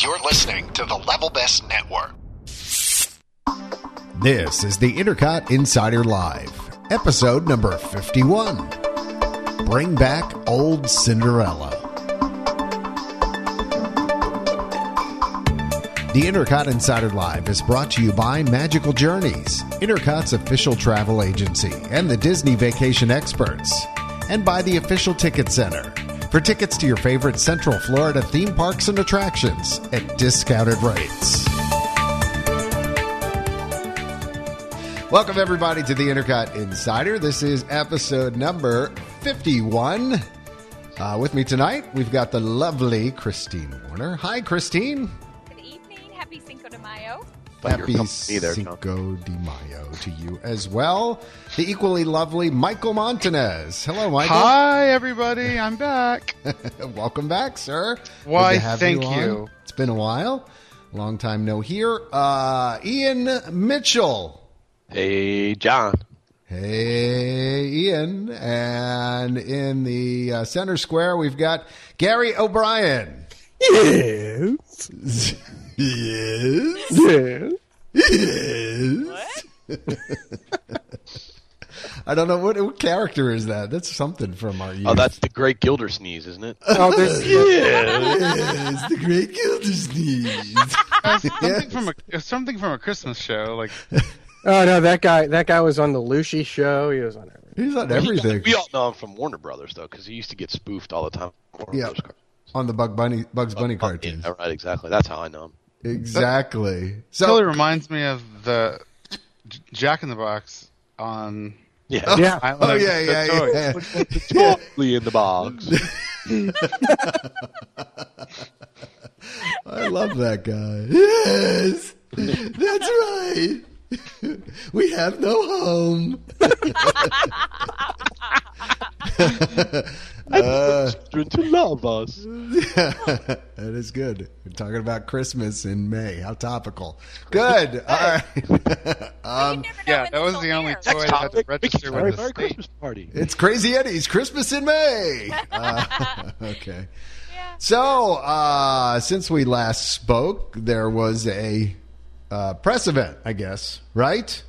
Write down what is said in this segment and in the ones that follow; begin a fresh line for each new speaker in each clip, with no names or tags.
You're listening to the Level Best Network.
This is the Intercot Insider Live, episode number 51. Bring back old Cinderella. The Intercot Insider Live is brought to you by Magical Journeys, Intercot's official travel agency, and the Disney vacation experts, and by the Official Ticket Center. For tickets to your favorite Central Florida theme parks and attractions at discounted rates. Welcome, everybody, to the Intercot Insider. This is episode number 51. Uh, with me tonight, we've got the lovely Christine Warner. Hi, Christine.
Good evening. Happy Cinco de Mayo.
But your
Happy
company there, John.
Cinco de Mayo to you as well. The equally lovely Michael Montanez. Hello, Michael.
Hi, everybody. I'm back.
Welcome back, sir. Good
Why,
to have
thank
on.
you.
It's been a while. Long time no hear. Uh, Ian Mitchell.
Hey, John.
Hey, Ian. And in the uh, center square, we've got Gary O'Brien.
Yes.
Yes.
Yes.
Yes. I don't know what, what character is that. That's something from our. Youth.
Oh, that's the great Gildersneeze, isn't it?
Oh, there's
Yes, the Great Gildersleeve.
uh, something from a something from a Christmas show. Like
Oh no, that guy. That guy was on the Lucy show. He was on. everything.
He's on everything.
We all know him from Warner Brothers, though, because he used to get spoofed all the time. Warner
Yeah.
Brothers cartoons.
on the Bug Bunny, Bugs Bunny
Uh,
cartoons.
Yeah, right, exactly. That's how I know him.
Exactly. So
totally reminds me of the J- Jack in the Box on.
Yeah.
Yeah.
Island
Oh
of
yeah,
the
yeah,
Toys.
yeah.
Totally in the box.
I love that guy. Yes, that's right. We have no home.
Children to love us.
that is good. We're talking about Christmas in May. How topical. Good. All right.
you never know
Um, Yeah,
when
that
this
was
will
the only
air.
toy that had to
Topic,
register
Merry
with the
Merry
state.
Christmas party.
It's Crazy Eddie's Christmas in May. Uh, okay.
Yeah.
So, uh, since we last spoke, there was a uh, press event, I guess, right?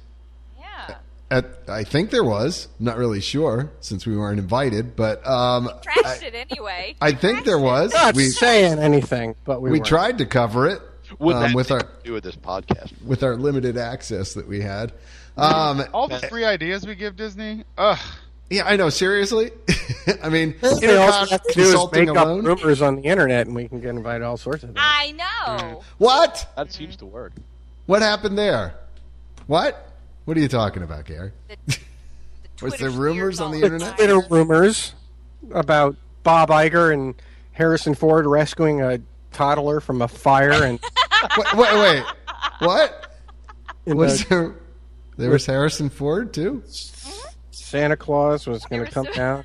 Yeah.
At, I think there was. Not really sure since we weren't invited, but um,
Trashed it anyway.
I think there was.
Not
We
saying anything, but we
we
were.
tried to cover it
Wouldn't
um,
that
with
thing
our
do with this podcast?
with our limited access that we had. Um,
All the free ideas we give Disney. Ugh.
yeah, I know. Seriously, I mean,
They also
Intercom
have to do is
consulting
make up
alone.
rumors on the internet, and we can get invited all sorts of things.
I
Hmm.
know.
What?
That seems to work.
What happened there? What? What are you talking about, Gary? Was
Twitter
there rumors on the
spears all
internet?
over.
Twitter rumors about Bob Iger and Harrison Ford rescuing a toddler from a fire and
wait, wait, wait. What?
in
What
the-
is there? There was Harrison Ford too.
Santa Claus was going to
Harrison-
come down.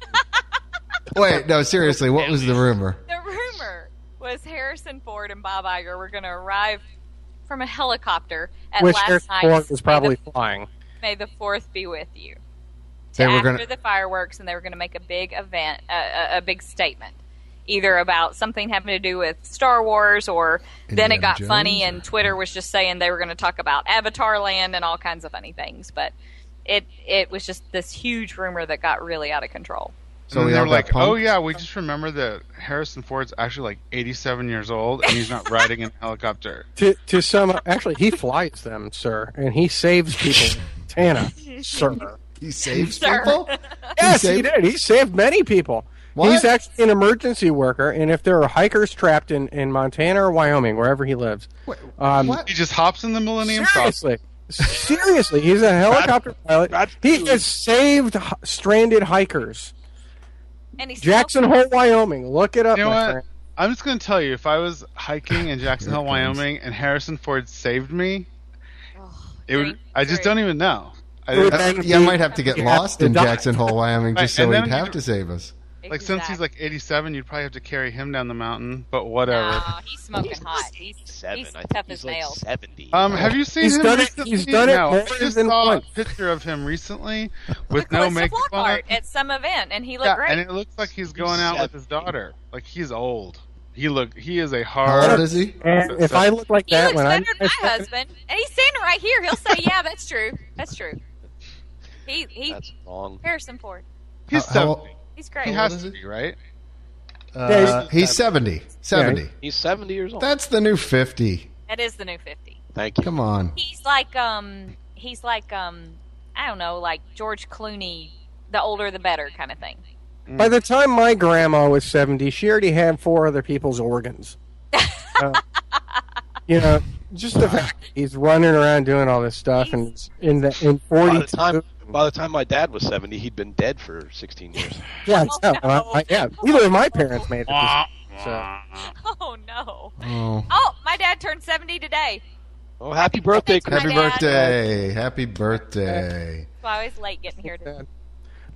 Wait, no, seriously. What was the rumor?
The rumor was Harrison Ford and Bob Iger were going to arrive from a helicopter at
Which
last
Harrison
night.
Ford was probably flying.
May the Fourth be with you. To
They were
after
gonna-
the fireworks, and they were going to make a big event, uh, a, a big statement, either about something having to do with Star Wars, or then
Indiana
it got
Jones
funny,
or-
and Twitter was just saying they were going to talk about Avatar Land and all kinds of funny things. But it it was just this huge rumor that got really out of control.
So
and
we
then they
all
were
got
like, "Oh
punked?
yeah, we just remember that Harrison Ford's actually like 87 years old and he's not riding in a helicopter."
to to some actually he flies them sir and he saves people tana sir
He saves
Sir.
people.
yes he,
saved-
did he saved many people
What?
he's actually an emergency worker and if there are hikers trapped in in montana or wyoming wherever he lives
Wait,
um
what?
He just hops in the Millennium Falcon.
seriously seriously he's a helicopter pilot he has saved h- stranded hikers
And he's
jackson hole wyoming look it up
You know
my
what?
friend.
I'm just going to tell you, if I was hiking in Jackson Hill,
Here it comes.
Wyoming, and Harrison Ford saved me, it
great,
would. I
great.
just don't even know. I,
It would
I-
be-
Uh, yeah, I might have to get
You have
lost
to
in
die.
Jackson Hole, Wyoming, just so
Right, and
he'd
then
have
you-
to save us.
like since he's like 87, you'd probably have to carry him down the mountain. But whatever.
Nah, he's smoking hot. He's,
Seven.
he's
I think
tough
he's
as
like
nails.
70.
Um, have you seen
He's
him?
done it-
recently?
he's done it
No,
more
I just
than
saw
once.
a picture of him recently
Look
with no
what's the
makeup
block
on.
art at some event, and he looked
Yeah,
great.
and it looks like he's going out with his
Seventy.
daughter. Like he's old. He look. He is a
How old
hard.
is he?
And if I look like
He
that
looks
when I'm
better than my husband, and he's standing right here. He'll say, "Yeah, that's true. That's true." He he
That's wrong.
Harrison Ford.
He's
How- how-
seventy.
He's great.
he
old
has
is
to
he?
be right.
Uh, he's 70. 70.
He's 70 years old.
That's the new 50.
That is the new fifty.
Thank you.
Come on.
He's like um he's like um I don't know like George Clooney, the older the better kind of thing.
by the time my grandma was seventy, she already had four other people's organs. Uh, you know, just the fact that he's running around doing all this stuff, and it's in the in
By
forty
the time by the time my dad was 70, he'd been dead for 16 years.
Yeah, no, I- I- yeah. Neither of my parents made it. this- So,
Oh no!
Mm.
Oh.
Oh, my dad turned seventy today.
Oh, happy birthday,
Thanks,
Chris.
Happy
dad.
birthday. Happy birthday.
So I was late getting here. Today.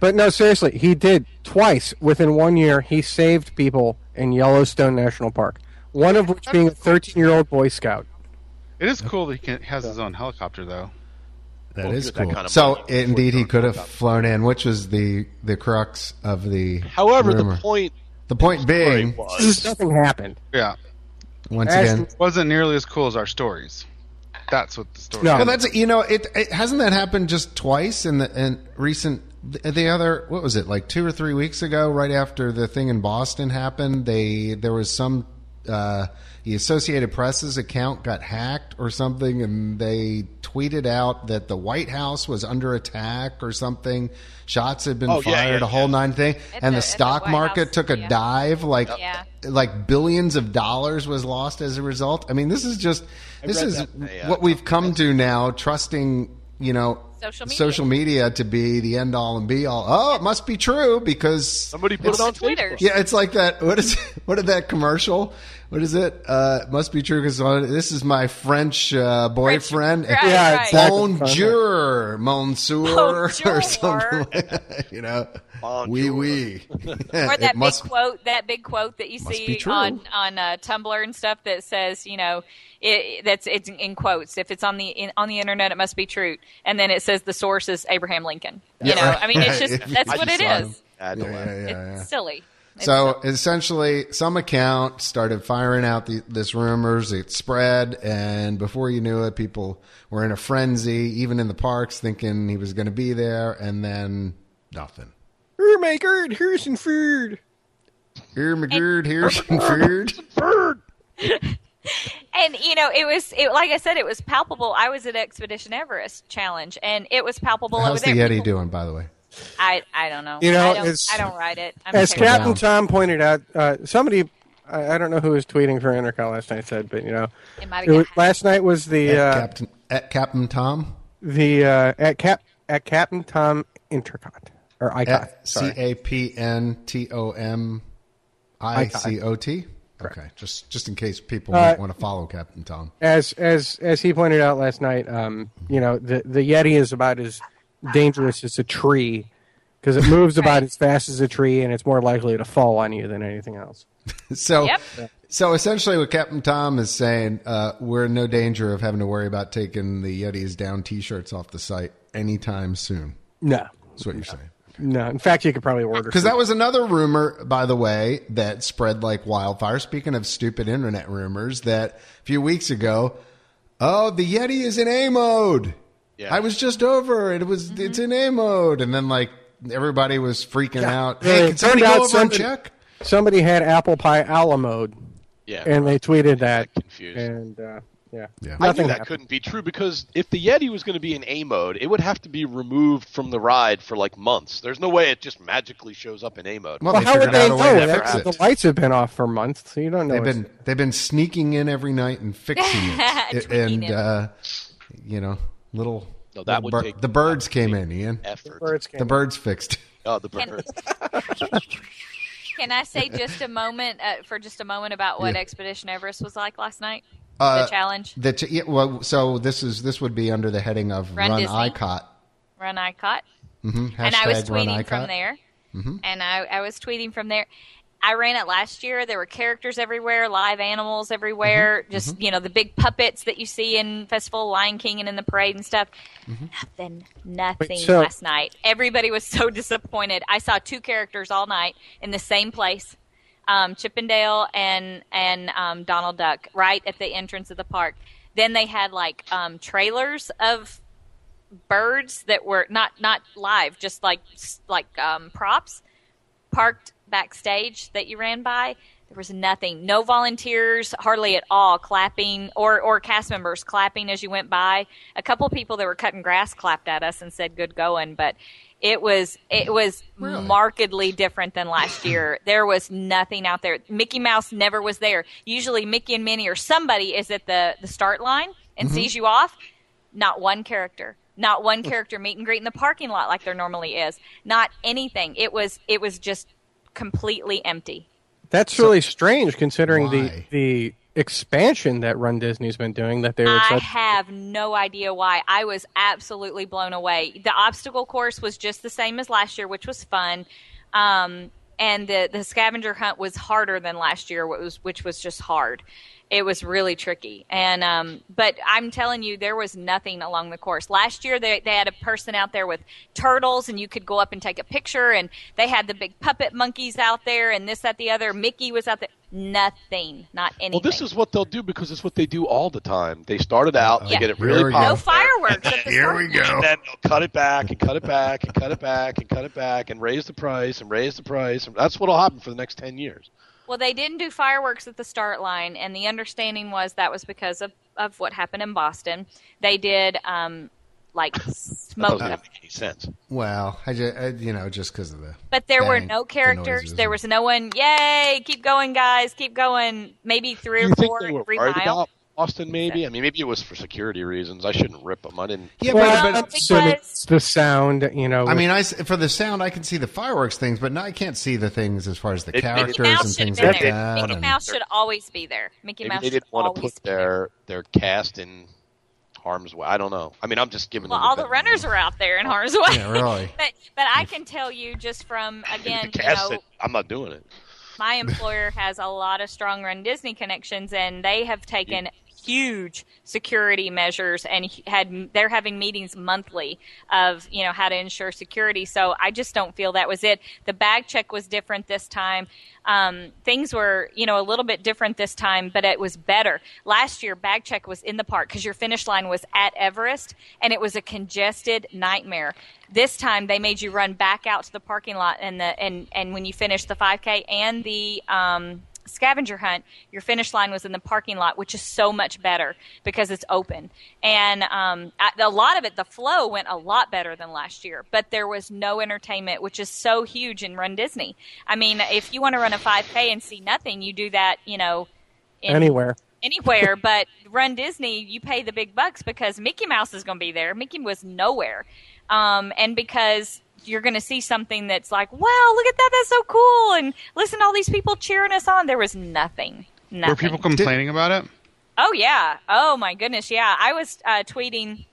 but no, seriously, he did twice within one year. He saved people in Yellowstone National Park. One of which being a 13-year-old Boy Scout.
It is cool that he can, has his own helicopter though.
That
Well,
is
if you're
cool.
that kind of
so
money,
indeed, he
you're
could have
talking
flown in, which was the the crux of the
However,
rumor.
the point
The point being,
was
Nothing happened.
Yeah,
once
Ask-
again,
wasn't nearly as cool as our stories. That's what the story.
No.
is.
well,
Um,
that's you know, it, it hasn't that happened just twice in the in recent the, the other what was it like two or three weeks ago, right after the thing in Boston happened, they there was some uh, the Associated Press's account got hacked or something, and they tweeted out that the White House was under attack or something. Shots had been
Oh, yeah,
fired, a
yeah,
whole
yeah.
nine thing, and
At the-
the,
at the
stock
White
market
House,
took a
yeah.
dive, like
Yeah.
like billions of dollars was lost as a result. I mean, this is just this
read
is
that in a, uh,
what we've come to now, trusting you know
Social media.
media to be the end all and be all. Oh, it must be true because
somebody put it on
Twitter.
Facebook.
yeah, it's like that. What is what did that commercial? What is it? Uh, it must be true because this is my French uh, boyfriend.
right,
Yeah,
right.
exactly.
Bonjour, monsieur, or
Bonjour.
something like that, you know. Oui,
Bonjour.
oui.
Or
It
that big
must-
quote, that big quote that you
must be
see
true.
on on uh, Tumblr and stuff that says, you know, it, that's it's in quotes. If it's on the in, on the internet, it must be true. And then it says the source is Abraham Lincoln. You
Yeah,
know,
right,
I mean, it's
right.
just
If you
that's what
just
it
saw
is.
him.
I had to
Yeah,
laugh.
yeah, yeah, yeah.
It's silly. It's
So essentially, some account started firing out the, this rumors. It spread, and before you knew it, people were in a frenzy, even in the parks, thinking he was going to be there, and then nothing.
Oh my God, Harrison Ford.
Here, McGird, here's Ford.
and you know it was it, like i said it was palpable i was at expedition everest challenge and it was palpable
How's the
over there
Yeti
People-
doing, by the way?
i i don't know
You know,
i don't,
it's-
I don't ride it I'm
As
terrible.
Captain Tom pointed out, uh, somebody, I, I don't know who was tweeting for Intercom last night said, but you know,
It might
it was,
have got-
last night was the
At
uh,
Captain at Captain Tom
the uh, at cap at Captain Tom Intercot or Icot.
at C
Uh, Sorry.
A P N T O M I C O T. Okay, just just in case people
Uh,
want to follow Captain Tom.
as as as he pointed out last night, um, you know the the Yeti is about as dangerous as a tree because it moves about as fast as a tree, and it's more likely to fall on you than anything else.
So,
Yep.
so essentially, what Captain Tom is saying, uh, we're in no danger of having to worry about taking the Yeti's down T-shirts off the site anytime soon.
No,
That's what you're saying.
no. In fact, you could probably order
Because Uh, that was another rumor, by the way, that spread like wildfire. Speaking of stupid internet rumors, that a few weeks ago, oh, the Yeti is in A mode.
Yeah.
I was just over it. It was it's in A mode, and then like everybody was freaking out.
Yeah, it
Hey, can
turned
somebody go
out
over and
somebody-
check?
somebody had apple pie a la mode,
Yeah.
and
uh,
they tweeted that,
confused.
and uh, yeah,
Yeah.
I
nothing
knew that
happened.
couldn't be true because if the Yeti was going to be in A mode, it would have to be removed from the ride for like months. There's no way it just magically shows up in A mode.
Well,
Well,
they
how
figured
would they
out a way
know?
to
That's-
fix
The
it.
lights have been off for months, so you don't know.
They've
it's-
been they've been sneaking in every night and fixing it, I-
Tweaking
and
it.
uh, you know little.
No,
little
that would
bir-
take-
the birds came in, Ian.
Effort.
birds came
The birds fixed. it.
Oh, the bird.
can i say just a moment uh, for just a moment about what
Yeah.
expedition everest was like last night
Uh,
the challenge
The ch- yeah, well, so this is this would be under the heading of
Run
Run,
Disney.
ICOT.
run i caught
Mm-hmm.
and I was tweeting from there. And I, I was tweeting from there. I ran it last year. There were characters everywhere, live animals everywhere,
Mm-hmm.
just you know the big puppets that you see in Festival Lion King and in the parade and stuff. Nothing, nothing
so-
last night. Everybody was so disappointed. I saw two characters all night in the same place. um, Chippendale and and um, Donald Duck right at the entrance of the park. Then they had like um, trailers of birds that were not not live, just like s- like um, props parked backstage that you ran by. There was nothing, no volunteers, hardly at all clapping or or cast members clapping as you went by. A couple people that were cutting grass clapped at us and said "good going," but it was it was markedly different than last year. There was nothing out there. Mickey Mouse never was there. Usually Mickey and Minnie or somebody is at the the start line and sees you off not one character not one character meet and greet in the parking lot like there normally is not anything it was it was just completely empty
That's really strange considering
Why?
the the expansion that Run Disney's been doing. That they were
i
such,
have no idea why i was absolutely blown away the obstacle course was just the same as last year which was fun um, and the, the scavenger hunt was harder than last year which was, which was just hard it was really tricky and um, but i'm telling you there was nothing along the course last year they, they had a person out there with turtles and you could go up and take a picture and they had the big puppet monkeys out there and this that the other mickey was out there nothing not anything
Well, this is what they'll do because it's what they do all the time. They started out, they
Yeah.
get it
Here
really
we go.
no
popular,
fireworks at the
Here
start
we
line.
go.
and then they'll cut it back and cut it back and cut it back and cut it back and raise the price and raise the price. And that's what'll happen for the next ten years.
Well, they didn't do fireworks at the start line, and the understanding was that was because of, of what happened in Boston. They did um, like
That
smoke,
doesn't make any sense.
Well, I just, I, you know, just because of the.
but there were
bang,
no
the
characters.
noises.
there was no one. Yay! Keep going, guys. Keep going. Maybe three
you
or
think
four,
they were
three
worried
mile.
about Austin? Maybe. I mean, maybe it was for security reasons. I shouldn't rip them. I didn't.
Yeah,
well,
but,
Well,
but
so
because-
it's the sound, you know.
I mean, I s- for the sound, I can see the fireworks things, but now I can't see the things as far as the
It- it-
characters and
Mickey Mouse should have
things
been
like
there.
that.
Mickey
and-
Mouse should always be there. Mickey
Maybe
Mouse
they didn't
should
want to
always
put
be there.
their their cast in harm's way. I don't know. I mean, I'm just giving.
Well,
them a
all the
bit-
runners are out there in harm's way.
Yeah, really.
But but I can tell you just from again,
the
you
cast
know,
said, I'm not doing it.
my employer has a lot of strong run Disney connections, and they have taken huge security measures and h- had they're having meetings monthly of you know how to ensure security. So I just don't feel that was it. The bag check was different this time. Um, things were you know a little bit different this time, but it was better. Last year, bag check was in the park because your finish line was at Everest, and it was a congested nightmare this time they made you run back out to the parking lot and the and and when you finished the 5k and the um scavenger hunt your finish line was in the parking lot which is so much better because it's open and um, I- a lot of it the flow went a lot better than last year but there was no entertainment which is so huge in run disney i mean if you want to run a 5k and see nothing you do that you know in,
anywhere.
anywhere, but Run Disney, you pay the big bucks because Mickey Mouse is going to be there. Mickey was nowhere. Um, and because you're going to see something that's like, wow, look at that. That's so cool. And listen to all these people cheering us on. There was nothing. Nothing.
Were people complaining about it?
Oh yeah. Oh my goodness. Yeah. I was uh, tweeting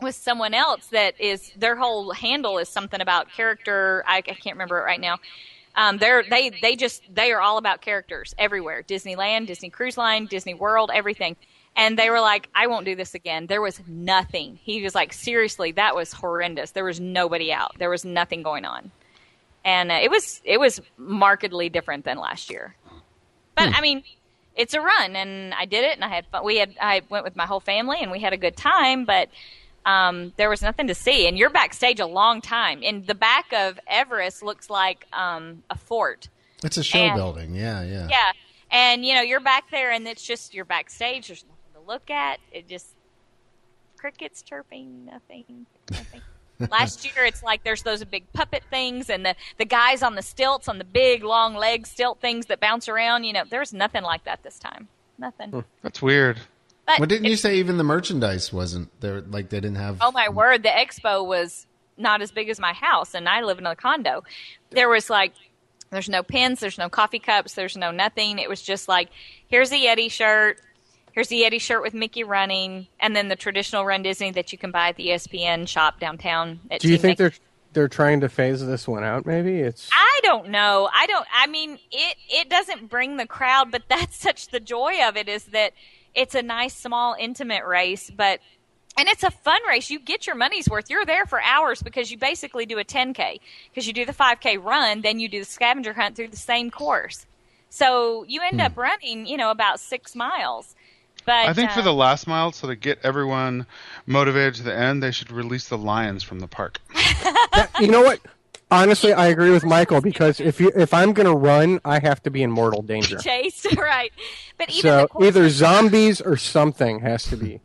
with someone else that is their whole handle is something about character. I, I can't remember it right now. Um, they're they they just they are all about characters everywhere. Disneyland, Disney Cruise Line, Disney World, everything. And they were like, I won't do this again. There was nothing. He was like, seriously, that was horrendous. There was nobody out. There was nothing going on. And uh, it was it was markedly different than last year. But I mean, it's a run, and I did it, and I had fun. We had I went with my whole family, and we had a good time. But um, there was nothing to see, and you're backstage a long time. And the back of Everest looks like um, a fort.
It's a show
And-
building. Yeah, yeah.
Yeah, and you know you're back there, and it's just you're backstage. There's nothing to look at. It just crickets chirping, nothing. nothing. Last year, it's like there's those big puppet things, and the the guys on the stilts, on the big long leg stilt things that bounce around. You know, there's nothing like that this time. Nothing.
That's weird.
But
Well, didn't you
it-
say even the merchandise wasn't there? Like they didn't have.
Oh my word, the expo was not as big as my house, and I live in a condo. There was like, there's no pens, there's no coffee cups, there's no nothing. It was just like, here's a Yeti shirt, here's the Yeti shirt with Mickey running, and then the traditional Run Disney that you can buy at the E ESPN shop downtown. At
Do you
Team Mac-
think they're they're trying to phase this one out? Maybe it's
I don't know. I don't. I mean, it it doesn't bring the crowd, but that's such the joy of it is that it's a nice, small, intimate race, but and it's a fun race. You get your money's worth. You're there for hours because you basically do a 10k because you do the 5k run, then you do the scavenger hunt through the same course. So you end up running, you know, about six miles. But
Hmm. I think for
uh,
the last mile, so to get everyone motivated to the end, they should release the lions from the park.
You know what? Honestly, I agree with Michael because if you if I'm gonna run, I have to be in mortal danger.
uh, chase, right? But even the
So
course
either zombies or something has to be.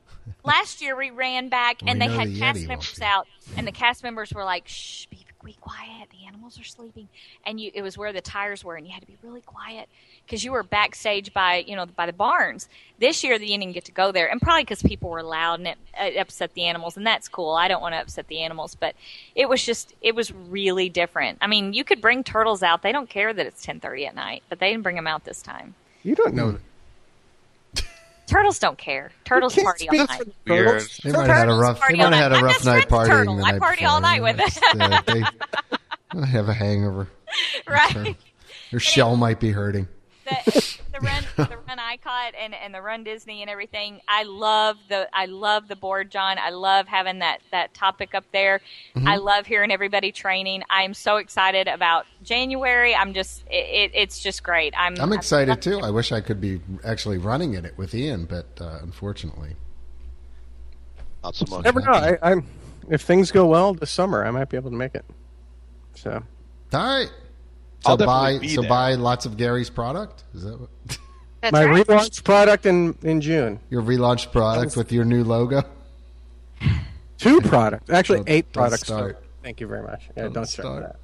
last year we ran back
We
and they
know
had
the
cast
Yeti won't
members
be.
out and the cast members were like shh be, be quiet the animals are sleeping and you it was where the tires were and you had to be really quiet because you were backstage by you know by the barns this year you didn't get to go there and probably because people were loud and it, it upset the animals and that's cool i don't want to upset the animals but it was just it was really different i mean you could bring turtles out they don't care that it's 10.30 at night but they didn't bring them out this time
You don't
Hmm.
know.
turtles don't care turtles
Can't
party all
speak
night
for the
Weird.
turtles.
They might have had a
turtles
rough. They
party
might
all
have had
night.
a
I'm
rough
best
night
friend
partying
turtle.
the
I
night
party all
before.
night with
Just, uh, they might have a hangover.
right
Their shell might be hurting.
the, the run the run I caught and, and the run Disney and everything. I love the I love the board, John. I love having that that topic up there. I love hearing everybody training. I'm so excited about January. I'm just it, it, it's just great. I'm
I'm excited too. I wish I could be actually running in it with Ian, but uh, unfortunately,
Not so much.
Never know. I, I'm if things go well this summer, I might be able to make it. So
all right. So
I'll
buy
definitely be
so
there.
buy lots of Gary's product. Is that what,
That's
my
right.
relaunched product in in June.
your relaunched product with your new logo?
Two products, actually
Don't-
8
don't
products.
start.
total. Thank you very much. Yeah, don't, start with
start.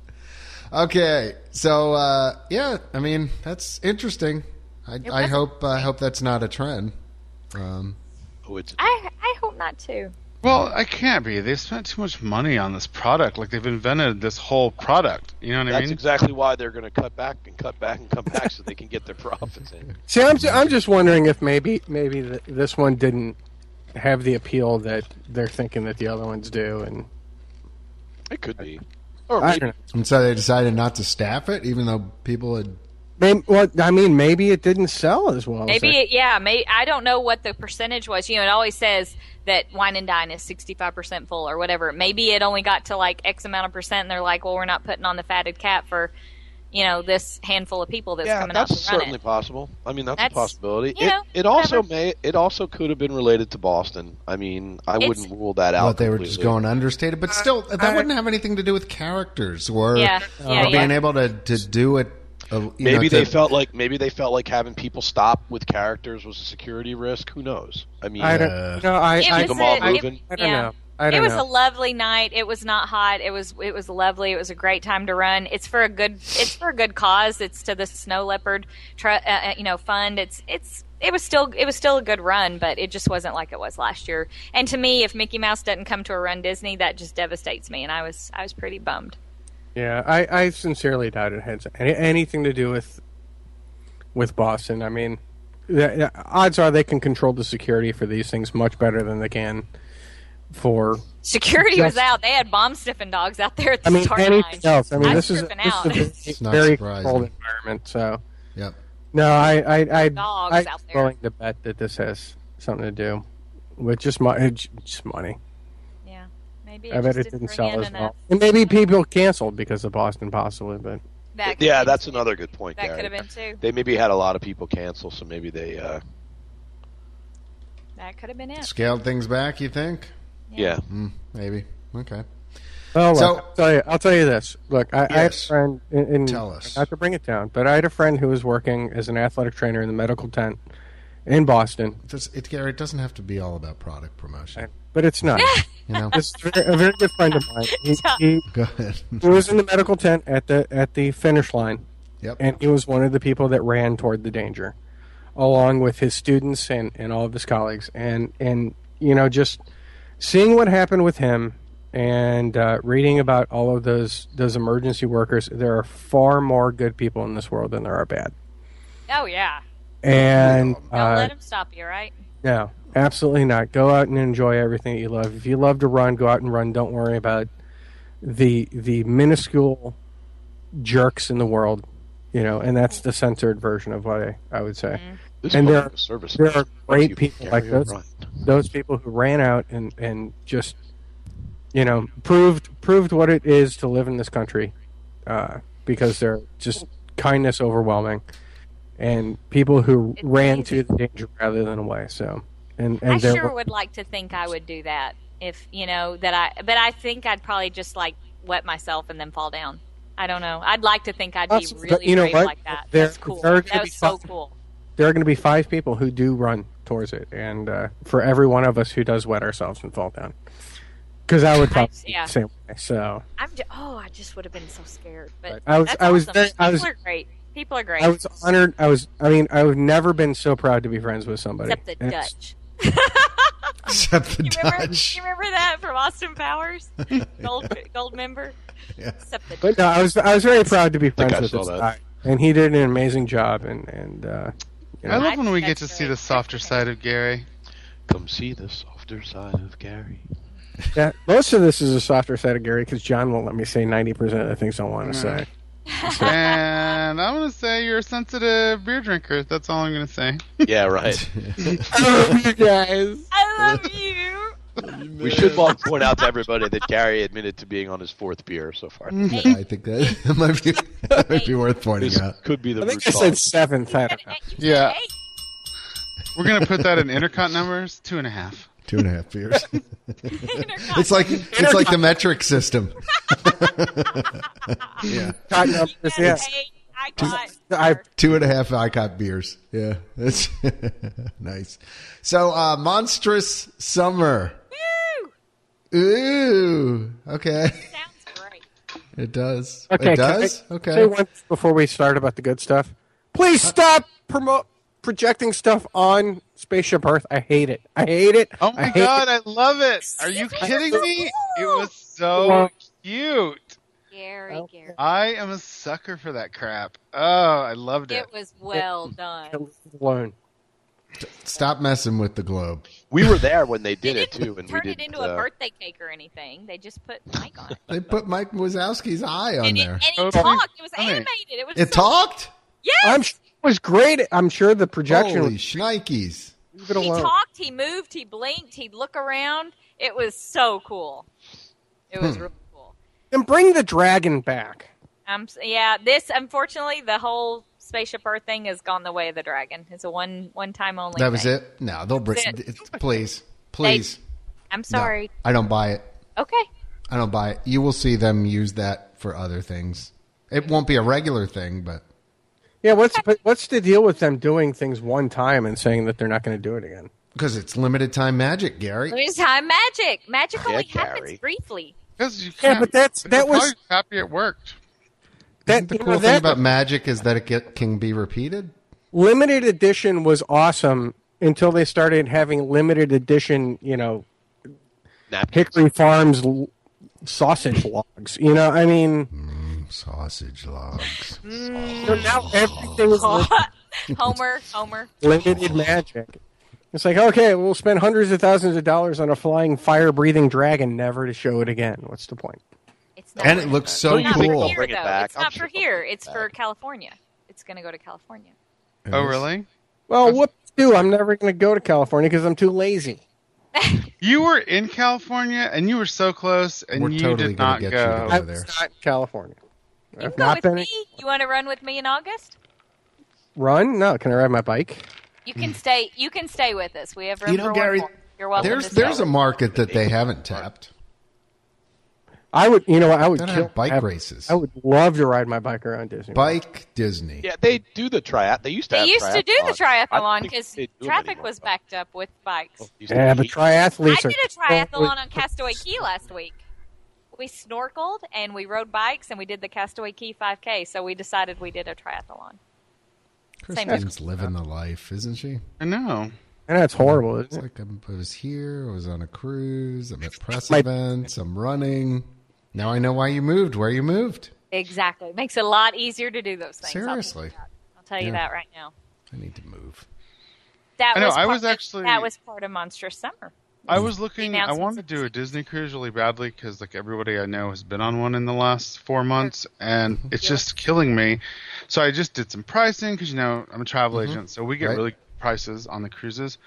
that.
Okay, so uh, yeah, I mean that's interesting. I, I
was
hope I hope that's not a trend. Um,
Oh, it's
I I hope not too.
Well, I can't be. They spent too much money on this product. Like they've invented this whole product. You know what I
That's
mean?
exactly why they're going to cut back and cut back and cut back so they can get their profits in.
See, I'm, ju- I'm just wondering if maybe maybe th this one didn't have the appeal that they're thinking that the other ones do, and
It could be. Or
I
maybe,
don't know.
and so they decided not to staff it, even though people had.
Maybe, well, I mean, maybe it didn't sell as well. as
Maybe
I-
it, yeah. May I don't know what the percentage was. You know, it always says that wine and dine is sixty five percent full or whatever. Maybe it only got to like X amount of percent, and they're like, well, we're not putting on the fatted cat for, you know, this handful of people that's
yeah,
coming
that's
out to run
certainly
it.
possible. I mean, that's,
That's-
a possibility.
you
it
know,
it also
whatever.
may it also could have been related to Boston. I mean, I
It's-
wouldn't rule that out.
Thought they were just
Oh, completely.
going understated, but still, that
I-
wouldn't have anything to do with characters or,
Uh, Yeah,
or
yeah,
being
yeah.
able to, to do it. uh, you know,
Maybe
to-
they felt like maybe they felt like having people stop with characters was a security risk. Who knows? I mean, uh,
I
Yeah.
don't know. I,
It
I,
was
them all
a-
I,
it-
moving.
I don't
yeah.
know. I don't
it was
know.
a lovely night. It was not hot. It was it was lovely. It was a great time to run. It's for a good it's for a good cause. It's to the snow leopard, tr- uh, uh, you know, fund. It's it's it was still it was still a good run, but it just wasn't like it was last year. And to me, if Mickey Mouse doesn't come to a run Disney, that just devastates me. And I was I was pretty bummed.
yeah, I, I sincerely doubt it had any, anything to do with with Boston. I mean, the, the odds are they can control the security for these things much better than they can for.
Security was
Just-
out. They had bomb sniffing dogs out there at the
I mean,
start line.
anything else. I mean,
I'm
this is,
tripping out.
this
It's
is
not
a very
surprising.
controlled environment. So,
Yep.
no, I, I, I,
Dogs
I'm
out there.
willing to bet that this has something to do with just, mo- uh, just money.
Yeah, maybe it
I bet
just
it didn't
bring
sell
in
as
enough.
well. And maybe people canceled because of Boston, possibly. But
That could
yeah,
have
that's
been-
another good point.
That
Gary.
could have been too.
They maybe had a lot of people cancel, so maybe they. Uh,
That could have been it.
Scaled things back, you think?
yeah.
Mm-hmm.
Mm, maybe. Okay.
oh, look,
So-
I'll, tell you, I'll tell you this. Look, I, I had a
Yes.
friend. In, in,
Tell us.
not to bring it down, but I had a friend who was working as an athletic trainer in the medical tent in Boston.
Does- It, Gary, it doesn't have to be all about product promotion.
But it's not.
You know,
This is a very good friend of mine. He, he,
go ahead.
he was in the medical tent at the at the finish line,
yep.
and he was one of the people that ran toward the danger, along with his students and, and all of his colleagues. And and you know, just seeing what happened with him and uh, reading about all of those those emergency workers, there are far more good people in this world than there are bad.
Oh yeah.
And
Don't
uh,
let him stop you, right?
no, absolutely not. Go out and enjoy everything that you love. If you love to run, go out and run. Don't worry about the the minuscule jerks in the world, you know. And that's the censored version of what I, I would say.
Mm-hmm.
This
And there-
public service
there are great
Thank you,
people
Gary
like this.
O'Brien.
Those people who ran out and and just you know proved proved what it is to live in this country, uh, because they're just kindness overwhelming. and people who
It's
ran
amazing.
to the danger rather than away. So, and and
I
there
sure
were-
would like to think I would do that if you know that I. But I think I'd probably just like wet myself and then fall down. I don't know. I'd like to think I'd be
That's-
really
you know
brave
what?
like that.
There-
That's cool.
there are
That
gonna
was
be
so
some-
cool.
there are going to be five people who do run towards it, and uh, for every one of us who does wet ourselves and fall down, because I would
I-
probably be
yeah.
the same way. So
I'm ju- oh, I just would have been so scared. But
I was-
that's
I was
awesome.
very- I was-
People are great. People are great.
I was honored. I was. I mean, I've never been so proud to be friends with somebody.
except the
And it's-
Dutch.
Except the
You remember?
Dutch.
You remember that from Austin Powers, gold gold member.
Yeah.
Except the
But no, I was. I was very proud to be
think
friends
I
with
saw
this
that.
guy, and he did an amazing job. And and uh,
I love when we
That's
get to see
great.
the softer side of Gary.
Come see the softer side of Gary.
yeah, most of this is a softer side of Gary because John won't let me say ninety percent of the things I want to say.
and I'm gonna say you're a sensitive beer drinker. That's all I'm gonna say.
Yeah, right.
Oh,
you guys.
I love you.
we should all point out to everybody that Gary admitted to being on his fourth beer so far.
Mm-hmm.
I think that might be, that might be worth pointing
This
out.
could be the
I think
root
I said
cause.
seventh. I don't know.
You said
Uh,
Yeah.
eight.
We're gonna put that in intercont numbers. Two and a half.
Two and a half beers.
Intercon-
It's like it's like the metric system. yeah,
Got numbers,
Yes.
yes.
Hey, I got
I-
her.
two and a half ICOP beers. Yeah, that's nice. So, uh, monstrous summer.
Woo!
Ooh, okay,
Sounds great.
it does.
Okay,
it
can I
does. okay, Uh,
Say one before we start about the good stuff. Please stop promote projecting stuff on Spaceship Earth. I hate it. I hate it.
Oh my
I hate
god, I love it. Are you kidding me? It was so cute.
Gary, Gary.
I am a sucker for that crap. Oh, I loved it.
It was well done.
It. Leave it Alone.
stop messing with the globe.
We were there when they
They
did it too,
didn't
and we
turn
didn't.
it into
uh,
a birthday cake or anything. They just put Mike on it.
They put Mike Wazowski's eye on
and, it,
there.
and he
Totally
talked. It was
funny.
animated. It was
It
so,
talked.
Yes,
I'm sure it was great. I'm sure the projection.
Holy
was-
shnikes!
leave it
he
alone.
talked. He moved. He blinked. He'd look around. It was so cool. It was really cool.
And bring the dragon back.
Um, s- yeah. This, unfortunately, the whole spaceship Earth thing has gone the way of the dragon. It's a one one time only.
That was
thing.
it. No, they'll bring.
That's it.
it- Please, please.
I'm
No,
sorry.
I don't buy it.
Okay.
I don't buy it. You will see them use that for other things. It won't be a regular thing, but
Yeah, what's but what's the deal with them doing things one time and saying that they're not going to do it again?
because it's limited time magic, Gary.
There's high magic. Magic
Yeah,
only
Gary.
happens briefly.
Because you
Yeah,
can't-
but that's-
you're
that was-
probably happy it worked.
That,
Isn't the
you know,
cool
that-
thing about magic is that it get, can be repeated.
limited edition was awesome until they started having limited edition, you know,
napkins.
Hickory Farms l- sausage logs. You know, I mean,
Sausage logs.
so
Oh.
now everything is li-
Homer, Homer.
limited magic. It's like, okay, we'll spend hundreds of thousands of dollars on a flying fire breathing dragon never to show it again. What's the point?
It's not
And it looks so
Not for
cool.
here,
Bring it
though.
back.
It's
I'm
not
sure
for
they'll
here.
bring it
It's for
back.
California. It's going to go to California.
Oh, really?
Well, what do? I'm never going to go to California because I'm too lazy.
You were in California and you were so close and
We're
you
totally
did
gonna
not
get you
go.
to
I'm
there.
not in California.
You
I've
can go
not
with
been-
me. You want to run with me in August?
Run? No. Can I ride my bike?
You can stay. You can stay with us. We have room
You know,
for
Gary,
one more. You're welcome.
There's
to
there's
stay.
a market that they haven't tapped.
I would, you know, what, I would
Gotta
kill
have bike
have-
races.
I would love to ride my bike around Disney. World.
Bike Disney.
Yeah, they do the triathlon. They used to.
They
have
used to do the
triathlons. I
triathlon
don't think
because
they do them
traffic
anymore, Oh,
was
though.
backed up with bikes.
Used to
Yeah, but
cheat.
I
triathletes
did a
are
triathlon on Castaway Key last week. We snorkeled and we rode bikes and we did the Castaway Key 5K. So we decided we did a triathlon.
Kristen's living the life, isn't she?
I know.
I know it's horrible,
It's
isn't
like
it?
I'm, I was here, I was on a cruise, I'm at press events, I'm running. Now I know why you moved, where you moved.
Exactly. Makes it a lot easier to do those things. I'll tell you
Seriously.
that. I'll tell you
Yeah.
that right now.
I need to move.
That
I know,
was
I
part
was
of-
actually-
that was part of Monstrous Summer.
I was looking. I
announcements
wanted to do a Disney cruise really badly because like everybody I know has been on one in the last four months, and it's just killing me. So I just did some pricing because you know I'm a travel agent, so we get
Right.
really good prices on the cruises.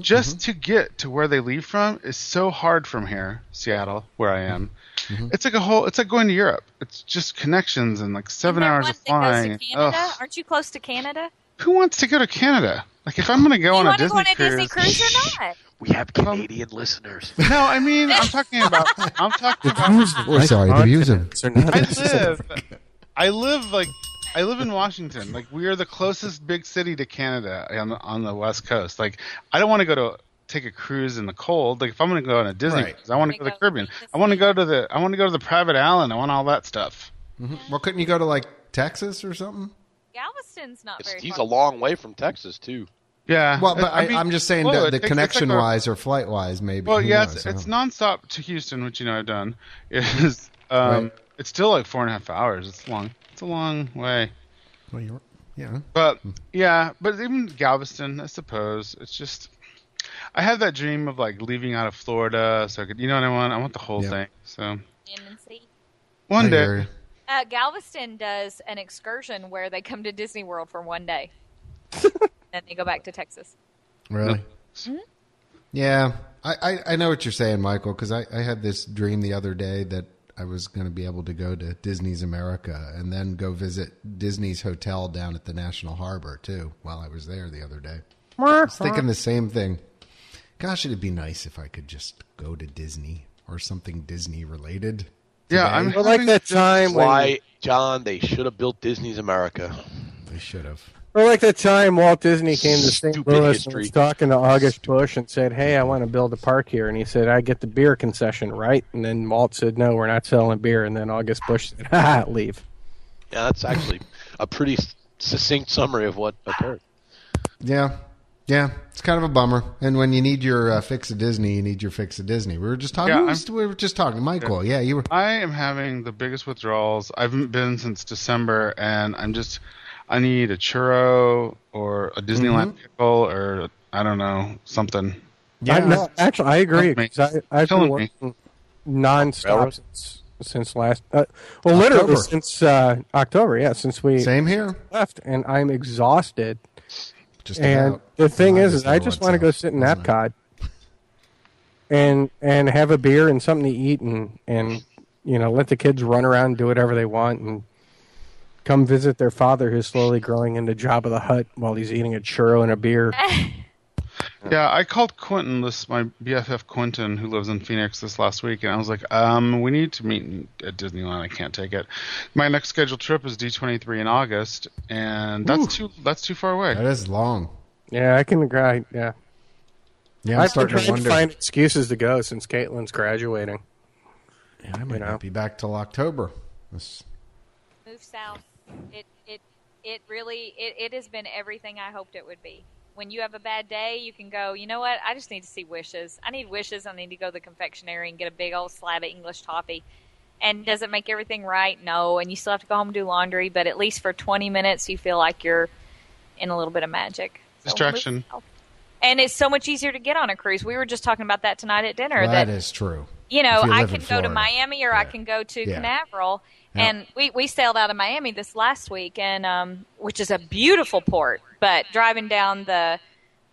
just to get to where they leave from is so hard from here, Seattle, where I am. It's like a whole. It's like going to Europe. It's just connections and like seven
Isn't there
hours
one that
of
goes
flying.
to Canada?
Ugh.
Aren't you close to Canada?
who wants to go to Canada? Like if I'm going to go
you
on a
want to
Disney
go on a
cruise,
Disney cruise or not?
We have Canadian listeners.
No, I mean I'm talking about I'm talking about
We're sorry, the views of
I live I live like I live in Washington. Like we are the closest big city to Canada on the, on the west coast. Like I don't want to go to take a cruise in the cold. Like if I'm going to go on a Disney
Right.
cruise, I want to
Wanna
go to the
go
Caribbean.
see the
I want to
sea.
go to the I want to go to the private island. I want all that stuff.
Well, couldn't you go to like Texas or something?
Galveston's not
It's-
very
he's
far.
a long way from Texas too.
Yeah.
Well, but
I- I
I,
mean,
am just saying
well,
that
it
the
takes- it's
connection
like a-
wise or flight wise, maybe.
Well,
Who
yeah,
knows?
it's,
I
it's
don't-
nonstop to Houston, which you know I've done. Is um,
Right.
it's still like four and a half hours. It's long. It's a long way.
Well, you're- yeah.
But yeah, but even Galveston, I suppose it's just. I have that dream of like leaving out of Florida, so I could, you know what I want. I want the whole
Yeah.
thing. So
In and see.
one
I
day,
hear you.
Uh, Galveston does an excursion where they come to Disney World for one day, then they go back to Texas.
Really?
Mm-hmm.
Yeah. I, I, I know what you're saying, Michael, because I, I had this dream the other day that I was going to be able to go to Disney's America and then go visit Disney's hotel down at the National Harbor, too, while I was there the other day. I was thinking the same thing. Gosh, it'd be nice if I could just go to Disney or something Disney related.
yeah, I'm
But like
having-
that time when,
Why, John? They should have built Disney's America.
They should have.
or like that time Walt Disney came to St.
Stupid
Louis and
history.
was talking to August Bush and said, "Hey, I want to build a park here," and he said, "I get the beer concession, right?" And then Walt said, "No, we're not selling beer," and then August Bush said, "Ha, ha, leave."
Yeah, that's actually a pretty succinct summary of what occurred.
Yeah. Yeah. It's kind of a bummer. And when you need your uh, fix of Disney, you need your fix of Disney. We were just talking.
Yeah,
we,
I'm-
was- we were just talking. Michael, yeah, you were.
I am having the biggest withdrawals I've been since December, and I'm just, I need a churro or a Disneyland
Mm-hmm.
pickle or I don't know something.
Yeah.
I, no, actually, I agree.
Killing me.
'cause I, I've
Killing
been
me.
working nonstop
Railroad?
since, since last. Uh, well, literally
October.
since uh, October. Yeah, since we
Same here.
left, and I'm exhausted.
Just
And
about.
the thing
Well,
is, is I
know
just
what's
want to
up,
go sit in
doesn't it?
Epcot and and have a beer and something to eat and and you know let the kids run around and do whatever they want and come visit their father who's slowly growing into Jabba the Hut while he's eating a churro and a beer.
Yeah, I called Quentin this my BFF Quentin who lives in Phoenix this last week, and I was like, um, we need to meet at Disneyland. I can't take it. My next scheduled trip is D23 in August, and that's too that's too far away.
That is long.
Yeah, I can agree.
Yeah, I'm
Yeah, I've been
starting
trying
to
to,
wonder.
find excuses to go since Caitlin's graduating.
Yeah, I might
you know.
not be back till October. This-
Move south. It it it really it, it has been everything I hoped it would be. When you have a bad day, you can go. You know what? I just need to see wishes. I need wishes. I need to go to the confectionery and get a big old slab of English toffee. And does it make everything right? No. And you still have to go home and do laundry, but at least for 20 minutes, you feel like you're in a little bit of magic. So move
Distraction.
south. And it's so much easier to get on a cruise. We were just talking about that tonight at dinner.
that is true.
you know,
If you
I
live in
can go to
Florida.
Miami or I
Yeah.
can go to
Yeah.
Canaveral.
Yeah.
And we, we sailed out of Miami this last week, and um, which is a beautiful port. But driving down the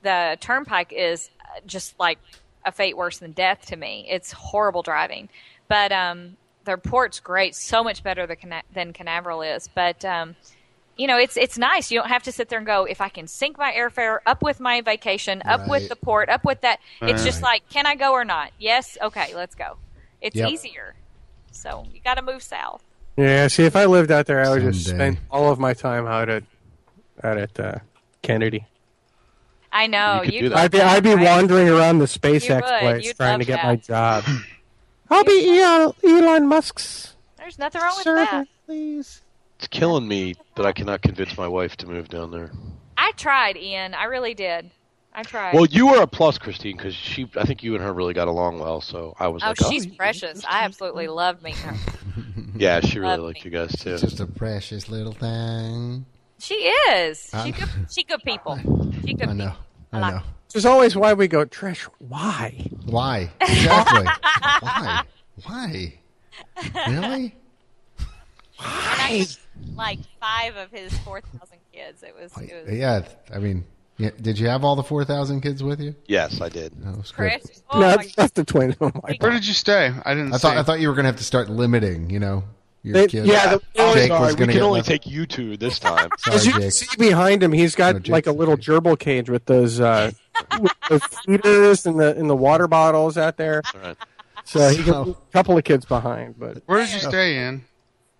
the turnpike is uh, just like a fate worse than death to me. It's horrible driving, but um, their port's great, so much better than, Cana- than Canaveral is. But um, you know, it's it's nice. You don't have to sit there and go, if I can sync my airfare up with my vacation, up
Right.
with the port, up with that. It's just
Right.
like, can I go or not? Yes, okay, let's go. It's
Yep.
easier. So you got to move south.
Yeah, see, if I lived out there, I would just
Someday.
spend all of my time out at out at uh, Kennedy.
I know
You could
you.
do that.
I'd be I'd be
Right.
wandering around the SpaceX
would.
place
You'd
trying
love
to get
that.
my job. I'll be Elon, Elon Musk's
There's nothing wrong with that.
servant, please.
It's killing me that I cannot convince my wife to move down there.
I tried, Ian. I really did. I tried.
Well, you were a plus, Christine, because she. I think you and her really got along well. So I was
oh,
like,
she's precious. I absolutely love meeting her.
yeah, she really
Love
liked
me.
you guys too.
It's just a precious little thing.
She is.
I-
She good. She good people. She good.
I know.
people.
I know.
Which is always why we go, Trish. Why?
Why? Exactly. Why? Why? Really?
And I just, like five of his four thousand kids. It was. It was
Yeah. I mean, yeah, did you have all the 4,000 kids with you?
yes, I did.
That was good.
Chris. Oh
no,
my
that's, that's the twin. Oh my
Where
God.
did you stay? I didn't.
I thought
see.
I thought you were going to have to start limiting, you know, Your
They-
kid.
yeah, the
Jake was
feelings are.
gonna
we
get
can only
left-
take you two this time.
Sorry,
As you
Jake.
can see behind him, he's got
No, Jake's
like a little gerbil cage with those uh, with those feeders and the and the water bottles out there.
All right.
So
So-
he can leave a couple of kids behind, but
Where did you stay in?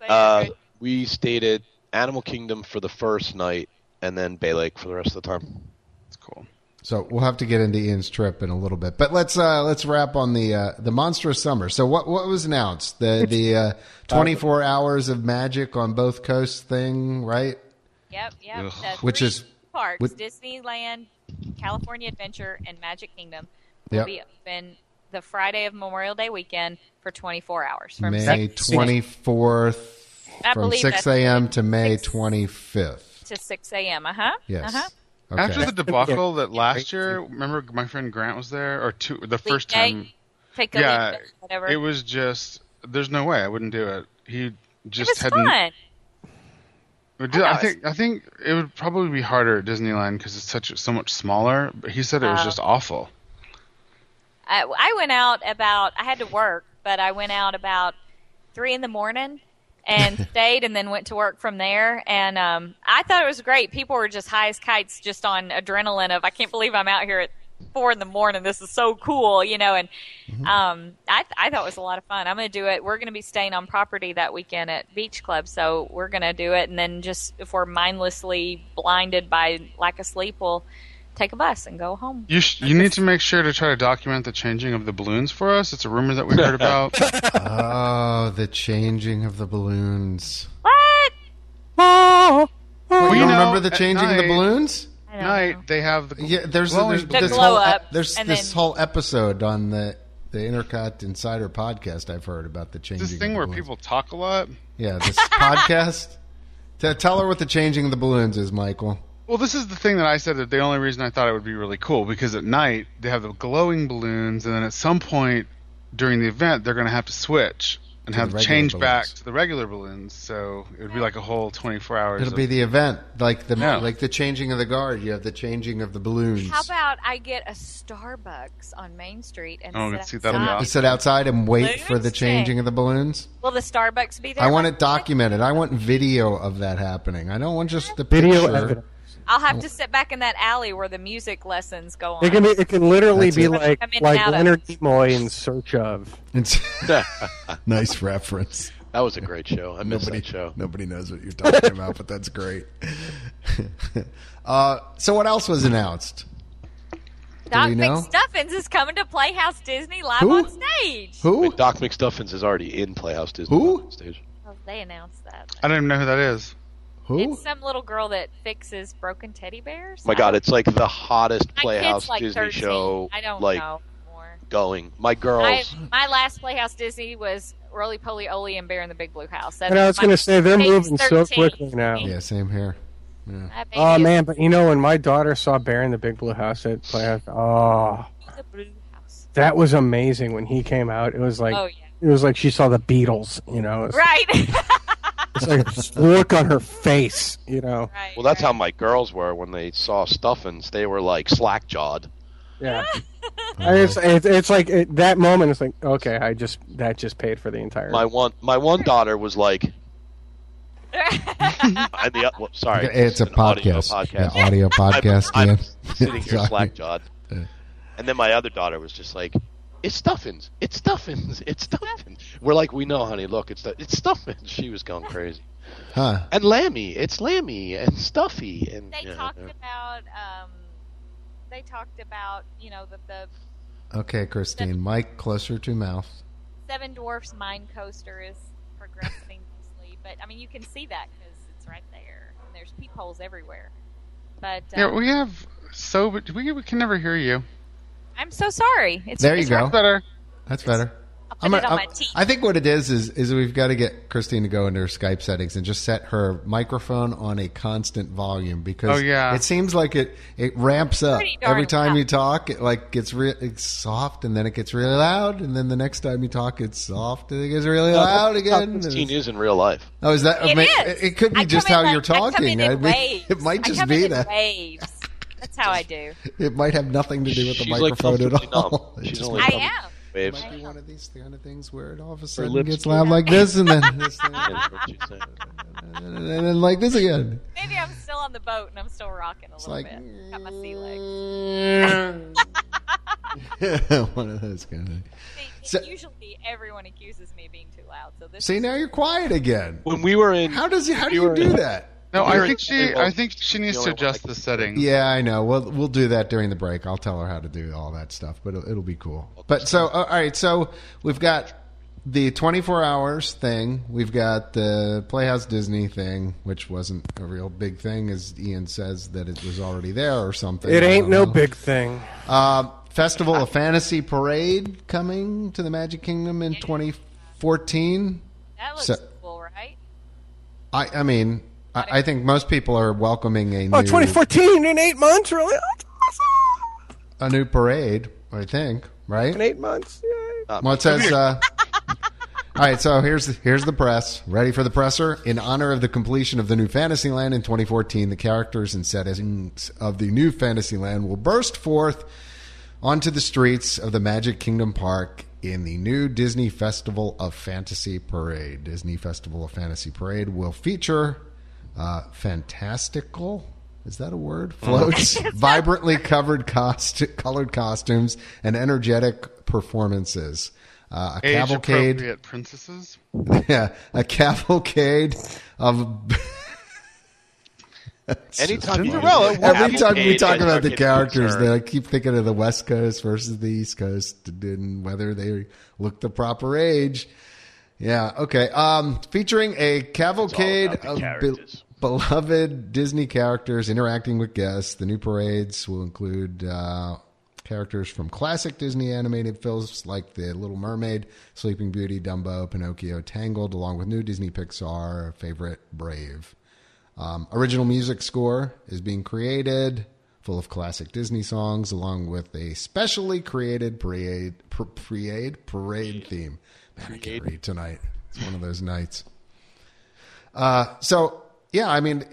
Uh, we stayed at Animal Kingdom for the first night, and then Bay Lake for the rest of the time.
It's cool.
So we'll have to get into Ian's trip in a little bit, but let's uh, let's wrap on the uh, the monstrous summer. So what what was announced the the uh, twenty four hours of magic on both coasts thing, right?
Yep, yep.
Ugh.
The
Which
three
is-
parks:
with-
Disneyland, California Adventure, and Magic Kingdom will
Yep.
be open the Friday of Memorial Day weekend for 24 hours. From
May
six
twenty fourth
I
from
believe
six
that's-
a.m. to May twenty fifth.
to 6 a.m. Uh huh.
Yes.
Uh-huh.
Okay.
After the debacle that last year, remember my friend Grant was there, or two, the first
day,
time.
Pick a
Yeah,
leaf, whatever.
it was just. There's no way I wouldn't do it. He
It
just
was
hadn't.
fun.
Well, dude, I,
know,
think I think it would probably be harder at Disneyland because it's such so much smaller. But he said it was
Oh.
just awful.
I, I went out about. I had to work, but I went out about three in the morning and stayed, and then went to work from there. And um, I thought it was great. People were just high as kites, just on adrenaline of I can't believe I'm out here at four in the morning. This is so cool, you know. And um, I I thought it was a lot of fun. I'm going to do it. We're going to be staying on property that weekend at Beach Club, so we're going to do it. And then just if we're mindlessly blinded by lack of sleep, we'll take a bus and go home.
You sh- you need to make sure to try to document the changing of the balloons for us. It's a rumor that we heard about.
oh, the changing of the balloons.
What?
Oh,
you
you don't
know,
remember the
at
changing of the
night-
balloons?
I don't know.
Night they have the
Yeah, there's, a,
glowing
there's
balloons.
this
glow
whole
up,
there's
and
this
then-
whole episode on the the Intercot Insider podcast I've heard about the changing.
this thing
of
where
the balloons.
people talk a lot.
yeah this podcast. T- tell her what the changing of the balloons is, Michael.
Well, this is the thing that I said that the only reason I thought it would be really cool because at night they have the glowing balloons, and then at some point during the event they're going to have to switch and
To
have
the
to
regular
change back
balloons.
to the regular balloons. So it would be like a whole 24 hours.
It'll
of-
be the event, like the
Yeah.
like the changing of the guard. You have the changing of the balloons.
How about I get a Starbucks on Main Street and
Oh, I
sit
can see that'll be
outside?
You sit outside and wait for the
Balloons
changing of the balloons.
Will the Starbucks be there?
I want it documented. I want video of that happening. I don't want just the
video
picture.
evidence.
I'll have to sit back in that alley where the music lessons go on.
It can be. It can literally
That's
be
it.
like
I'm in and out
like
of-
Leonard Nimoy in search of.
It's- nice reference.
That was a great show. I missed that show.
Nobody knows what you're talking about, but that's great. uh, so, what else was announced?
Doc
we know?
McStuffins is coming to Playhouse Disney live
Who?
on stage.
Who?
Wait, Doc McStuffins is already in Playhouse Disney.
Who?
on Stage.
Oh, they announced that.
Uh,
I don't even know who that is.
Who?
It's uh, some little girl that fixes broken teddy bears.
My God, it's like the hottest
My
Playhouse
kid's like
Disney
13.
show.
I don't
like,
know more.
Going. My
I,
girls.
my last Playhouse Disney was Roly Poly Oly and Bear in the Big Blue House. That's
And I was
my-
going to say they're
She's
moving so
13.
quickly now.
Yeah, same here.
My baby
Oh
is
man, but you know when my daughter saw Bear in the Big Blue House at Playhouse, oh,
the Blue House.
that was amazing when he came out. It was like
Oh, yeah.
it was like she saw the Beatles. You know, it's,
Right.
it's like this look on her face. You know,
Right,
Well, that's
right.
how my girls were when they saw Stuffins. They were like slack jawed.
yeah. And it's, it's it's like it, that moment. It's like okay, I just that just paid for the entire.
My one, my one daughter was like, I'm the, well, sorry,
It's a
an audio
podcast.
podcast.
Yeah, audio podcast.
I'm,
yeah.
I'm sitting here
Sorry.
slack jawed, and then my other daughter was just like, "It's Stuffins, it's Stuffins, it's Stuffins." We're like, "We know, honey. Look, it's Stu- it's Stuffins." She was going crazy.
Huh.
And Lammy, it's Lammy and Stuffy and
they
yeah,
talked
yeah.
about um, they talked about you know that the
Okay, Christine. Mike, closer to mouth.
Seven Dwarfs Mine Coaster is progressing nicely, but I mean you can see that because it's right there and there's peepholes everywhere. But
Yeah,
um,
we have so but we we can never hear you.
I'm so sorry. It's
There you
it's
go.
hard-
Better.
That's better.
I'll put
I'm
it
gonna-
on
I'm-
my teeth.
I think what it is is is we've got to get Christine to go into her Skype settings and just set her microphone on a constant volume because
Oh, yeah.
it seems like it it ramps up
Pretty darn
every time
loud.
you talk. It like gets re- it's soft and then it gets really loud and then the next time you talk it's soft and it gets really loud again.
Christine is in real life.
Oh, is that?
It
ma- It,
is.
it could be
I come
just
in
how
like-
you're
I come in
talking.
in
mean,
waves.
it might
I
just
come in
be
in
that.
waves. That's how I do.
It might have nothing to do with the
She's like
microphone at
comfortably
all.
numb.
It
She's
just
only
might-
I
Like,
am.
waves.
Might be one of these kind of things where it all of a
Her
sudden
lips
gets loud like this, and then this thing,
That's what she said.
and then like this again.
Maybe I'm still on the boat and I'm still rocking a
It's
little
like
bit. Got my sea legs.
one of those kind of.
See,
So-
usually everyone accuses me of being too loud, so this.
See, now you're quiet again.
When we were in,
How does how do
You
you
were-
do that?
No,
You're
I
in
think she.
trouble.
I think she needs
You're
to
like-
adjust the settings.
Yeah, I know. We'll we'll do that during the break. I'll tell her how to do all that stuff, but it'll, it'll be cool. But so uh, all right, so we've got the 24 hours thing. We've got the Playhouse Disney thing, which wasn't a real big thing, as Ian says that it was already there or something.
It
I
ain't
don't
no
know.
big thing.
Uh, Festival of Fantasy Parade coming to the Magic Kingdom in 2014.
that looks
so-
cool, right?
I, I mean, I, I think most people are welcoming a
Oh,
new
2014 in eight months, really? Oh, that's awesome.
a new parade. I think
In
right.
eight months, yay.
Well, it says. Uh, all right, so here's here's the press. Ready for the presser? In honor of the completion of the new Fantasyland in 2014, the characters and settings of the new Fantasyland will burst forth onto the streets of the Magic Kingdom Park in the new Disney Festival of Fantasy Parade. Disney Festival of Fantasy Parade will feature uh, fantastical. Is that a word? Floats, vibrantly covered cost, colored costumes, and energetic performances. Uh, a cavalcade
Age-appropriate princesses.
yeah, a cavalcade of.
anytime
just-
Cinderella,
Every time we
cavalcade
talk about the
circus
characters,
concert.
that I keep thinking of the West Coast versus the East Coast and whether they look the proper age. Yeah. Okay. Um, featuring a cavalcade
It's all
of
about the
be-
characters.
beloved Disney characters interacting with guests. The new parades will include uh, characters from classic Disney animated films like The Little Mermaid, Sleeping Beauty, Dumbo, Pinocchio, Tangled, along with new Disney Pixar favorite Brave. Um, original music score is being created, full of classic Disney songs, along with a specially created parade par- parade parade theme. Man, I can't read tonight. It's one of those nights. Uh, so yeah, I mean,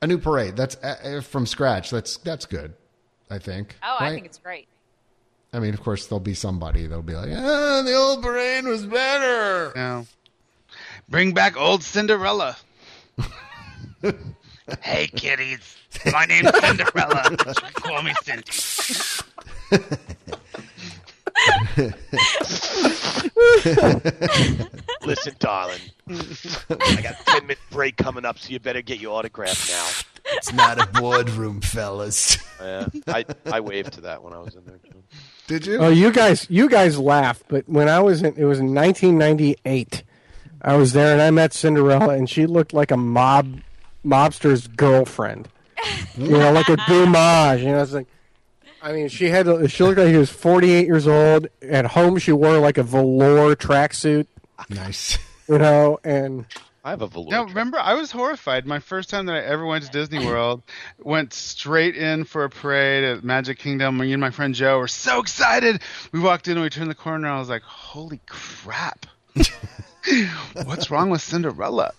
a new parade. That's uh, uh, from scratch. That's that's good. I think.
Oh, I
right?
think it's great.
I mean, of course, there'll be somebody that'll be like, ah, the old parade was better.
No. Bring back old Cinderella. hey, kitties. My name's Cinderella. You can call me Cindy.
Listen, darling, I got a ten minute break coming up, so you better get your autograph
It's not a boardroom, fellas.
now. Yeah, I I waved to that when I was in there. too.
Did you?
Oh, you guys, you guys laugh, but when I was in, it was in 1998. I was there and I met Cinderella, and she looked like a mob mobster's girlfriend. you know, like a dumage. You know, it's like, I mean, she had she looked like she was 48 years old. At home, she wore like a velour tracksuit.
Nice.
You know, and
I have a velour.
No,
dress.
remember, I was horrified. My first time that I ever went to Disney World, went straight in for a parade at Magic Kingdom. Me and my friend Joe were so excited. We walked in and we turned the corner, and I was like, holy crap. What's wrong with Cinderella?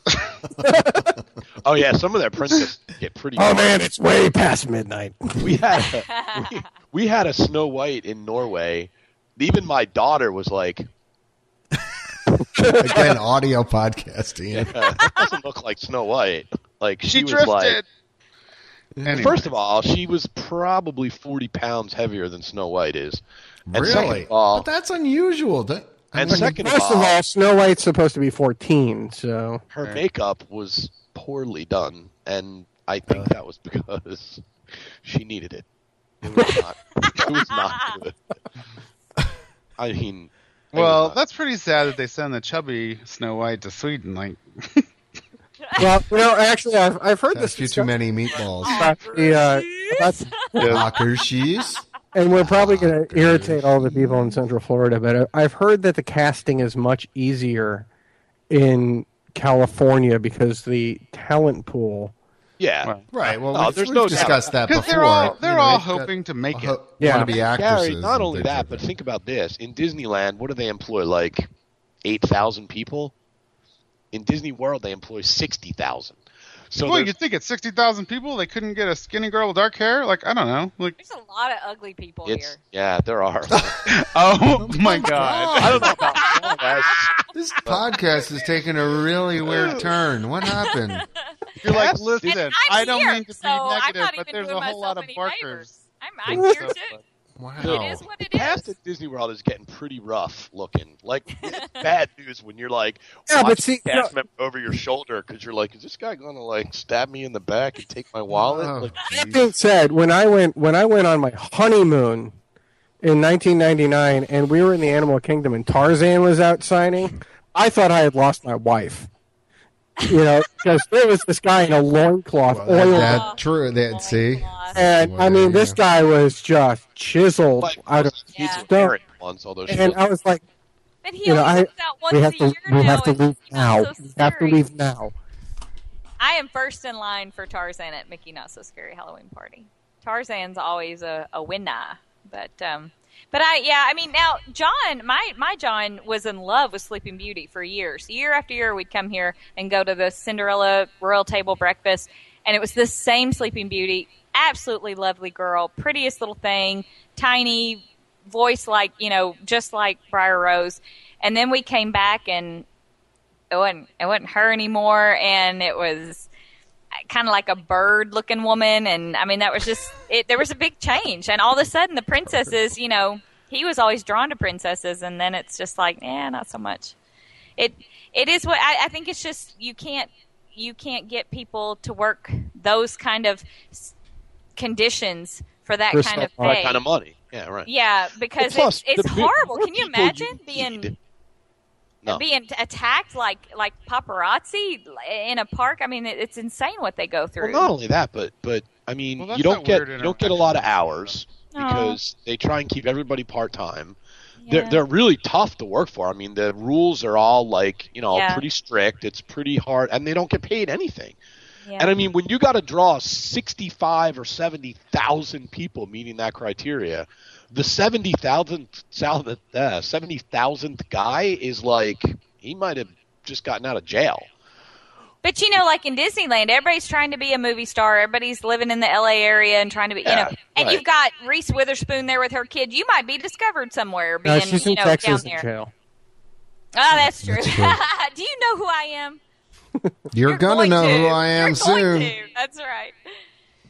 Oh yeah, some of their princesses get pretty.
oh man, it's way past midnight.
we had a, we, we had a Snow White in Norway. Even my daughter was like,
Again, audio podcast, Ian.
uh, "That doesn't look like Snow White." Like she,
she
was
drifted.
like,
Anyway.
first of all, she was probably forty pounds heavier than Snow White is. And
Really?
second of all-
but that's unusual. That- I
And
mean,
second
First of all, Snow White's supposed to be 14, so
her makeup was poorly done, and I think that was because she needed it. It was not. it was not good. I mean, it was
Well,
not-
that's pretty sad that they send the chubby Snow White to Sweden. Like,
well, you know, actually, I've I've heard
that's
this
a few too many meatballs.
about the, uh, about the-
Locker shoes.
and we're probably going to irritate all the people in Central Florida, but I- I've heard that the casting is much easier in California because the talent pool.
yeah.
Well,
Right. Well,
Oh,
we've,
there's
we've
no doubt.
discussed that before.
because they're all they're
You know,
all
they've got-
hoping to make it.
ho-
Yeah.
want to be actresses.
Gary, not
and
only
things
that,
like
but think about this: in Disneyland, what do they employ? Like eight thousand people. In Disney World, they employ sixty thousand. So
well,
there's-
you think it's sixty thousand people they couldn't get a skinny girl with dark hair? Like I don't know. Like
There's a lot of ugly people
it's
here.
yeah, there are.
oh my god.
I don't know about that's-
This podcast is taking a really weird turn. What happened?
You're like,
And
listen,
And I'm
I don't
here,
mean to
so I'm
be negative,
not
but
even
there's
doing
a
myself
whole lot of
any
barkers.
favors. I'm, I'm here
So,
too. It
Wow.
is what it
Past
is.
at Disney World is getting pretty rough looking. Like it's bad news when you're like
Yeah, but
watching
see,
a cast
no-
member over your shoulder because you're like, is this guy gonna like stab me in the back and take my wallet?
Oh,
Like,
That being said, when I went when I went on my honeymoon in 1999, and we were in the Animal Kingdom, and Tarzan was out signing, I thought I had lost my wife. You know, because there was this guy in a loincloth,
Well,
oil,
that, that true. That see.
Loincloth.
and I mean, this
Yeah.
guy was just chiseled
but
out of.
he's
Yeah.
wearing ones, although she
And
doesn't.
I was like,
But he
You know,
only
I-
comes out once
we have
a
to,
year
we
now.
have to leave
It's
now.
Not so
We have to
scary.
leave now.
I am first in line for Tarzan at Mickey Not So Scary Halloween Party. Tarzan's always a, a winner, but um, but I yeah I mean now John my my John was in love with Sleeping Beauty for years. Year after year we'd come here and go to the Cinderella Royal Table Breakfast, and it was this same Sleeping Beauty, absolutely lovely girl, prettiest little thing, tiny voice like you know just like Briar Rose, and then we came back and it wasn't it wasn't her anymore and it was kind of like a bird looking woman and i mean that was just it there was a big change and all of a sudden the princesses you know he was always drawn to princesses and then it's just like eh, not so much it it is what I, I think it's just you can't you can't get people to work those kind of s- conditions for that
For
kind of
stuff like
that
pay
kind of money. Yeah, right.
yeah because
Well, plus,
it's, it's
the big-
horrible
more
can you
people
imagine being
need- No.
being t- attacked like like paparazzi in a park. I mean, it, it's insane what they go
Well,
through.
not only that, but but I mean,
Well, that's
you
that
don't get
weird
you don't get a lot of hours
No.
because they try and keep everybody part time.
Yeah.
They're they're really tough to work for. I mean, the rules are all like you know
Yeah.
pretty strict. It's pretty hard, and they don't get paid anything.
Yeah.
And I mean, when you got to draw sixty-five or seventy thousand people meeting that criteria, the seventy thousandth uh, seventy thousandth guy is like he might have just gotten out of jail.
but you know, like in Disneyland, everybody's trying to be a movie star. Everybody's living in the LA area and trying to be,
Yeah,
you know. And
right.
you've got Reese Witherspoon there with her kid. You might be discovered somewhere
No,
being,
she's
you
in
know,
Texas
down
in
there.
jail.
Oh, that's true.
That's true.
Do you know who I am?
You're, gonna
going
know
to.
who I am
You're
soon.
Going to. That's right.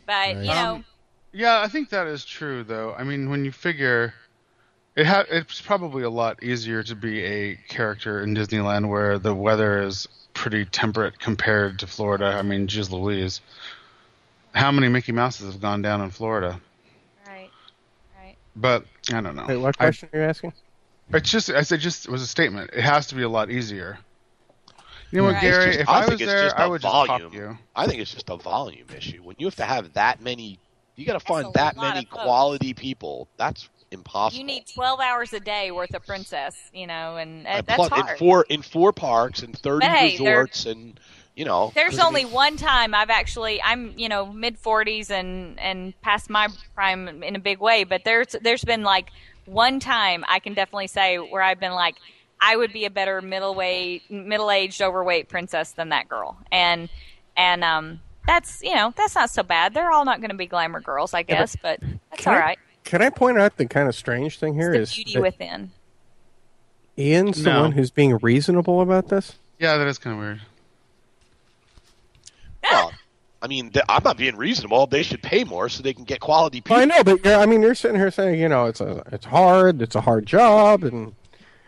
But you know,
Um, yeah, I think that is true though. I mean, when you figure it ha- it's probably a lot easier to be a character in Disneyland where the weather is pretty temperate compared to Florida. I mean, geez Louise. How many Mickey Mouses have gone down in Florida?
right, right.
But I don't know.
Wait, what
I-
question are you asking?
It's just, I said, just it was a statement. It has to be a lot easier. You know what,
Right.
Gary?
It's just-
if
I
I,
think
was
it's
there,
just
I
a
would
volume.
just pop you.
I think it's just a volume issue. When you have to have that many, you got
a
to find that
lot
many
of folks.
quality people. That's impossible.
You need twelve hours a day worth of princess, you know, and uh,
And
that's
plus-
hard.
in four in four parks and thirty
But hey, they're-
resorts, and you know,
There's
I mean,
only one time I've actually I'm you know mid 40s and and past my prime in a big way, but there's there's been like one time I can definitely say where I've been like I would be a better middle way middle aged overweight princess than that girl, and and um that's you know that's not so bad. They're all not going to be glamour girls, I guess, but that's all
Can I-
right.
Can I point out the kind of strange thing here
It's
is
the beauty
that
within.
Ian's the
No.
one who's being reasonable about this?
Yeah, that is kind of weird.
well, I mean, th- I'm not being reasonable. They should pay more so they can get quality people.
Well, I know, but you're, I mean, you're sitting here saying, you know, it's a, it's hard, it's a hard job, and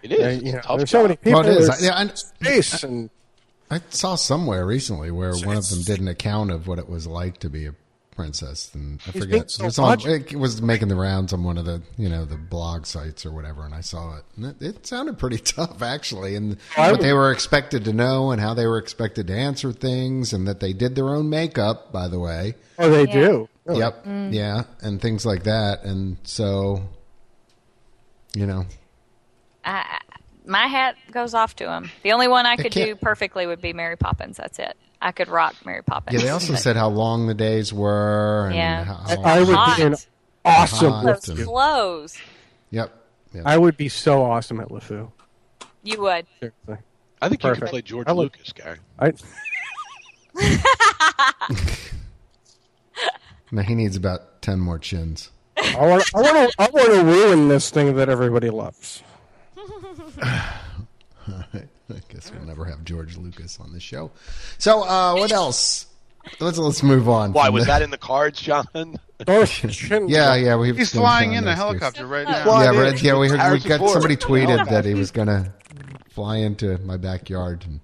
It is.
uh,
It's
you
a
know,
tough
there's so many
job.
people,
Well, it is.
there's
I- yeah, I-
space, and
I saw somewhere recently where one of them did an account of what it was like to be a princess, and I
being
forget.
so
it, was on,
much-
it was making the rounds on one of the you know the blog sites or whatever, and I saw it. And it, it sounded pretty tough actually, and
I
what
would-
they were expected to know and how they were expected to answer things, and that they did their own makeup, by the way.
oh, they
Yeah.
do. Really.
Yep,
Mm.
yeah, and things like that, and so you know,
I, I- my hat goes off to him. The only one I could
can't-
do perfectly would be Mary Poppins. That's it. I could rock Mary Poppins.
yeah. They also
But
said how long the days were, and
Yeah.
how,
I would be an
Hot.
awesome
Hot.
those
Often.
LeFou.
clothes,
yep. Yeah.
I would be so awesome at LeFou.
you would.
Seriously.
I think you
Perfect.
could play George
I would-
Lucas, guy.
I,
Now he needs about ten more chins.
I want to. I want to ruin this thing that everybody loves.
I guess we'll never have George Lucas on the show. So uh, what else? Let's let's move on.
Why
from
was
the-
that in the cards, John?
Yeah, yeah. We've
He's
we've
flying
done
in a
this.
helicopter right
Yeah.
now.
Yeah,
Flying
Red,
in.
yeah. We heard we
Hours
got
before.
somebody tweeted
Helicopter.
that he was gonna fly into my backyard. And,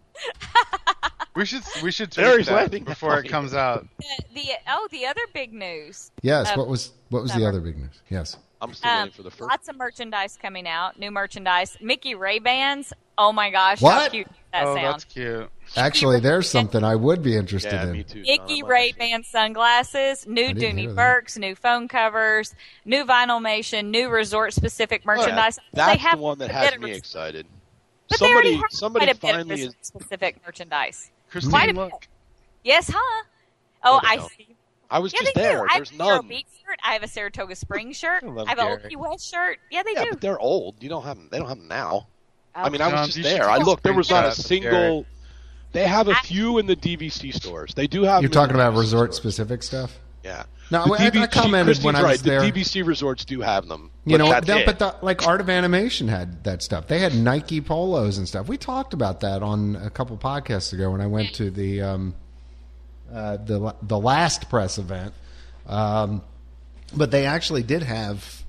We should we should
There
tweet
he's
that
landing.
before it comes out.
The, the oh, the other big news.
yes.
Uh,
what was what was the
summer.
other big news? Yes.
I'm still
Um,
waiting for the first.
lots of merchandise coming out. New merchandise. Mickey Ray Bans. Oh my gosh, how
What?
cute does that
oh,
sounds.
that's cute.
Actually, there's something I would be interested
yeah,
in.
me too. John.
Mickey
I'm
Ray
actually-
Ban sunglasses, new
didn't hear
Dooney
that.
Burks, new phone covers, new vinylmation, new resort specific merchandise.
Oh, That's
they have
the one that
a bit
had
of
me
res-
excited.
But they already
somebody,
have
somebody
quite a bit of
finally is.
resort specific merchandise. Quite a
Christine,
bit.
look.
Yes, huh? Oh,
they
I
don't.
see.
I was
Yeah,
just
they do.
there.
I have
There's
a Vero
none.
Beach shirt. I have a Saratoga Springs shirt.
I
I,
love
have an
Gary.
Old Key West shirt. Yeah, they
Yeah,
do. Oh.
but they're old. You don't have them. They don't have them now. I mean, I
John,
was
you
just
should
there. I
take a
looked. There was not a
screenshot of
single. They have a
I-
few in the DVC stores. They do have.
You're
them in
talking
the
about
DVC
resort
stores.
specific stuff.
Yeah.
No, I-
The
I, I
DVC
commented when
Christie's
I was
right,
there.
The DVC resorts do have them.
You
but
know,
that's
no,
it.
but the, like Art of Animation had that stuff. They had Nike polos and stuff. We talked about that on a couple podcasts ago when I went to the um, uh, the la- the last press event. Um, but they actually did have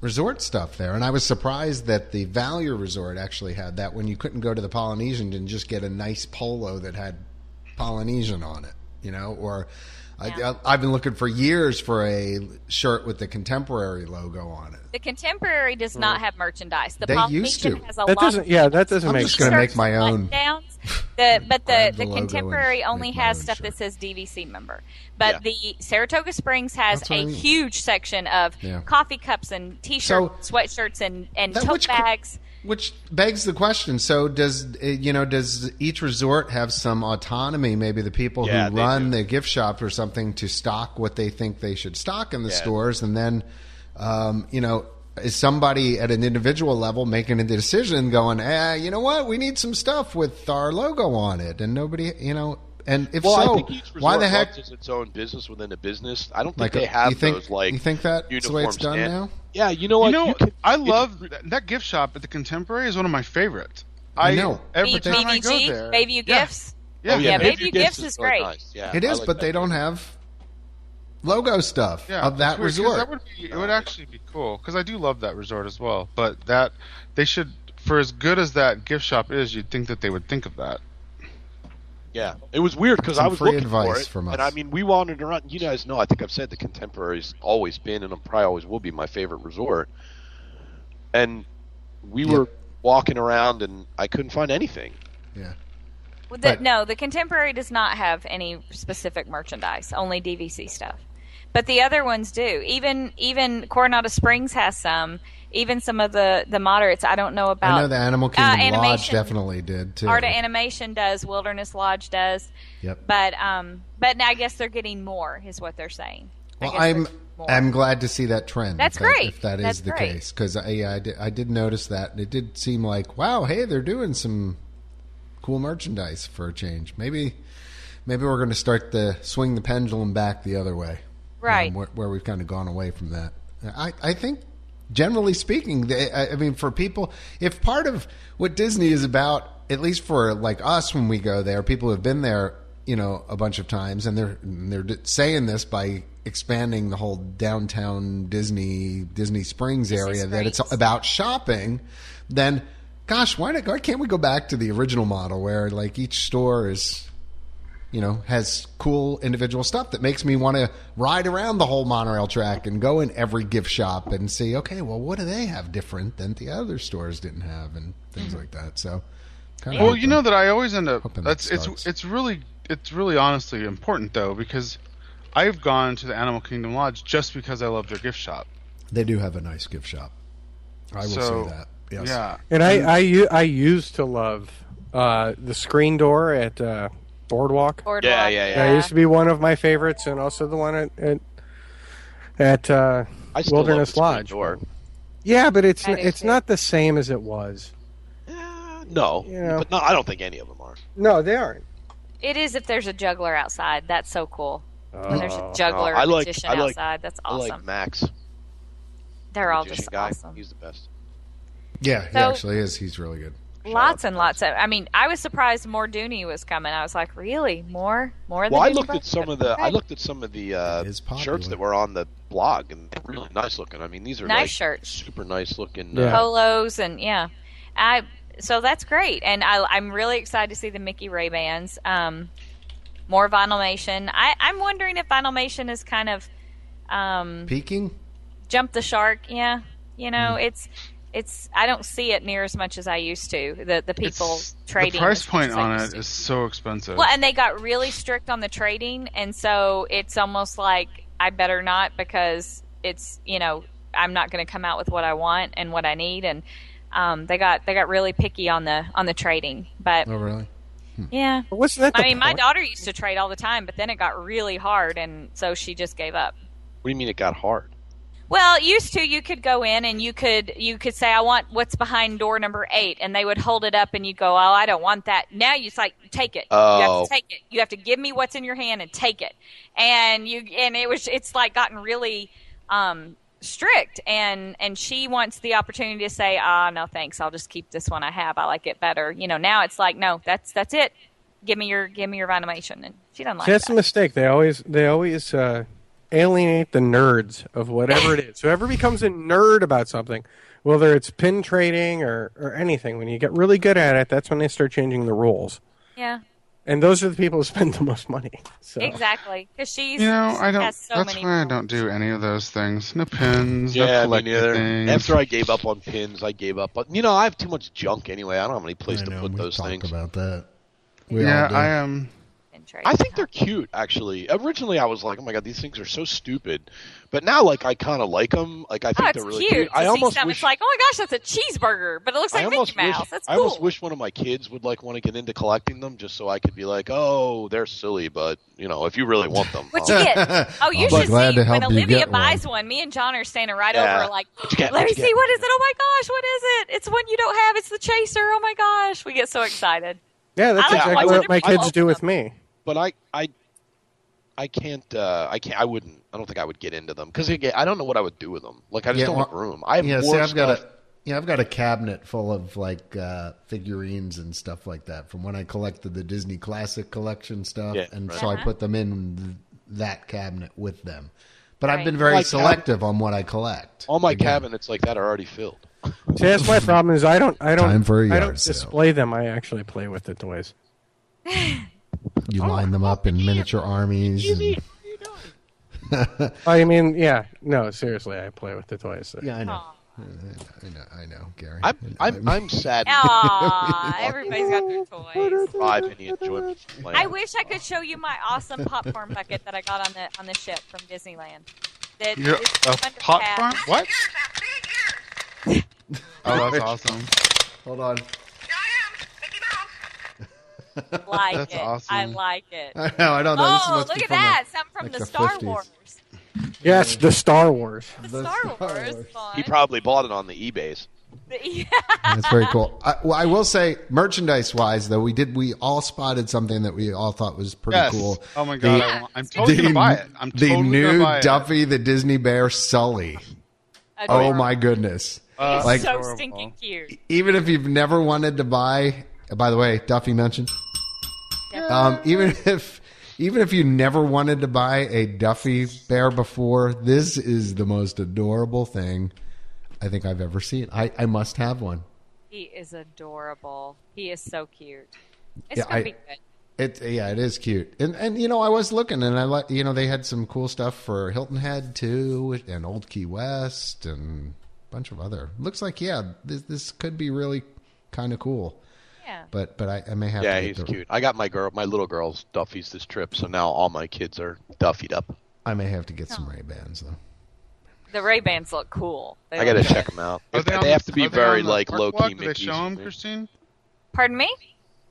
resort stuff there, and I was surprised that the Value Resort actually had that. When you couldn't go to the Polynesian and just get a nice polo that had Polynesian on it, you know, or.
Yeah.
I, I've been looking for years for a shirt with the contemporary logo on it.
The contemporary does not have merchandise. The
They
Polynesian
used to.
has a
That
lot.
doesn't. Yeah, that doesn't
I'm
make
just
sense.
gonna make my own.
Downs. The but the,
Grab the
the,
logo and
contemporary
make
only
my
has
own
stuff
shirt.
that says DVC member, but
Yeah.
the Saratoga Springs has
That's what
a
I mean.
huge section of
Yeah.
coffee cups and T-shirts, sweatshirts, and and
That
tote
which-
bags.
Which begs the question: So does uh, you know does each resort have some autonomy? Maybe the people
Yeah,
who
they
run
do.
the gift shop or something to stock what they think they should stock in the
Yeah.
stores, and then um, you know is somebody at an individual level making a decision, going, eh, you know what, we need some stuff with our logo on it, and nobody, you know, and if
Well,
so,
I think each resort
why the heck?
runs its own business within a business. I don't think
Like
they
uh,
have
you think
those like
you think that's the way
uniform
it's done
stand-
now?
Yeah, you know what?
You know,
can-
I
it's-
love that, that gift shop at the Contemporary is one of my favorites.
I know.
Every
But they-
time I go there,
BBG, Baby You
Yeah.
Gifts.
Yeah,
oh,
yeah,
Baby
Baby
You
Gifts is
really
great.
nice. Yeah,
It
I
is,
like
but they
that.
don't have logo stuff
Yeah,
of that
that's weird, 'cause
resort.
That would be, it would actually be cool because I do love that resort as well. But that they should, for as good as that gift shop is, you'd think that they would think of that.
Yeah, it was weird because
Some
I was
free
looking for
advice
it,
from us.
and I mean, we wandered around. You guys know, I think I've said the Contemporary's always been, and probably always will be my favorite resort. And we
Yep.
were walking around, and I couldn't find anything.
yeah.
Well, the,
But-
no, the contemporary does not have any specific merchandise, only DVC stuff. But the other ones do. Even even Coronado Springs has some. Even some of the the moderates. I don't know about.
I know the Animal
Uh,
Kingdom Lodge
animation.
definitely did too.
Art of Animation does. Wilderness Lodge does.
Yep.
But um, but now I guess they're getting more, is what they're saying. I
well,
guess
I'm
they're more.
I'm glad to see that trend.
That's
if that,
great.
If that is
That's
the
great.
case, because I, yeah, I did, I did notice that, and it did seem like wow, hey, they're doing some cool merchandise for a change. Maybe maybe we're going to start the swing the pendulum back the other way.
Right.
um, where, where we've kind of gone away from that. I, I think, generally speaking, they, I, I mean, for people, if part of what Disney is about, at least for like us when we go there, people who have been there, you know, a bunch of times, and they're and they're d- saying this by expanding the whole downtown Disney Disney Springs area that it's
Springs.
about shopping, then. Gosh, why, not, why can't we go back to the original model where like each store is you know, has cool individual stuff that makes me want to ride around the whole monorail track and go in every gift shop and see, okay, well, what do they have different than the other stores didn't have and things like that. So, kind
Well, you know that I always end up.
Hoping that
That's
starts.
it's it's really it's really honestly important though because I've gone to the Animal Kingdom Lodge just because I love their gift shop.
they do have a nice gift shop. I will
So,
say that. Yes.
Yeah,
And I, I, u- I used to love uh, the screen door at uh, Boardwalk.
Boardwalk,
Yeah, yeah, yeah.
That used to be one of my favorites, and also the one at at, at uh,
I still love
Wilderness
the screen
Lodge.
Door.
Yeah, but it's
I do
it's
too.
not the same as it was.
Eh, no,
You know.
but no, I don't think any of them are.
No, they aren't.
It is if there's a juggler outside. That's so cool. when there's a juggler
Oh, no, I
or
like-
magician
I like-
outside, that's
I
awesome.
like Max.
They're all
magician
just
guy.
awesome.
He's the best.
Yeah, he
So-
actually is. He's really good.
Mm-hmm.
Lots and lots of. I mean, I was surprised more Dooney was coming. I was like, really, more, more.
Well, I
than
looked
Dooney?
at some of the I
Okay.
looked at some of the uh,
It is
shirts
popular.
that were on the blog, and they're really nice looking. I mean, these are
Nice
like,
shirts.
super nice looking.
Yeah.
Uh,
polos and yeah, I. So that's great, and I, I'm really excited to see the Mickey Ray bands. Um, more Vinylmation. I, I'm wondering if Vinylmation is kind of um,
Peeking?
jump the shark. Yeah, you know,
Mm-hmm.
it's it's. I don't see it near as much as I used to. The the people
It's-
trading
The
as
price
much
point
as I
on
used
it
to.
is so expensive.
Well, and they got really strict on the trading, and so it's almost like I better not because it's you know I'm not going to come out with what I want and what I need, and um, they got they got really picky on the on the trading. But
Oh, really?
yeah,
But wasn't that the
I mean, my
point?
daughter used to trade all the time, but then it got really hard, and so she just gave up.
what do you mean it got hard?
Well, used to you could go in and you could you could say I want what's behind door number eight, and they would hold it up and you go, oh, I don't want that. Now you it's like take it. You
Oh.
have to take it. You have to give me what's in your hand and take it. And you and it was it's like gotten really um, strict. And and she wants the opportunity to say, ah, no thanks, I'll just keep this one I have. I like it better. You know, now it's like no, that's that's it. Give me your give me your vinylmation, and she doesn't like
That's a
that.
mistake. They always they always uh, alienate the nerds of whatever it is. Whoever becomes a nerd about something, whether it's pin trading or, or anything, when you get really good at it, that's when they start changing the rules.
yeah,
And those are the people who spend the most money. So
exactly. Because she's
you know, I don't.
Has so
that's
many
why I
problems.
don't do any of those things. No pins.
Yeah,
no
me
collecting
neither.
things.
After I gave up on pins, I gave up. on You know, I have too much junk anyway. I don't have any place
I
to
know,
put
we
those
talked
things.
about that. We
yeah,
all do.
I uh, am.
and trade.
I think they're cute, actually. Originally, I was like, "Oh my god, these things are so stupid," but now, like, I kind of like them. Like, I
Oh,
think
it's
they're really
cute.
cute.
to
I
see
almost
something.
wish
It's like, oh my gosh, that's a cheeseburger, but it looks
I
like Mickey
almost wish
Mouse. That's
I
cool.
almost wish one of my kids would like want to get into collecting them, just so I could be like, "Oh, they're silly," but you know, if you really want them, um,
what you
I'll-
get? Oh, you
I'll be
should
glad
see
to help
when
you
Olivia
get one.
buys one. Me and John are standing right
Yeah.
over, like,
What you get?
let
What
me
you
see
get?"
what is it? Oh my gosh, what is it? It's one you don't have. It's the chaser. Oh my gosh, we get so excited.
yeah, that's
I
like- I
exactly what
wonder
my
if people
kids do
open
with
them.
me.
But I, I, I can't. Uh, I can't. I wouldn't. I don't think I would get into them because I don't know what I would do with them. Like, I just
Yeah,
don't
well,
have room. I have
yeah,
more
see, I've got
stuff.
a yeah, I've got a cabinet full of like uh, figurines and stuff like that from when I collected the Disney Classic Collection stuff,
Yeah,
and
right.
so
Uh-huh.
I put them in th- that cabinet with them. But I've been
Right.
very
Like, um,
selective on what I collect.
All my
Again,
cabinets like that are already filled.
See, that's my problem is I don't I don't
Time for a
I
yard
don't
sale.
display them. I actually play with the toys.
you line them up in miniature armies. and-
I mean, yeah, no, seriously, I play with the toys.
yeah, I know.
Aw.
I know, I know, Gary.
I'm,
I know.
I'm, I'm sad.
Aw, everybody's got their toys.
Deprive any enjoyment from playing.
I wish I could show you my awesome popcorn bucket that I got on the on the ship from Disneyland. That
You're
it's
a
under
pot
half-
farm? What? oh, that's awesome.
Hold on.
Like
That's
it. I
awesome.
like it.
I know. I don't know. This
Oh,
must be
look
from the-
at that! Something from
like
the
the
Star
50s.
Wars.
Yes, the Star Wars.
The
The
Star,
Star
Wars.
Wars.
fun.
He probably bought it on the eBays.
yeah.
That's very cool. I, well, I will say, merchandise wise, though, we did we all spotted something that we all thought was pretty
Yes.
cool.
Oh my god,
The-
I, am totally gonna buy it. I'm
the
totally
new
gonna buy it.
Duffy the Disney Bear Sully. Oh
Adorable.
my goodness!
Uh,
He's
like-
so
Adorable.
stinking cute.
Even if you've never wanted to buy, by the way, Duffy mentioned. Um, even if even if you never wanted to buy a Duffy bear before, this is the most adorable thing I think I've ever seen. I, I must have one.
He is adorable. He is so cute. It's
Yeah,
gonna
I-
be good.
It yeah, it is cute, and and you know I was looking, and I like you know they had some cool stuff for Hilton Head too, and Old Key West, and a bunch of other. Looks like yeah, this this could be really kind of cool,
Yeah.
but but I, I may have
Yeah,
to get
he's
the,
cute. I got my girl, my little girl's Duffy's this trip, so now all my kids are Duffied up.
I may have to get
Oh.
some Ray Bans though.
The Ray Bans look cool. They
I gotta
look good.
check them out.
Are
If- They,
on
have
the-
to be
are they
very
on the
like
park
low
blog?
key
Do they
Mickey's.
show them,
and things.
Christine?
Pardon me?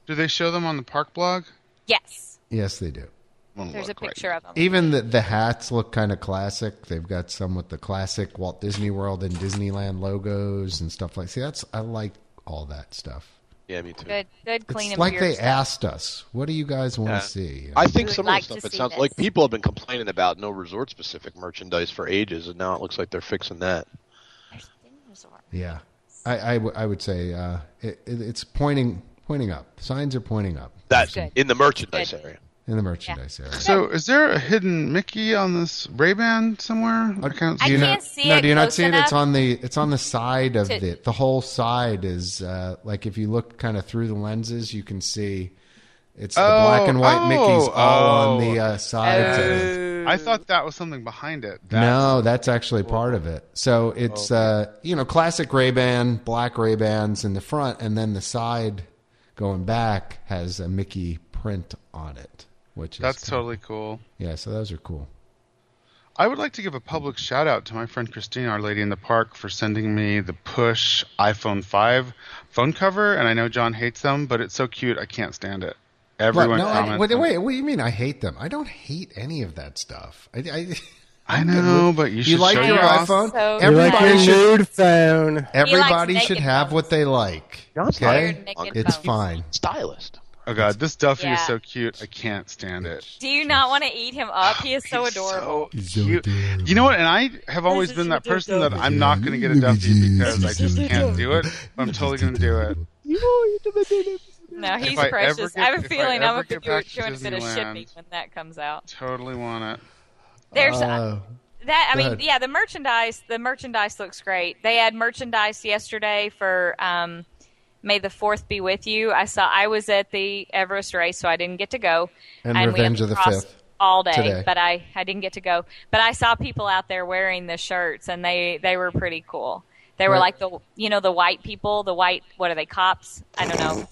Do they show them on the park blog?
Yes.
Yes, they do.
Won't
There's a
look right
picture
now.
of them.
Even the the hats look kind of classic. They've got some with the classic Walt Disney World and Disneyland logos and stuff like. See, that's I like all that stuff.
Yeah, me too.
Good, good, clean
It's
and
like
pure
they
stuff.
asked us, "What do you guys want
Yeah.
to see?"
I think
would
some
like
of the
to
stuff it
see
sounds
this.
like people have been complaining about no resort specific merchandise for ages, and now it looks like they're fixing that.
There's dinosaurs.
yeah, I I, w- I would say uh, it, it, it's pointing pointing up. Signs are pointing up
That's
Good.
in the merchandise area.
in the merchandise area.
So, is there a hidden Mickey on this Ray Ban somewhere? I can't
I
see.
you
can't
not,
see
no,
it
do you not
close
see it? It's
enough.
on the it's on the side of
To-
it. The whole side is uh, like if you look kind of through the lenses, you can see it's the
Oh,
black and white
oh,
Mickey's all on
oh.
the uh, sides. of it.
I thought that was something behind it. That-
No, that's actually part of it. So it's uh, you know classic Ray Ban, black Ray Bans in the front, and then the side going back has a Mickey print on it, which is
That's
kinda-
totally cool.
yeah. So those are cool.
I would like to give a public shout out to my friend Christine, our lady in the park, for sending me the Push iPhone 5 phone cover. And I know John hates them, but it's so cute. I can't stand it.
What,
Everyone
no, I,
comments.
wait, wait, what do you mean? I hate them. I don't hate any of that stuff. I, I,
I know, but you should
you like
show
your
your off.
iPhone?
So
You
everybody
like your
tired.
should,
nude phone.
everybody
naked
should have
phones.
what they like.
John's
Okay,
tired naked
it's
phones.
fine.
Stylist.
Oh, God. This Duffy is
Yeah.
so cute. I can't stand it.
Do you not want to eat him up? He is so
He's
adorable.
He's so
So cute.
adorable.
You know what? And I have always been that person that I'm not going to get a Duffy because I just can't do it. But I'm totally going to do it.
No, he's
I ever
precious.
get-
I have
if
a
I
feeling
ever
I'm
get
going
back to
to bit of shipping
Disneyland.
when that comes out.
Totally want it.
There's
Uh,
that. I mean,
ahead.
yeah, the merchandise. The merchandise looks great. They had merchandise yesterday for um, May the Fourth be with you. I saw. I was at the Everest race, so I didn't get to go.
And
we had
Revenge
to
of the
cross
Fifth
all day,
today.
but I I didn't get to go. But I saw people out there wearing the shirts, and they they were pretty cool. They were
Right.
like the you know the white people, the white what are they cops? I don't know.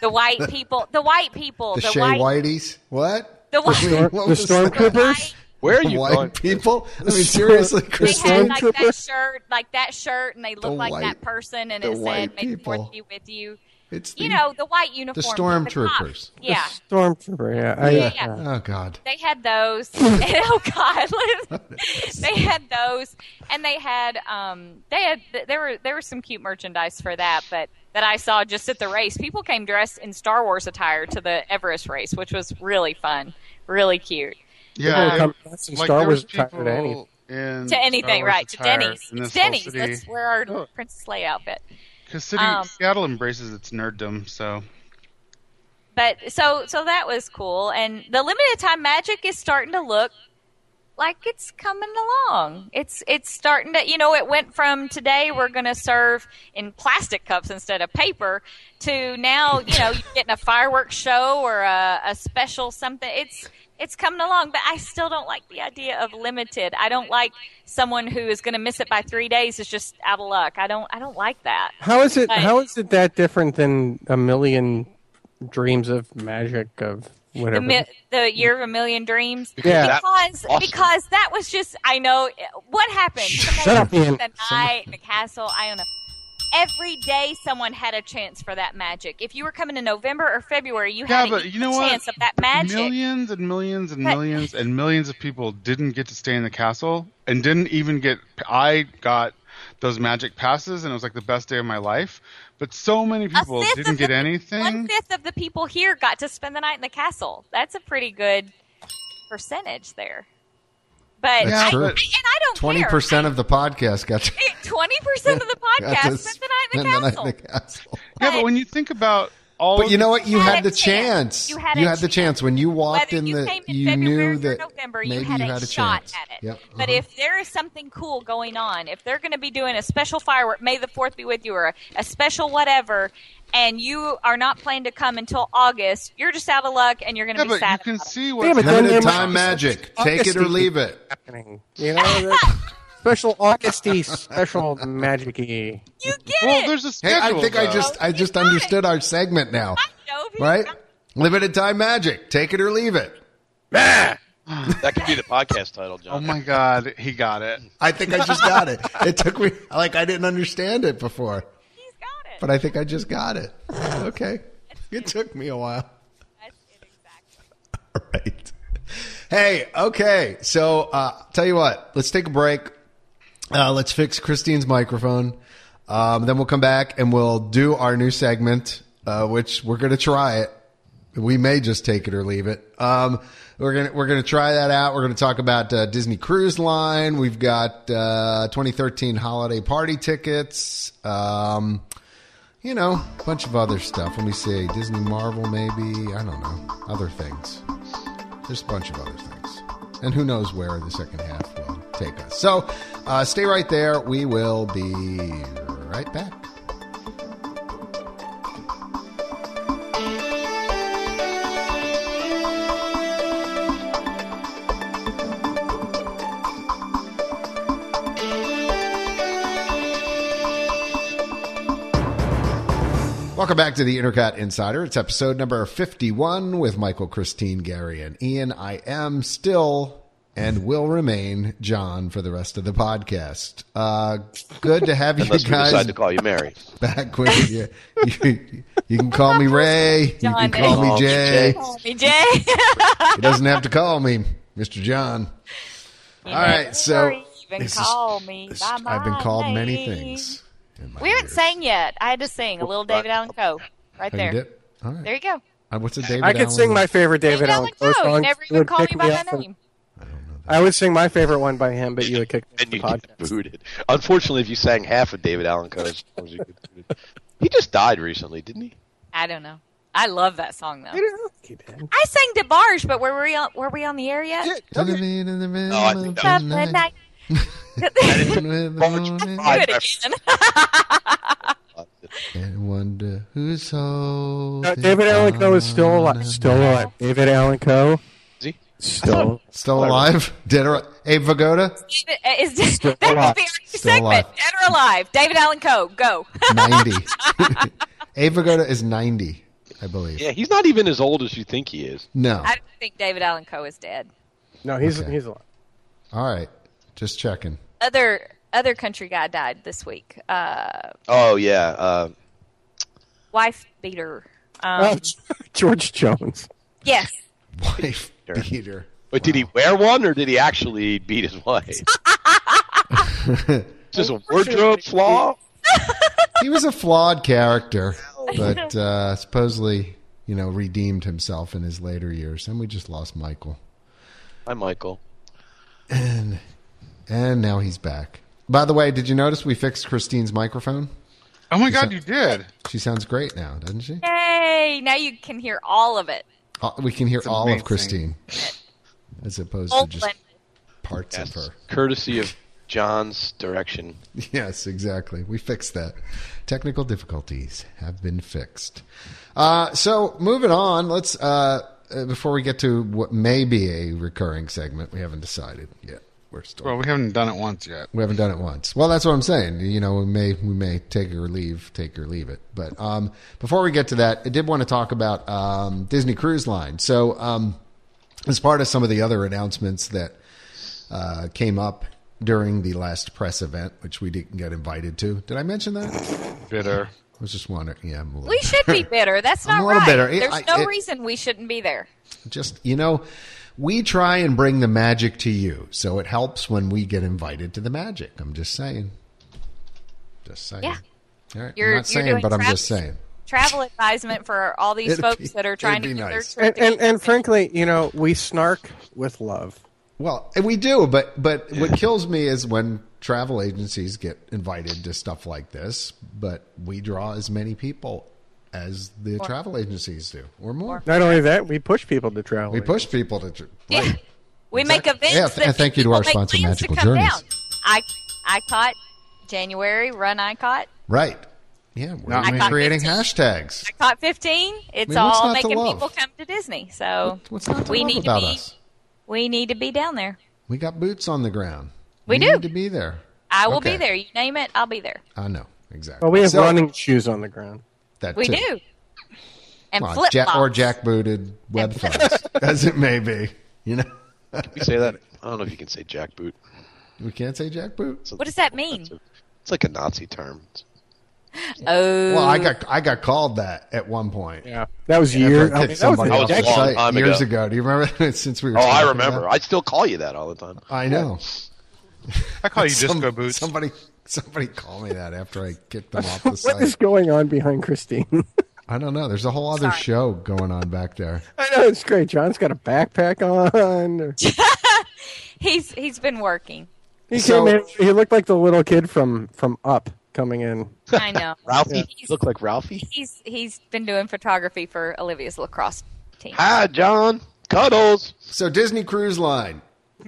The white people, the white people,
the
the,
Shea
white,
Whiteys. What?
the
I mean,
white,
what
the
was that?
stormtroopers.
Where are
The
you
white
going?
people? I mean, seriously,
they
Chris.
had like that
Stormtroopers.
shirt, like that shirt, and they looked like
white-
that person, and
the
it said
white
"May the
people.
fourth be with you."
It's the,
You know, the white uniform,
stormtroopers.
Yeah,
Stormtrooper. Yeah. I, uh,
yeah.
yeah.
Oh God.
they had those. And- oh God, they had those, and they had um, they had th- there were there was some cute merchandise for that, but that I saw just at the race, people came dressed in Star Wars attire to the Everest race, which was really fun, really cute.
People
Yeah,
were
I-
coming back from
like,
Star
there was
Wars attire to anything.
people in
To
Mm, Star
anything,
Wars
right? To
attire
Denny's.
in
It's
this
Denny's.
whole city.
Let's wear our Princess Leia outfit.
Because city
Um,
Seattle embraces its nerddom, so
but so so that was cool and the limited time magic is starting to look like it's coming along it's it's starting to you know it went from today we're going to serve in plastic cups instead of paper to now you know you're getting a fireworks show or a, a special something it's it's coming along but i still don't like the idea of limited i don't like someone who is going to miss it by three days is just out of luck i don't i don't like that
How is it?
Right.
How is it that different than a million dreams of magic of
the,
whatever?
mi- the year of a million dreams
Yeah.
that-
because
awesome.
because that was just I know what happened.
Shut up, Ian.
The night, the castle. I don't know. Every day, someone had a chance for that magic. If you were coming in November or February, you
yeah.
had
But
a
you know what?
chance of that magic.
Millions and millions and
But-
millions and millions of people didn't get to stay in the castle and didn't even get. I got those magic passes, and it was like the best day of my life. But so many
A
people
fifth
didn't
of
get
the-
anything.
One fifth of the people here got to spend the night in the castle. That's a pretty good percentage there. But
That's
I,
true.
I- and I don't
Twenty percent of the podcast got to,
Twenty percent of the
got to
podcast spent the night in the
spend
castle.
the castle.
yeah, but when you think about all,
But
of
you know
the-
what? You
had
had
a
the
chance.
chance.
You had
You
a
had the chance
chance.
when you walked
Whether
in
you
the.
came in
You
February
knew
or
that
November, you
maybe
had
you
a
had a
shot
chance.
at it.
Yep.
But
Uh-huh.
if there is something cool going on, if they're going to be doing a special firework, May the Fourth be with you, or a, a special whatever, and you are not planning to come until August, you're just out of luck, and you're going to
yeah,
be
but you
sad.
can
about it.
see
Yeah,
what
but then
limited
there might
time
be some
magic, take it or
Augustine
leave it.
Happening, you know, that special Augusty, special magicy.
You get
Well,
it.
there's a
Hey,
schedule.
I think I
though.
just I
You
just
got it.
understood our segment now,
I know if you-
right? Limited time magic, take it or leave it.
That could be the podcast title, John.
Oh my god, he got it.
I think I just got it. It took me like I didn't understand it before,
He's got it.
but I think I just got it. Okay, it took me a while.
That's it exactly.
All right. Hey, okay. So, uh, tell you what, let's take a break. Uh, let's fix Christine's microphone. Um, then we'll come back and we'll do our new segment, uh, which we're going to try it. We may just take it or leave it. Um, we're gonna we're gonna try that out. We're gonna talk about uh, Disney Cruise Line. We've got uh, 2013 holiday party tickets. Um, you know, a bunch of other stuff. Let me see, Disney Marvel, maybe I don't know, other things. There's a bunch of other things, and who knows where the second half will take us. So, uh, stay right there. We will be right back. Welcome back to the Intercot Insider. It's episode number 51 with Michael, Christine, Gary, and Ian. I am still and will remain John for the rest of the podcast. Uh, good to have you
Unless we
guys
decide to call you Mary.
back with you. you. You can call me Ray. You can
John,
call
Call
me
me
Jay.
Jay.
Call me Jay.
He doesn't have to call me Mr. John. All right, so
even
this is-
call me
this-
by my
I've been called many
name.
things. in my
We haven't
years.
sang yet. I had to sing a little David Allen Coe right
Oh, you
there.
did? All right.
There you go.
Uh, What's a David?
I could
Allen?
sing my favorite David
David
Allen
Allen
Coe
Coe.
song.
You never
You
even
would
call me
kick
by
me
my
out from-
name.
I would sing my favorite one by him, but you would kick me off
And
the
you get
podcast.
booted. Unfortunately, if you sang half of David Allen Coe's songs, you get booted. He just died recently, didn't he?
I don't know. I love that song though.
You know, keep it in.
I sang DeBarge, but were we on, were we on the air yet?
To the lead in the
Oh,
middle
I
of
think
the
that
Of
night.
the night.
And with the
March
morning,
five.
Do it again.
Uh,
and wonder who's holding
Uh, David Allen Coe is still
on.
alive. Still alive. David Allen Coe.
Is he?
Still.
Still alive? Dead or Hey Vagoda?
David- uh, is that
Still
would be our
alive.
new
Still
segment?
alive.
Dead or alive? David Allen Coe, go.
Ninety. Abe Vagoda is ninety, I believe.
Yeah, he's not even as old as you think he is.
No.
I don't think David Allen Coe is dead.
No, he's
Okay.
he's alive.
All right. Just checking.
Other other country guy died this week. Uh,
Oh yeah, uh,
wife beater.
Oh,
Um,
George Jones.
yes.
Wife
Sure.
beater.
but did he wear one or did he actually beat his wife? Just a wardrobe flaw.
He was a flawed character, but uh, supposedly, you know, redeemed himself in his later years. And we just lost Michael.
Hi, Michael.
And now he's back. By the way, did you notice we fixed Christine's microphone?
Oh my god, you did.
She sounds great now, doesn't she?
Yay! Now you can hear all of it.
Uh, We can hear all
amazing.
of Christine, as opposed
Old
to just
one.
parts
Yes.
of her.
Courtesy of John's direction.
Yes, exactly. We fixed that. Technical difficulties have been fixed. Uh, so moving on, let's uh, uh, before we get to what may be a recurring segment, we haven't decided yet. We're still
Well, we haven't done it once yet.
we haven't done it once. Well, that's what I'm saying. You know, we may we may take or leave, take or leave it. But um, before we get to that, I did want to talk about um, Disney Cruise Line. So, um, as part of some of the other announcements that uh, came up during the last press event, which we didn't get invited to, did I mention that? I
Bitter.
was just wondering. Yeah, I'm a little,
We should be bitter. That's
I'm
not
a little
right.
bitter. It-
There's
I-
no
it-
reason we shouldn't be there.
just you know, we try and bring the magic to you, so it helps when we get invited to the magic. I'm just saying. Just saying.
Yeah.
All right. I'm
You're- you're
not saying,
doing
but I'm
trap-
just saying.
Travel advisement for all these
It'd
folks
be-
that are
it'd
trying
be
to get
nice.
their
And,
trip.
and and
to-
frankly, you know, we snark with love.
Well, and we do, but but what kills me is when travel agencies get invited to stuff like this, but we draw as many people as the travel agencies do, or more.
Not only that, we push people to travel.
We push people to. tr-
Yeah.
Right.
we make events.
Yeah,
that
and thank you to
people
our
make
sponsor,
plans
Magical
to come
Journeys.
Down. I ICOT January run ICOT
Right. Yeah, we're
Not me.
creating hashtags.
ICOT 15. It's
I mean, what's
all
not to
making
love?
people come to Disney. So
What's not to
we
love
need
about
to be
us?
we need to be down there.
We got boots on the ground.
We do.
need to be there.
I will
Okay.
be there. You name it, I'll be there.
I know exactly.
Well, we have
So-
running shoes on the ground.
That
We
too.
do. And
Well,
flip
ja-
flops.
or jackbooted web phones, as it may be. You know,
Can we say that? I don't know if you can say jackboot.
we can't say jackboot.
It's a-
What does that mean?
It's like a Nazi term. It's-
Oh,
Well, I got I got called that at one point.
Yeah, that was
After I
years.
kicked somebody
That
off
was
the
a long
site
time
years ago.
ago.
Do you remember? Since we were
Oh, I
talking
remember.
about-
I still call you that all the time.
I know.
I call you
Some-
disco boots.
Somebody Somebody call me that after I kick them off the
What is
site.
going on behind Christine?
I don't know. There's a whole other
Sorry.
show going on back there.
I know it's great. John's got a backpack on.
He's he's been working.
He
So-
came in. He looked like the little kid from from Up coming in.
I know.
Ralphie?
Yeah.
Look like Ralphie?
He's he's been doing photography for Olivia's lacrosse team.
Hi, John. Cuddles.
So Disney Cruise Line.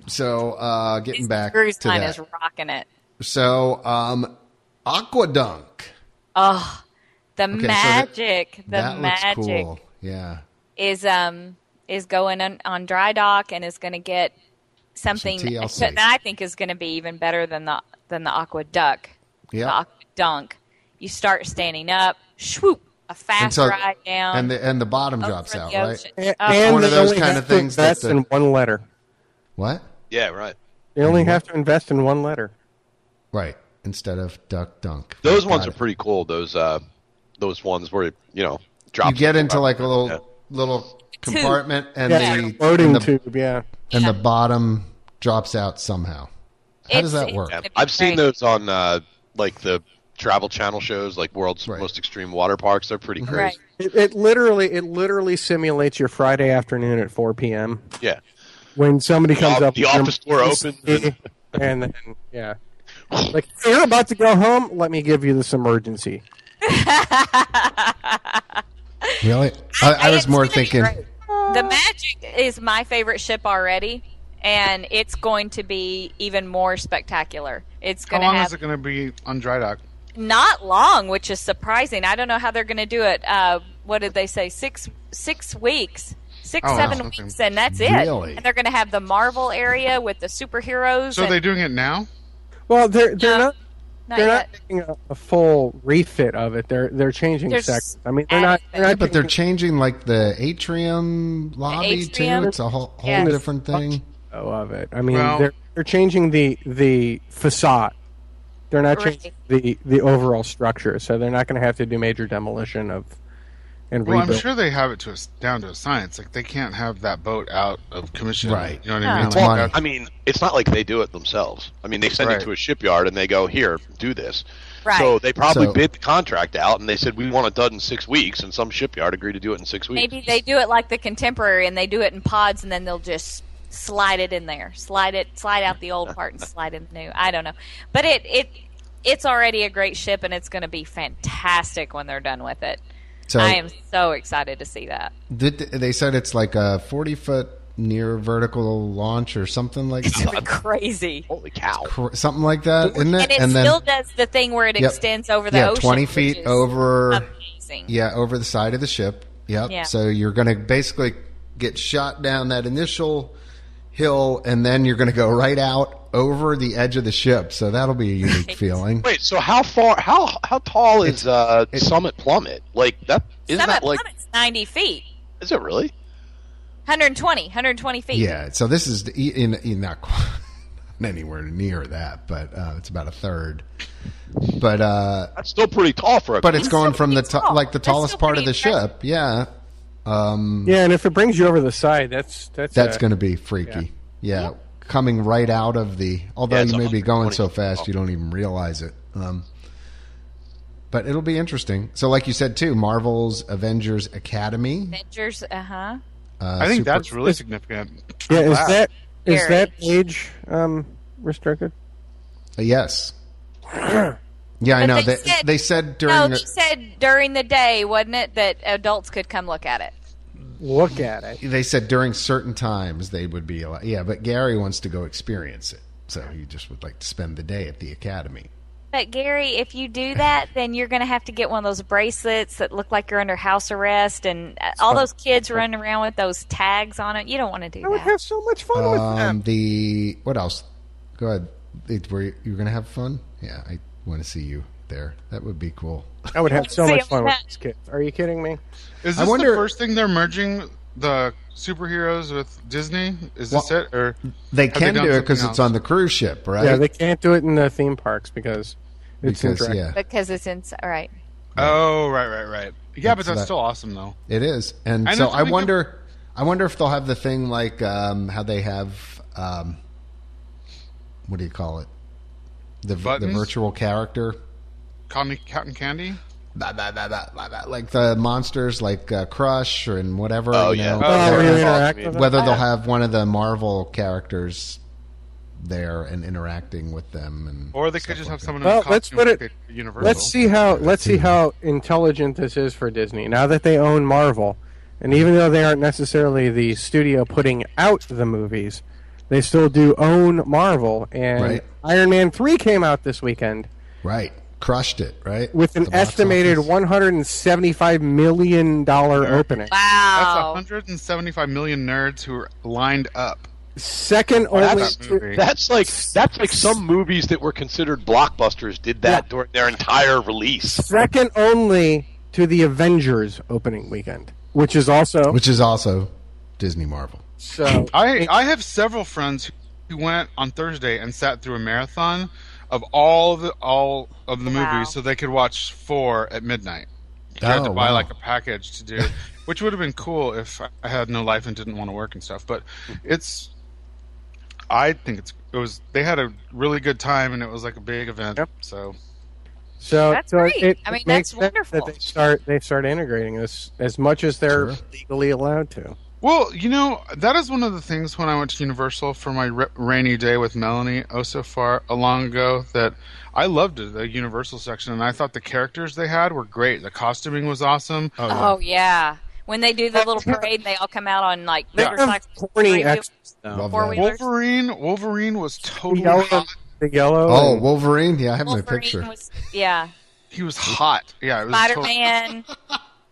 So uh, getting back
Cruise
to
line
that.
is rocking it.
So um, Aquadunk.
Oh, the
so that-
magic, the
that
magic
looks cool. Yeah.
is um is going on, on dry dock and is going to get something
TLC.
that I think is going to be even better than the than the aqua duck,
Yeah.
the aqua dunk. You start standing up, swoop, a fast ride down,
and the and the bottom
over
drops
the
out,
ocean.
right?
A-
Oh,
It's one of
they
those
only
kind
have
of
to
things that
invest
the-
in one letter.
What?
Yeah, right.
They
Mhm.
only have to invest in one letter.
Right. Instead of duck dunk.
Those
Got
ones are
it.
pretty cool. Those uh, those ones where you know drop.
You get into like a little
Yeah.
little compartment, and
Yeah,
the
floating
and the,
tube. Yeah,
and the bottom drops out somehow. How does
It's-
that
it's
work?
gonna be
I've seen
great.
those on uh, like the Travel Channel shows, like World's
Right. Mm-hmm.
Most Extreme Water Parks. They're pretty crazy.
Right.
it, it literally it literally simulates your Friday afternoon at 4 p.m.
Yeah.
when somebody comes
op-
up.
the
with
office door
emergency,
opens
and then yeah, like "Hey, you're about to go home. Let me give you this emergency.
Really? I, I was
it's
more
gonna be
thinking.
great. the magic is my favorite ship already, and it's going to be even more spectacular. It's
How
going to
long
have
is it going to be on dry dock?
not long, which is surprising. I don't know how they're going to do it. Uh, what did they say? Six six weeks, six
Oh,
seven
wow.
weeks, and that's it.
Really?
And they're going to have the Marvel area with the superheroes.
So are
and
they doing it now?
Well, they're they're
No,
not
not
they're
yet.
not making a, a full refit of it. They're they're changing
They're
sections.
just
I mean, they're not.
adding
They're
Yeah,
not
but they're
doing-
changing like the atrium lobby
atrium.
too. It's a whole, whole
Yes.
different thing.
of it. I mean,
Well-
they're they're changing the the facade. They're not
Right.
changing the the overall structure, so they're not going to have to do major demolition of and
Well, I'm
rebuild.
sure they have it to us down to a science. Like they can't have that boat out of commission,
Right.
You know what
Yeah.
I mean?
It's
Like,
money.
that's-
I mean, it's not like they do it themselves. I mean, they send
Right.
it to a shipyard and they go, "Here, do this."
Right.
So they probably
So-
bid the contract out and they said, "We want it done in six weeks," and some shipyard agreed to do it in six weeks.
Maybe they do it like the contemporary, and they do it in pods, and then they'll just slide it in there, slide it, slide out the old part, and slide in the new. I don't know, but it it it's already a great ship, and it's going to be fantastic when they're done with it.
So
I am so excited to see that.
did, they said it's like a forty foot near vertical launch or something like
It's crazy.
Holy cow!
cr- something like that, isn't it?
And it
then
still does the thing where it
Yep.
extends over the
yeah,
ocean.
twenty
which
feet
is
over.
Amazing.
Yeah, over the side of the ship. Yep.
Yeah.
So you're going to basically get shot down that initial hill, and then you're going to go right out over the edge of the ship. So that'll be a unique feeling.
Wait, so how far? How how tall is uh,
it's-
Summit Plummet? Like that? Isn't
Summit
that like?
Plummet's 90 feet.
Is it really?
120, 120 feet.
Yeah. So this is the, e, in, in not qu- anywhere near that, but uh, it's about a third. But uh,
That's still pretty tall for a.
but it's going
still
from the
pretty
to-
tall.
like the
That's still
tallest part of
pretty
the
impressive.
ship. Yeah. Um,
yeah, and if it brings you over the side, that's that's
That's
a-
going to be freaky. Yeah. Coming right out of the, although
Yeah, it's
you may be going
120
so fast you don't even realize it. Um, but it'll be interesting. So, like you said too, Marvel's Avengers Academy.
Avengers, uh huh.
Uh,
I think
super-
that's really significant.
yeah. Is that is
Very.
that age um, restricted?
uh, yes. yeah, I
But
know. They,
they
they, said,
said-
during
No,
the,
they said during the day, wasn't it, that adults could come look at it?
Look at it.
they said during certain times they would be like, yeah, but Gary wants to go experience it, so he just would like to spend the day at the academy.
But Gary, if you do that, then you're going to have to get one of those bracelets that look like you're under house arrest, and uh, all those kids running around with those tags on it. You don't want to do
I would
that.
have so much fun with
Um,
them.
the what else? Go ahead. It, were you, you were gonna have fun? Yeah, I want to see you there. That would be cool.
I would have so
See,
much fun with
I'm-
these kids. Are you kidding me?
Is
I
this
wonder-
the first thing they're merging the superheroes with Disney? Is this
Well-
it? Or
They
Have they
can
done
do it
something
because it's
else?
on the cruise ship, right?
Yeah, they can't do it in the theme parks because it's
because
interactive.
yeah,
Because it's inside. All right.
oh, right, right, right. Yeah, but
That's
that's
that-
still awesome though.
it is. And
I know
so
it's
I
gonna
wonder, I wonder if they'll have the thing like um, how they have um, what do you call it? The, the
Buttons?
virtual character.
Cotton, cotton candy.
Blah, blah, blah, blah, blah, blah. Like the monsters, like uh, Crush and whatever.
Oh,
you
yeah.
know,
Oh,
whether-
really
yeah.
interact with it?
Whether they'll have one of the Marvel characters there and interacting with them, and
Or they
stuff
could just
like
have
that.
someone.
Well,
in a
let's
costume
put it-
fit Universal.
Let's see how let's see how intelligent this is for Disney now that they own Marvel, and even though they aren't necessarily the studio putting out the movies, they still do own Marvel. And
Right.
Iron Man three came out this weekend
Right, crushed it. Right,
with an
The box
estimated
office.
one hundred and seventy five million dollar opening,
That's
Wow.
175 million nerds who are lined up.
second only.
That's-
to-
Movie.
That's like that's like some movies that were considered blockbusters did that during their entire release.
second only to the Avengers opening weekend, which is also
which is also Disney Marvel.
so.
I I have several friends who went on Thursday and sat through a marathon of all the all of the
Wow.
movies so they could watch four at midnight. You had to
Oh,
buy
wow.
like a package to do, which would have been cool if I had no life and didn't want to work and stuff. But it's, I think it's it was they had a really good time and it was like a big event.
Yep.
So
So
That's
so
great.
It,
I
it
mean,
makes
that's
sense
wonderful.
That they start they start integrating this as much as they're
Sure.
legally allowed to.
Well, you know, that is one of the things when I went to Universal for my ra- rainy day with Melanie oh so far a long ago that I loved the Universal section and I thought the characters they had were great. The costuming was awesome.
Oh yeah. When they do the little parade, they all come out on like
They have
motorcycles.
corny
three-wheelers.
extras. though.
Love
Four
that.
wheeler-
Wolverine, Wolverine was totally
Yellow,
hot.
the yellow.
Oh,
and-
Wolverine! Yeah, I have my
Wolverine
picture.
was- yeah.
He was hot. Yeah, it was
Spider
totally-
Man.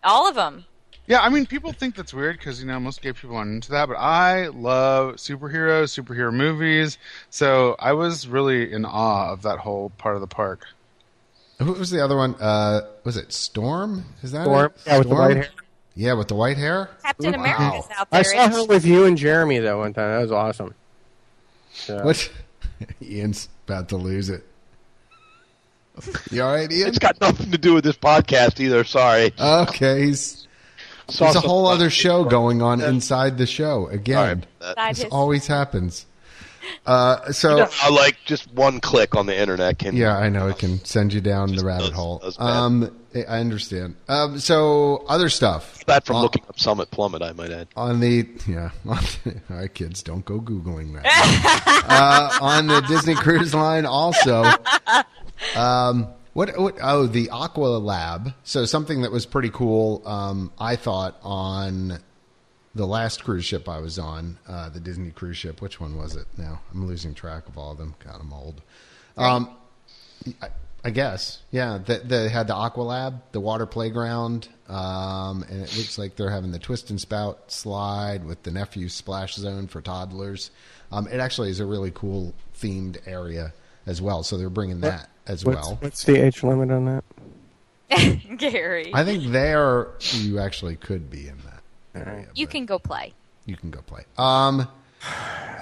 all of them.
Yeah, I mean, people think that's weird because you know most gay people aren't into that, but I love superheroes, superhero movies. So I was really in awe of that whole part of the park.
Who was the other one? Uh, was it Storm? Is that
Storm,
It?
yeah, with the white hair.
Yeah, with the white hair.
Captain
Wow.
America's out there.
I saw
isn't
her
she?
with you and Jeremy though one time. That was awesome. So-
What? Ian's about to lose it. You all right, Ian?
It's got nothing to do with this podcast either. Sorry.
Okay, he's there's Uh,
Saw
a
something
whole
on
other show
Facebook.
going on inside the show
Sorry Uh,
again.
about that.
Side
This
his-
always happens. Uh, so
How, like just one click on the internet can
yeah, I know it can send you down the rabbit
does-
hole.
does bad.
Um, I I understand. Um, so other stuff
that from
on,
looking up Summit Plummet, I might add.
on the yeah. all right, kids, don't go googling that. uh, on the Disney Cruise Line, also. What, what? Oh, the Aqua Lab. So something that was pretty cool. Um, I thought on the last cruise ship I was on, uh, the Disney cruise ship. Which one was it? Now I'm losing track of all of them. God, I'm old. Um, I, I guess. Yeah. They, they had the Aqua Lab, the water playground, um, and it looks like they're having the twist and spout slide with the nephew splash zone for toddlers. Um, it actually is a really cool themed area as well. So they're bringing that as
what's,
well.
what's the age limit on that?
Gary.
I think there you actually could be in that.
you can go play.
You can go play. Um,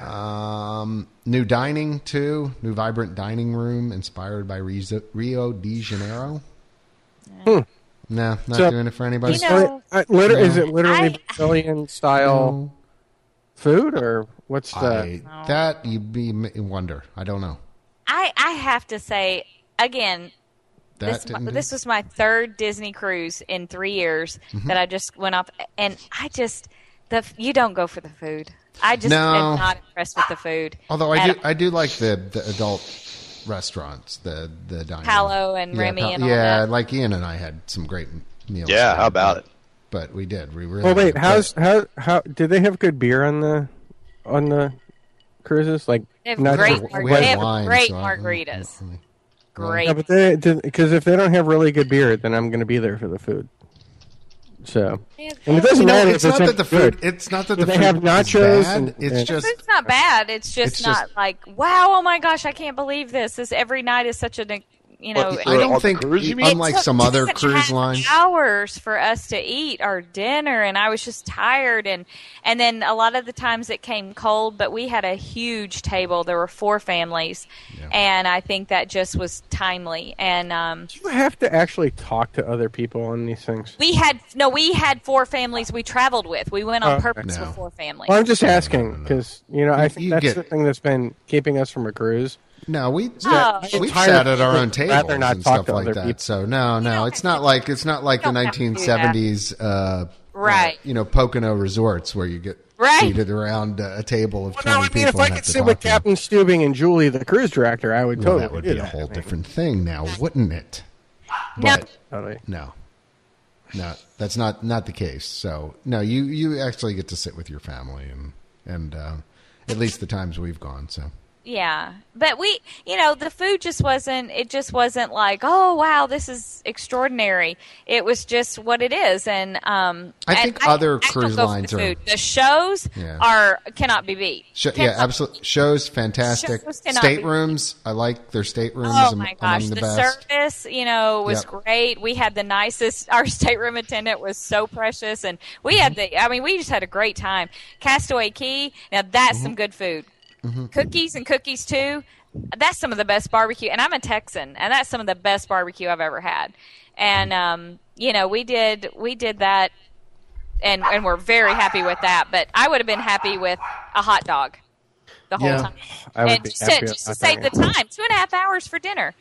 um, new dining too. New vibrant dining room inspired by Rio, Rio de Janeiro. No, not
So-
doing it for anybody.
Hmm. You know-
Uh, liter- Is it literally
I-
Brazilian style food or what's the?
I, that you be you wonder. I don't know.
I, I have to say again,
That
this
didn't do-
this was my third Disney cruise in three years
Mm-hmm.
that I just went off, and I just the f- you don't go for the food. I just
No.
am not impressed with the food.
Although I
at
do,
all.
I do like the, the adult restaurants, the the dining.
Palo and Remy
Pal-
and all
yeah,
that.
like Ian and I had some great meals.
Yeah, how
there,
about it?
But we did. We really.
Well, wait.
did.
How's how how did they have good beer on the on the cruises? Like
They have
not-
great,
We
mar-
had
they have
wine,
great
so I-
margaritas.
Yeah,
Great.
but they because if they don't have really good beer, then I'm going to be there for the food. So, and it doesn't
No,
matter
it's
if
not
any
that the food.
good.
It's not that
Do
the
they
food
have
is
nachos
bad,
and-
it's
and-
just
It's not bad. It's just
It's
not
just-
like wow, oh my gosh, I can't believe this. This every night is such a you know.
Well,
I
it-
Or on the
don't think,
cruise, you mean?
it
unlike
took
some other
two and a
cruise
half
lines,
hours for us to eat our dinner, and I was just tired. And and then a lot of the times it came cold, but we had a huge table. There were four families, and I think that just was timely. And um,
you have to actually talk to other people on these things.
we had no, we had four families we traveled with. We went on purpose
Uh, No.
with four families.
Well, I'm just asking because you know I
You-
think
you
that's
get-
the thing that's been keeping us from a cruise
No, we
Oh.
we've
Entire-
sat at our own tables
rather not
and
talk
stuff
to
like
other
that.
people.
So no, no, it's not like it's not like the
You don't have to do that.
1970s, uh,
Right.
You know, Pocono resorts where you get
Right.
seated around uh, a table of
Well, no,
twenty
I mean,
people.
if
and
I
have
could
to
sit
talk
with
to them.
Captain Steubing and Julie, the cruise director, I would
well,
totally
that would
do
be a
that.
whole different thing now, wouldn't it?
No.
But-
Totally.
No. No, that's not not the case. So no, you you actually get to sit with your family and and uh, at least the times we've gone. So
Yeah, but we, you know, the food just wasn't. It just wasn't like, oh wow, this is extraordinary. It was just what it is, and um,
I
and
think other
don't
cruise
go for
lines
the
are-
food. the shows
Yeah.
are cannot be beat.
Sh- yeah,
Cannot
absolutely. Shows fantastic.
Shows cannot be-
staterooms, I like their staterooms
Oh
am-
my gosh,
among
the,
the, best.
service, you know, was
Yep.
great. We had the nicest. Our stateroom attendant was so precious, and we had the. I mean, we just had a great time. Castaway Key. Now that's some good food. Cookies and cookies too. That's some of the best barbecue, and I'm a Texan, and that's some of the best barbecue I've ever had. And um, you know, we did we did that, and and we're very happy with that. But I would have been happy with a hot dog the whole
Yeah.
time.
I would
and
be
just
happy
to,
with
just to
hot
save the
dog.
time, two and a half hours for dinner.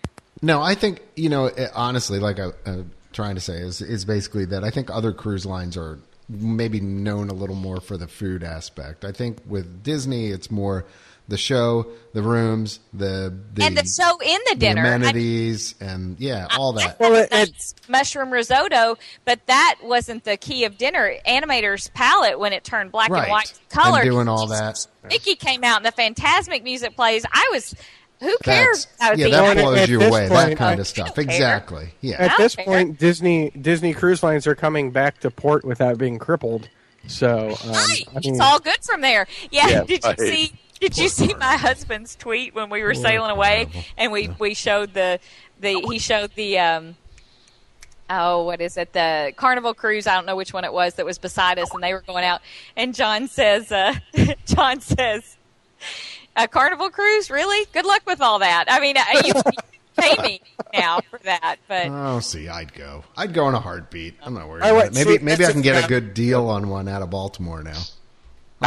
No, I think you know eh, honestly, like I, I'm trying to say, is is basically that I think other cruise lines are maybe known a little more for the food aspect. I think with Disney, it's more the show, the rooms, the the,
and the show in the
the
dinner.
amenities, and yeah, all that.
Well, it,
I-
it,
that's mushroom risotto, but that wasn't the key of dinner. Animator's palette when it turned black
Right.
and white
And
color,
doing all that.
Mickey came out and the Fantasmic music plays. I was, who
That's,
cares? I was
yeah,
the
that
And at-
blows
at
you
this
away. that
point,
kind
I-
of stuff.
care.
Exactly. Yeah.
at this
Okay.
point, Disney Disney cruise lines are coming back to port without being crippled. So um,
Right.
I mean,
it's all good from there. Yeah.
Yeah,
did you
right.
see? Did you see my husband's tweet when we were sailing away and we we showed the the he showed the um oh what is it the Carnival cruise I don't know which one it was that was beside us and they were going out and John says uh John says a Carnival cruise really good luck with all that I mean uh, you pay me now for that but
Oh, see, I'd go. I'd go in a heartbeat. I'm not worried.
I
about
would-
it. Maybe
see,
maybe
that's
I can
a
get a
fact.
good deal on one out of Baltimore now. I'm not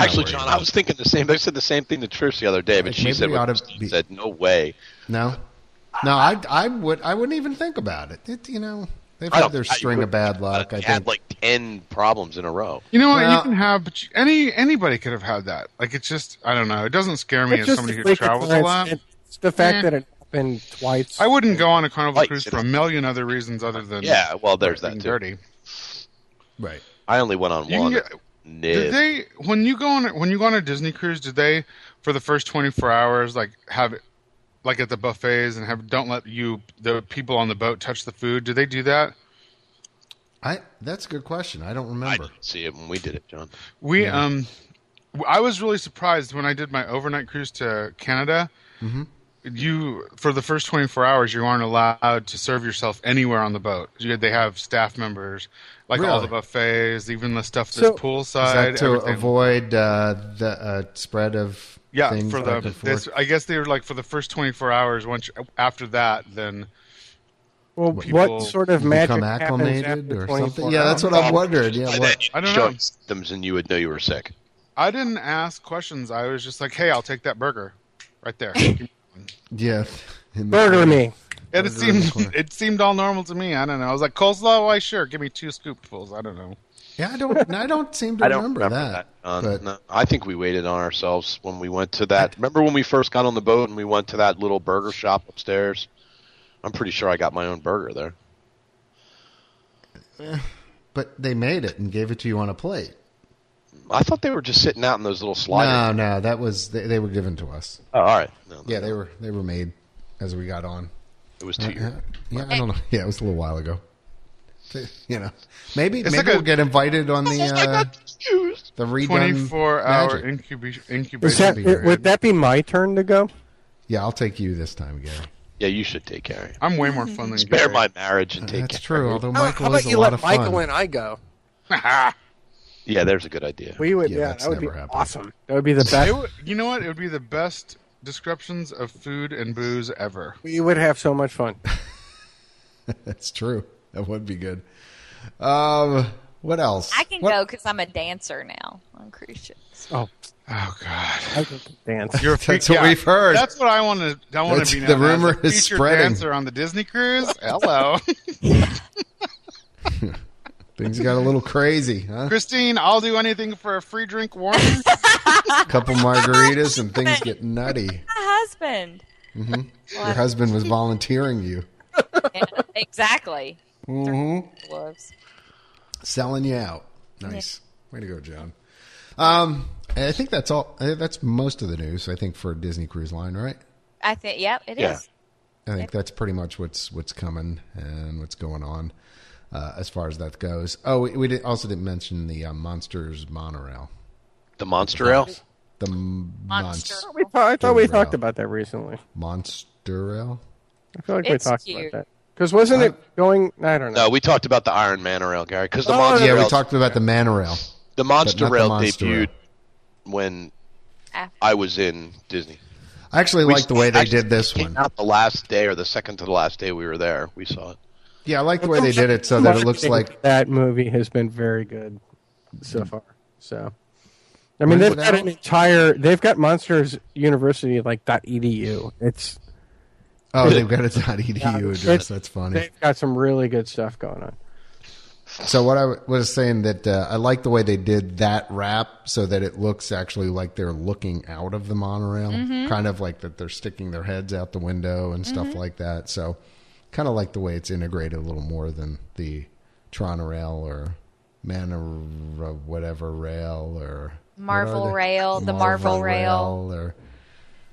Actually,
worried
John,
about
I was thinking the same. I said the same thing to Trish the other day, but
Like,
she
maybe
said,
we oughta
what Christine
be-
said, "No way."
it. no, no. I I would I wouldn't even think about it. it you know, they've
I
had
don't-
their
I
string of
wouldn't-
bad luck. I
They had
think.
like ten problems in a row.
You know what?
Well-
you can have, but you, any anybody could have had that. Like it's just, I don't know. It doesn't scare me
it's
as
just
somebody
the
who
freak
travels a
occurrence.
lot.
It's the fact
Eh.
that it happened twice.
I wouldn't go on a carnival
Like,
cruise
it
for a
is-
million other reasons other than
Yeah, well, there's that
being
too.
dirty.
right.
I only went on
You can
one.
get-
Nib.
Did they when you go on when you go on a Disney cruise? Did they for the first twenty four hours like have it like at the buffets and have don't let you the people on the boat touch the food? Do they do that?
I that's a good question. I don't
I
remember.
didn't see it when we did it, John.
We um, w- I was really surprised when I did my overnight cruise to Canada.
Mm-hmm.
You for the first twenty four hours, you aren't allowed to serve yourself anywhere on the boat. You, they have staff members, like all
Really?
the buffets, even the stuff that's
So-
Is
poolside.
that to
everything.
avoid uh, the uh, spread of
yeah,
things
for
right
the
before?
this, I guess they were like for the first twenty four hours. Once you- after that, then
well,
people
what sort of
You
magic
become
happens
acclimated
after
or
24
something. Yeah, that's
hours?
what I'm wondering. Yeah,
By
what-
then,
I don't
show
know.
you symptoms, and you would know you were sick.
I didn't ask questions. I was just like, "Hey, I'll take that burger, right there." and
yeah. In the-
Burger me.
it seemed it seemed all normal to me. I don't know. I was like, "Coleslaw, why? Sure, give me two scoopfuls." I don't know.
Yeah, I don't. I don't seem to
I don't
remember, that.
John.
but
No, I think we waited on ourselves when we went to that. Remember when we first got on the boat and we went to that little burger shop upstairs? I'm pretty sure I got my own burger there.
but they made it and gave it to you on a plate.
I thought they were just sitting out in those little
No,
sliders.
no, that was they, they were given to us.
Oh, all right. No,
Yeah, they were they were made as we got on.
it was two years.
Yeah, I don't know. Yeah, it was a little while ago. You know, maybe maybe
like a-
we'll get invited on the uh,
Excuse.
the redone
Twenty four hour
magic.
incubation
Is
incubation.
that,
be weird.
would that be my turn to go?
Yeah, I'll take you this time, Gary.
Yeah, you should take Gary.
I'm way more fun than
Bear
Gary.
my marriage and take.
Uh, That's
Gary.
true. Although
How-
Michael
how
is
about
a
you
lot
let
of
Michael
fun.
and I go?
Yeah, there's a good idea.
We would,
Yeah,
yeah,
that's
that would be
never happened.
awesome. That would be the
It
best.
would, you know what? It would be the best descriptions of food and booze ever.
we would have so much fun.
That's true. That would be good. Um, What else?
I can
What-
go because I'm a dancer now on cruise ships.
Oh,
Oh God.
I can dance.
You're a
That's
fe-
what we've heard.
That's what I want to. I want
That's-
to be.
the
known as, a
rumor is
featured
spreading.
Dancer on the Disney cruise. Hello,
Things got a little crazy, huh?
Christine. I'll do anything for a free drink warning.
A couple margaritas and things get nutty.
My husband.
Your husband was volunteering you,
Yeah, exactly.
Mm-hmm.
Three gloves.
selling you out. Nice. Way to go, John. Um, I think that's all. I think That's most of the news, I think, for Disney Cruise Line, right?
I think. Yep, it is.
Yeah.
I think that's pretty much what's what's coming and what's going on uh, as far as that goes. Oh, we, we did, also didn't mention the uh, Monsters monorail.
The Monster Ale?
The m-
Monster.
monst-
We thought, I thought we
Good route.
talked about that recently.
monster rail.
I feel like
It's
we talked
cute.
about that because wasn't it going? I don't know.
No, we talked about the Iron Man rail, Gary, because the
Oh,
Monster
Yeah, we
Ale's-
talked about the monorail.
the Monster
not the
Rail
Monster
debuted
Ale.
when
Ah.
I was in Disney.
I actually
We-
like the way they
actually,
did this
it came
one.
Out the last day or the second to the last day we were there, we saw it.
Yeah, I like the way they did it so that it looks
Marketing
like Mm-hmm.
for that movie has been very good so far. So, I
When's
mean, they've
it
got
out?
an entire. They've got Monsters University like .edu. It's
oh they've got a .edu address.
it's-
That's funny.
they've got some really good stuff going on.
So what I w- was saying that uh, I like the way they did that wrap so that it looks actually like they're looking out of the monorail,
Mm-hmm.
kind of like that they're sticking their heads out the window and stuff like that. So kind of like the way it's integrated a little more than the Tron rail or Manor whatever rail or what are
Marvel
they?
rail, the Marvel
or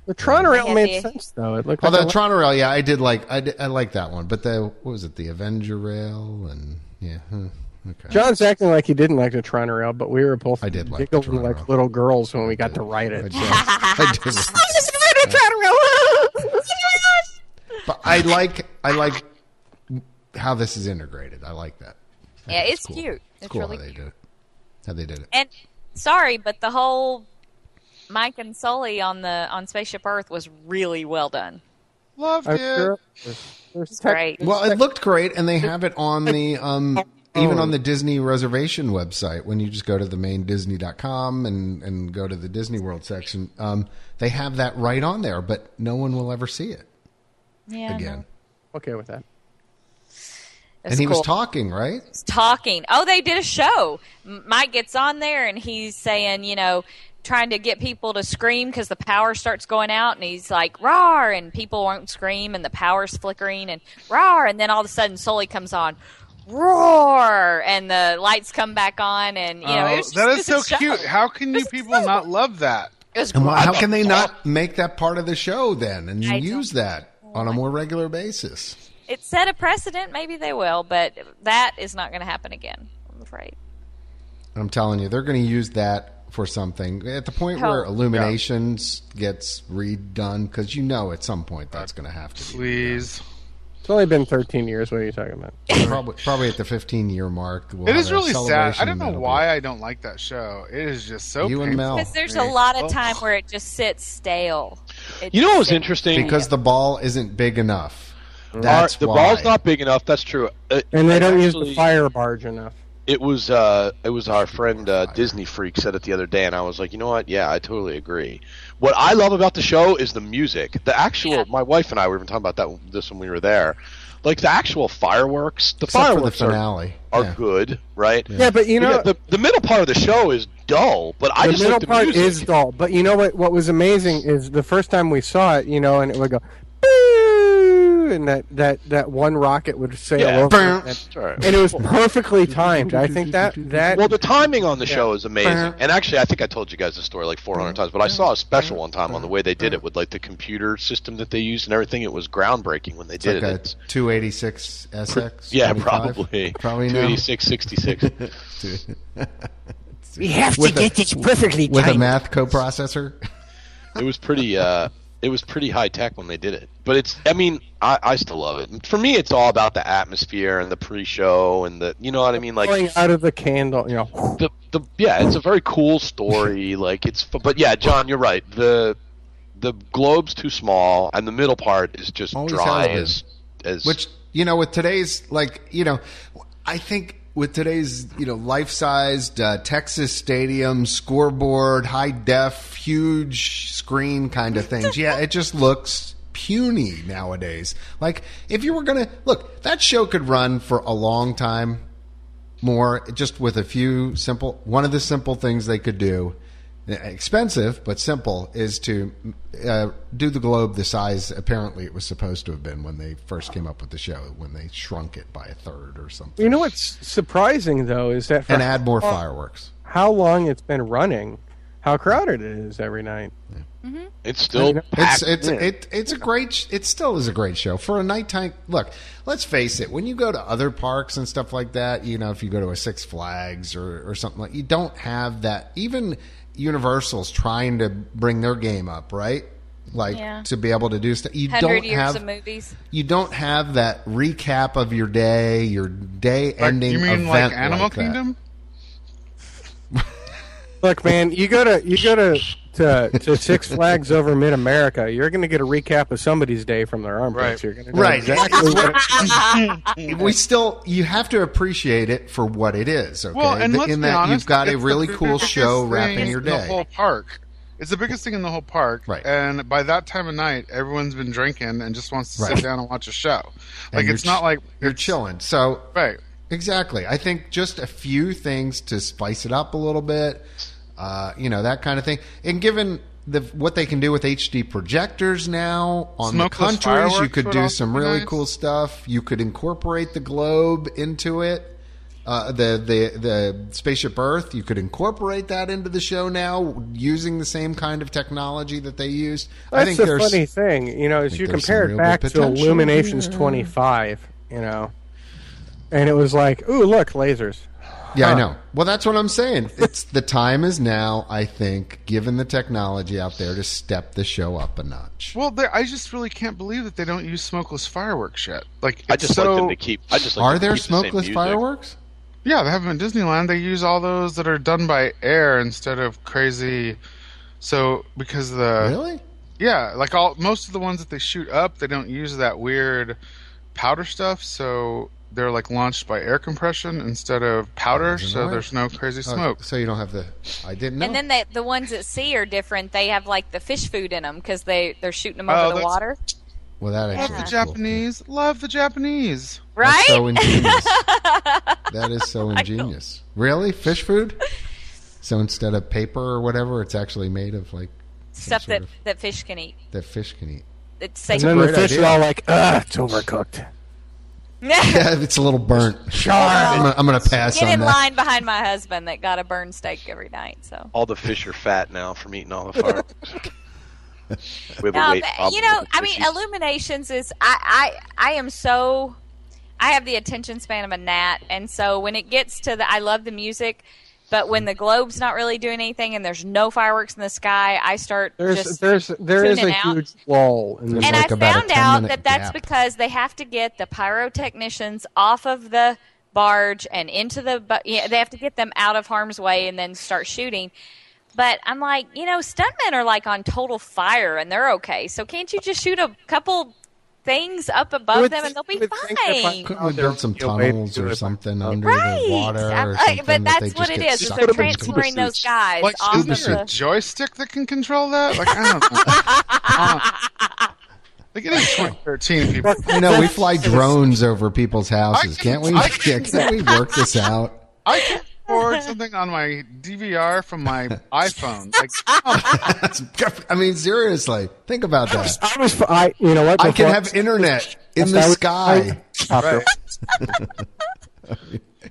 The Toronto rail
Yeah,
made
the-
sense though. It looked
Although
like a-
Toronto Rail, yeah, I did like I, did, I like that one, but the what was it, the Avenger Rail, and yeah, huh, okay,
John's acting like he didn't like the Toronto rail, but we were both
I did like the
giggling
Toronto
like
Rail.
little girls when we got to ride
I
it.
did- I did- but I like I like how this is integrated. I like that. I
Yeah,
think
it's cute. It's
cool
really
how they
cute.
did it. How they did it.
And sorry, but the whole Mike and Sully on the on Spaceship Earth was really well done.
Loved
I'm
it.
sure there's- there's tech-
Great.
Well, it looked great, and they have it on the um, even
Oh.
on the Disney reservation website. When you just go to the main Disney.com and and go to the Disney World section, um, they have that right on there, but no one will ever see it
Yeah.
again.
Okay with that.
And he was talking, right?
talking. Oh, they did a show. M- Mike gets on there and he's saying, you know, trying to get people to scream because the power starts going out, and he's like, "Rar!" and people won't scream, and the power's flickering, and "Rar!" and then all of a sudden, Sully comes on. Roar! And the lights come back on, and you know
Oh,
it was just,
that is
it
so
was a show.
cute. How can you
It's
people
so-
not love that?
It was
And why-
great.
how can they not make that part of the show then and
I Oh
use
don't-
that on a more regular basis?
It set a precedent. Maybe they will, but that is not going to happen again. I'm afraid.
And I'm telling you, they're going to use that for something at the point where
Totally.
Illuminations gets redone because you know at some point that's going to have to be
Please.
It's only been 13 years. What are you talking about?
probably probably at the 15 year mark. we'll
It
have
is
a
really sad. I
celebration
don't know
that'll be-
why I don't like that show. It is just so
You and
painful.
Mel
Because there's a
Right.
lot
Oh.
of time where it just sits stale. It
You know
just
what was
sits
interesting?
because the ball isn't big enough.
Our-
That's
the
why.
ball's not big enough. That's true. Uh,
And they
I
don't use the
actually-
fire barge enough.
It was uh, it was our friend uh, Disney freak said it the other day, and I was like, you know what? Yeah, I totally agree. What I love about the show is the music. The actual,
Yeah.
my wife and I were even talking about that this when we were there. Like the actual fireworks, the
except for the
fireworks are,
finale.
are
Yeah.
good, right?
Yeah, but you know,
Yeah, the, the middle part of the show is dull, but I
the
just
middle
like the
part
music.
is dull. But you know what? What was amazing is the first time we saw it, you know, and it would go, "Boo!" and that that that one rocket would sail
Yeah.
over, and,
That's all right.
and it was perfectly timed. I think that that
Well, the timing on the show is amazing, and actually, I think I told you guys the story like 400 times. But I saw a special one time on the way they did it with like the computer system that they used and everything. It was groundbreaking when they
It's
did
like
it.
a
It's-
286 SX.
Yeah,
25?
probably.
Probably now.
286, 66.
We have
With
to
a-
get this perfectly
with a
timed.
math coprocessor.
it was pretty. Uh, it was pretty high tech when they did it. But it's. I mean, I, I still love it. For me, it's all about the atmosphere and the pre-show and the. You know what I mean? Like
going out of the candle, you know.
the the yeah, it's a very cool story. like it's. fu- But yeah, John, you're right. The the globe's too small, and the middle part is just
Always
dry
has been.
as as
Which you know, with today's like you know, I think with today's you know life-sized uh, Texas stadium scoreboard, high def, huge screen kind of things. Yeah, it just looks puny nowadays. Like if you were gonna look, that show could run for a long time more, just with a few simple. One of the simple things they could do, expensive but simple, is to uh, do the globe the size apparently it was supposed to have been when they first came up with the show, when they shrunk it by a third or something,
You know Uh, what's surprising though is that for
and add more
how-
fireworks.
How long it's been running, how crowded it is every night.
It's still
It's
packed
it's
in.
it, it's a great sh- it still is a great show for a nighttime look. Let's face it, when you go to other parks and stuff like that, you know, if you go to a Six Flags or or something like, you don't have that. Even Universal's trying to bring their game up, right? Like
Yeah.
to be able to do stuff. You
Hundred
don't
years
have
of movies.
you don't have that recap of your day, your day ending.
you mean
event
like Animal
like that.
Kingdom?
Look, man, you go to you go to to, to Six Flags over Mid America. You're going to get a recap of somebody's day from their
Right.
armpits. You're going to
Right.
exactly what
we still you have to appreciate it for what it is. Okay,
Well, and
Th-
let's
in
be
that
honest,
you've got a
it's the
really cool
biggest
show
thing
wrapping your
in The
day.
whole park. It's the biggest thing in the whole park.
Right.
And by that time of night, everyone's been drinking and just wants to
Right.
sit down and watch a show.
And
Like
you're
it's
ch-
not like
you're
it's-
chilling. So
Right.
exactly, I think just a few things to spice it up a little bit, uh, you know that kind of thing. And given the what they can do with HD projectors now on the
Smokeless
countries, you
fireworks
could
would
do
also
some
be
really
nice.
cool stuff. You could incorporate the globe into it. Uh, the the the spaceship Earth, you could incorporate that into the show now using the same kind of technology that they used. I
That's
think
the
there's
funny thing, you know, is
think
you
there's some
compare
real
it
good
back to
potential
Illuminations 25, you know, and it was like, ooh, look, lasers.
Yeah, I know. Well, that's what I'm saying. It's the time is now. I think, given the technology out there, to step the show up a notch.
Well, there- I just really can't believe that they don't use smokeless fireworks yet. Like it's
I just
so
like them to keep. I just like
Are
them to
there
keep the same
smokeless
music.
fireworks?
yeah, they have them in Disneyland. They use all those that are done by air instead of crazy. So because
Uh,
the
really?
yeah, like all most of the ones that they shoot up, they don't use that weird powder stuff. So they're like launched by air compression instead of powder.
There's no
So
air.
there's no crazy
Oh,
smoke.
so you don't have the. I didn't know.
And then they, the ones at sea are different. They have like the fish food in them because they they're shooting them
Oh,
over the
that's-
water,
well, that
Love
actually.
the
is cool.
Japanese. Love the Japanese.
right?
That's so ingenious. that is so ingenious. Really, fish food. So instead of paper or whatever, it's actually made of like
Stuff
sort
that
of-
that fish can eat.
that fish can eat.
It's
And
sacred.
then the
great
fish
idea.
are all like, ah, it's overcooked.
Get
Yeah, it's a little burnt. I'm gonna, I'm gonna pass on
in
that.
line behind my husband that got a burn steak every night. So
All the fish are fat now from eating all the fireworks. we have a
No,
weight
but,
problem
you know,
with the
I mean,
fishies.
Illuminations is I, I I am so I have the attention span of a gnat, and so when it gets to the I love the music, but when the globe's not really doing anything and there's no fireworks in the sky, I start
There's
just
there's there is a
tuning out.
huge lull in the
and
like about
I
a
found
10
out
minute
that that's
gap.
because they have to get the pyrotechnicians off of the barge and into the bu- yeah, they have to get them out of harm's way and then start shooting. But I'm like, you know, stuntmen are like on total fire and they're okay. So can't you just shoot a couple things up above
would
them and
think-
they'll
you
be
would think if I-
fine?
Couldn't we build some
You'll wait
tunnels
till
or
it's-
something under
Right,
the water
I'm-
or
I-
something
but
that
that's
they just
what it
get
is. Is
sucked
they're
into?
transferring those guys
Like,
off of
is there a
the.
joystick that can control that? Like, I don't know. Uh, like, it is 2013, people.
I know we fly drones over people's houses,
I
can't we?
can- I can-
Yeah, can't we work this out?
I can record something on my DVR from my iPhone. Like,
That's- I mean, seriously, think about that.
I was I you know what
I can
before-
have internet in
I
the
was-
sky.
I-
right.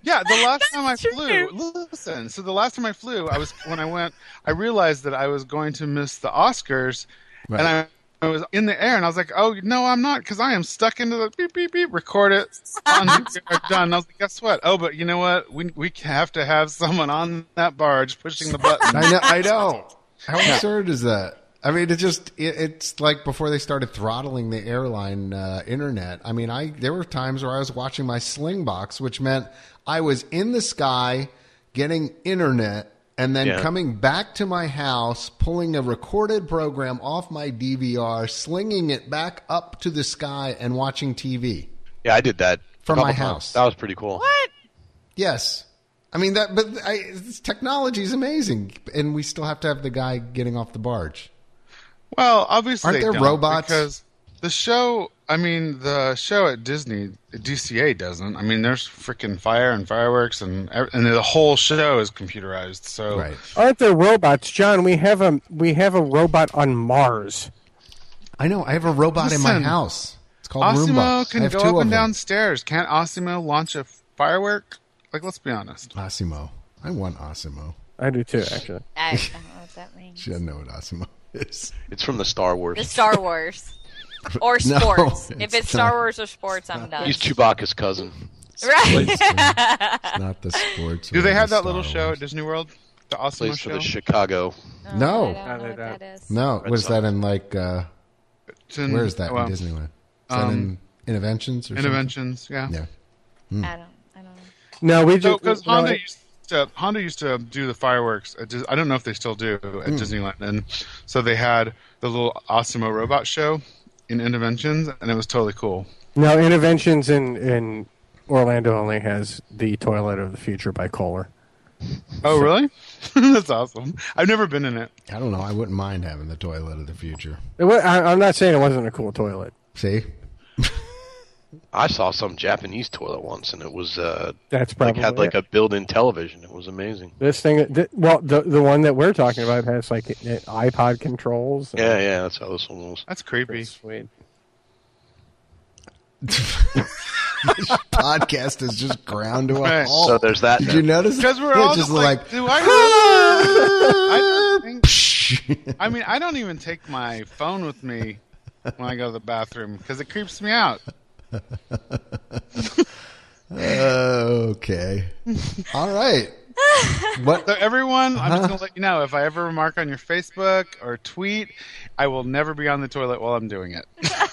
yeah, the last time I
That's
flew, listen. So the last time I flew, I was when I went, I realized that I was going to miss the Oscars, and I. I was in the air and I was like, "Oh no, I'm not," because I am stuck into the beep beep beep. Record it on DVR, done. I was like, "Guess what? Oh, but you know what? We we have to have someone on that barge pushing the button."
I know. I know. How absurd is that? I mean, it just it, it's like before they started throttling the airline uh, internet. I mean, I there were times where I was watching my sling box, which meant I was in the sky getting internet and then
Yeah.
coming back to my house, pulling a recorded program off my DVR, slinging it back up to the sky and watching TV.
yeah, I did that a
From my
couple times.
house.
That was pretty cool.
What?
Yes. I mean that, but I, this technology is amazing, and we still have to have the guy getting off the barge.
Well, obviously,
Aren't
they
there
don't,
robots?
Because the show, I mean, the show at Disney, DCA doesn't. I mean, there's freaking fire and fireworks, and ev- and the whole show is computerized. So
Right.
Aren't there robots, John? We have a we have a robot on Mars.
I know. I have a robot in my
Listen.
house. It's called
Osimo
Roomba. I
can
have
go
two
up
of
and
them.
down stairs. Can't Osimo launch a firework? Like, let's be honest.
Osimo. I want Osimo.
I do too, actually.
I, I don't know what that means.
She doesn't know what Osimo is.
It's from the Star Wars.
The Star Wars. Or
No,
sports.
it's
if it's
not.
Star Wars or sports, I'm done.
He's Chewbacca's cousin.
Right.
It's not the sports.
Do
or
they
the
have that
Star
little show
Wars.
at Disney World? The Osimo
Plays for
show.
the Chicago.
No.
I don't know
No,
what
they
that is.
oh. No,
Red
was
Sox.
that in like uh,
It's in-
where is that
Mm, well, um,
in Disneyland? Is that in Interventions or
Interventions, yeah.
Something? Yeah.
I don't. I don't know.
No, we
So
just
because
no,
Honda
it-
used to Honda used to do the fireworks. At Dis- I don't know if they still do at Disneyland, and so they had the little Osimo robot show in Interventions, and it was totally cool.
no interventions in in Orlando only has the Toilet of the Future by Kohler.
Oh, really? That's awesome. I've never been in it.
I don't know. I wouldn't mind having the toilet of the future.
It wa- I, am not saying it wasn't a cool toilet.
See,
I saw some Japanese toilet once, and it was uh,
That's
like
probably
had like
it.
a built-in television. It was amazing.
this thing. Th- well, the the one that we're talking about has like it, it iPod controls. and
Yeah, yeah, that's how this one was.
That's creepy.
it's Sweet.
podcast is just ground to a
Right.
halt.
So there's that.
Oh, Did you notice?
Because we're
They're
all
just
just like,
like.
do I? Really? I don't think-
"Psh."
I mean, I don't even take my phone with me when I go to the bathroom because it creeps me out.
okay. All right. What?
So everyone, I'm just gonna let you know if I ever remark on your Facebook or tweet, I will never be on the toilet while I'm doing it.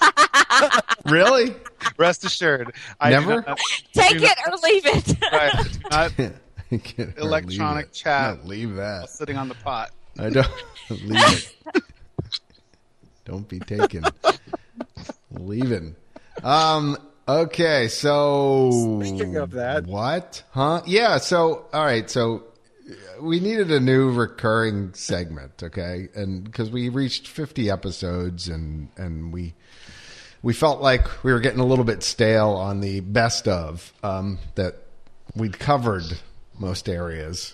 Really?
Rest assured, I do
Never?
not-
Take
do
it or leave it.
Not, I do not
You can't
Electronic
leave it.
chat.
No, leave that.
sitting on the pot.
I don't leave it. Don't be taken. Leaving. Um. Okay. So
Speaking of that-
what? Huh? Yeah. So all right. So we needed a new recurring segment. Okay, and because we reached fifty episodes, and and we we felt like we were getting a little bit stale on the best of um, that we'd covered most areas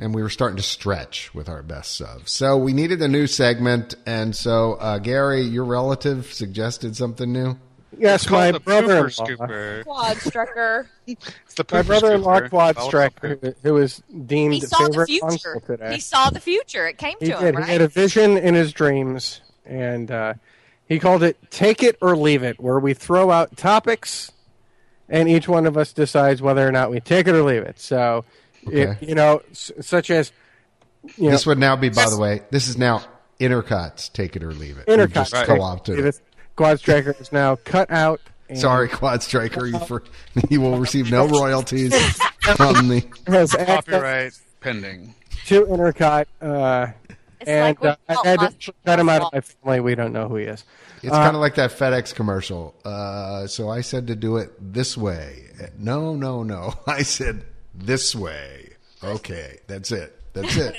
and we were starting to stretch with our best of so we needed a new segment and so uh, gary your relative suggested something new
Yes,
Call
my
it the
brother.
pooper scooper.
Quad strucker.
It's the
My
pooper
brother-in-law
scooper.
Quad
Volatile
Striker,
poop.
who- who was deemed
He saw the
favorite uncle
future.
today.
He saw the future. It came
He
to
did.
him,
He had a
right?
vision in his dreams, and uh, he called it "Take It or Leave It," where we throw out topics, and each one of us decides whether or not we take it or leave it. So, it-
Okay.
you know, s- such as you know,
this would now be by the way this is now intercots take it or leave it We
intercut.
just co-opted it.
Quad Striker is now cut out. and
sorry quad striker you, for, you will receive no royalties from the
has access
Copyright pending.
to intercut. Uh,
It's
and
like when
uh,
you
I
got
had
lost
to
in
cut him out of my
Lost.
family. We don't know who he is.
It's kind of like that FedEx commercial. Uh, so I said to do it this way. No, no, no. I said this way. Okay, that's it. That's it.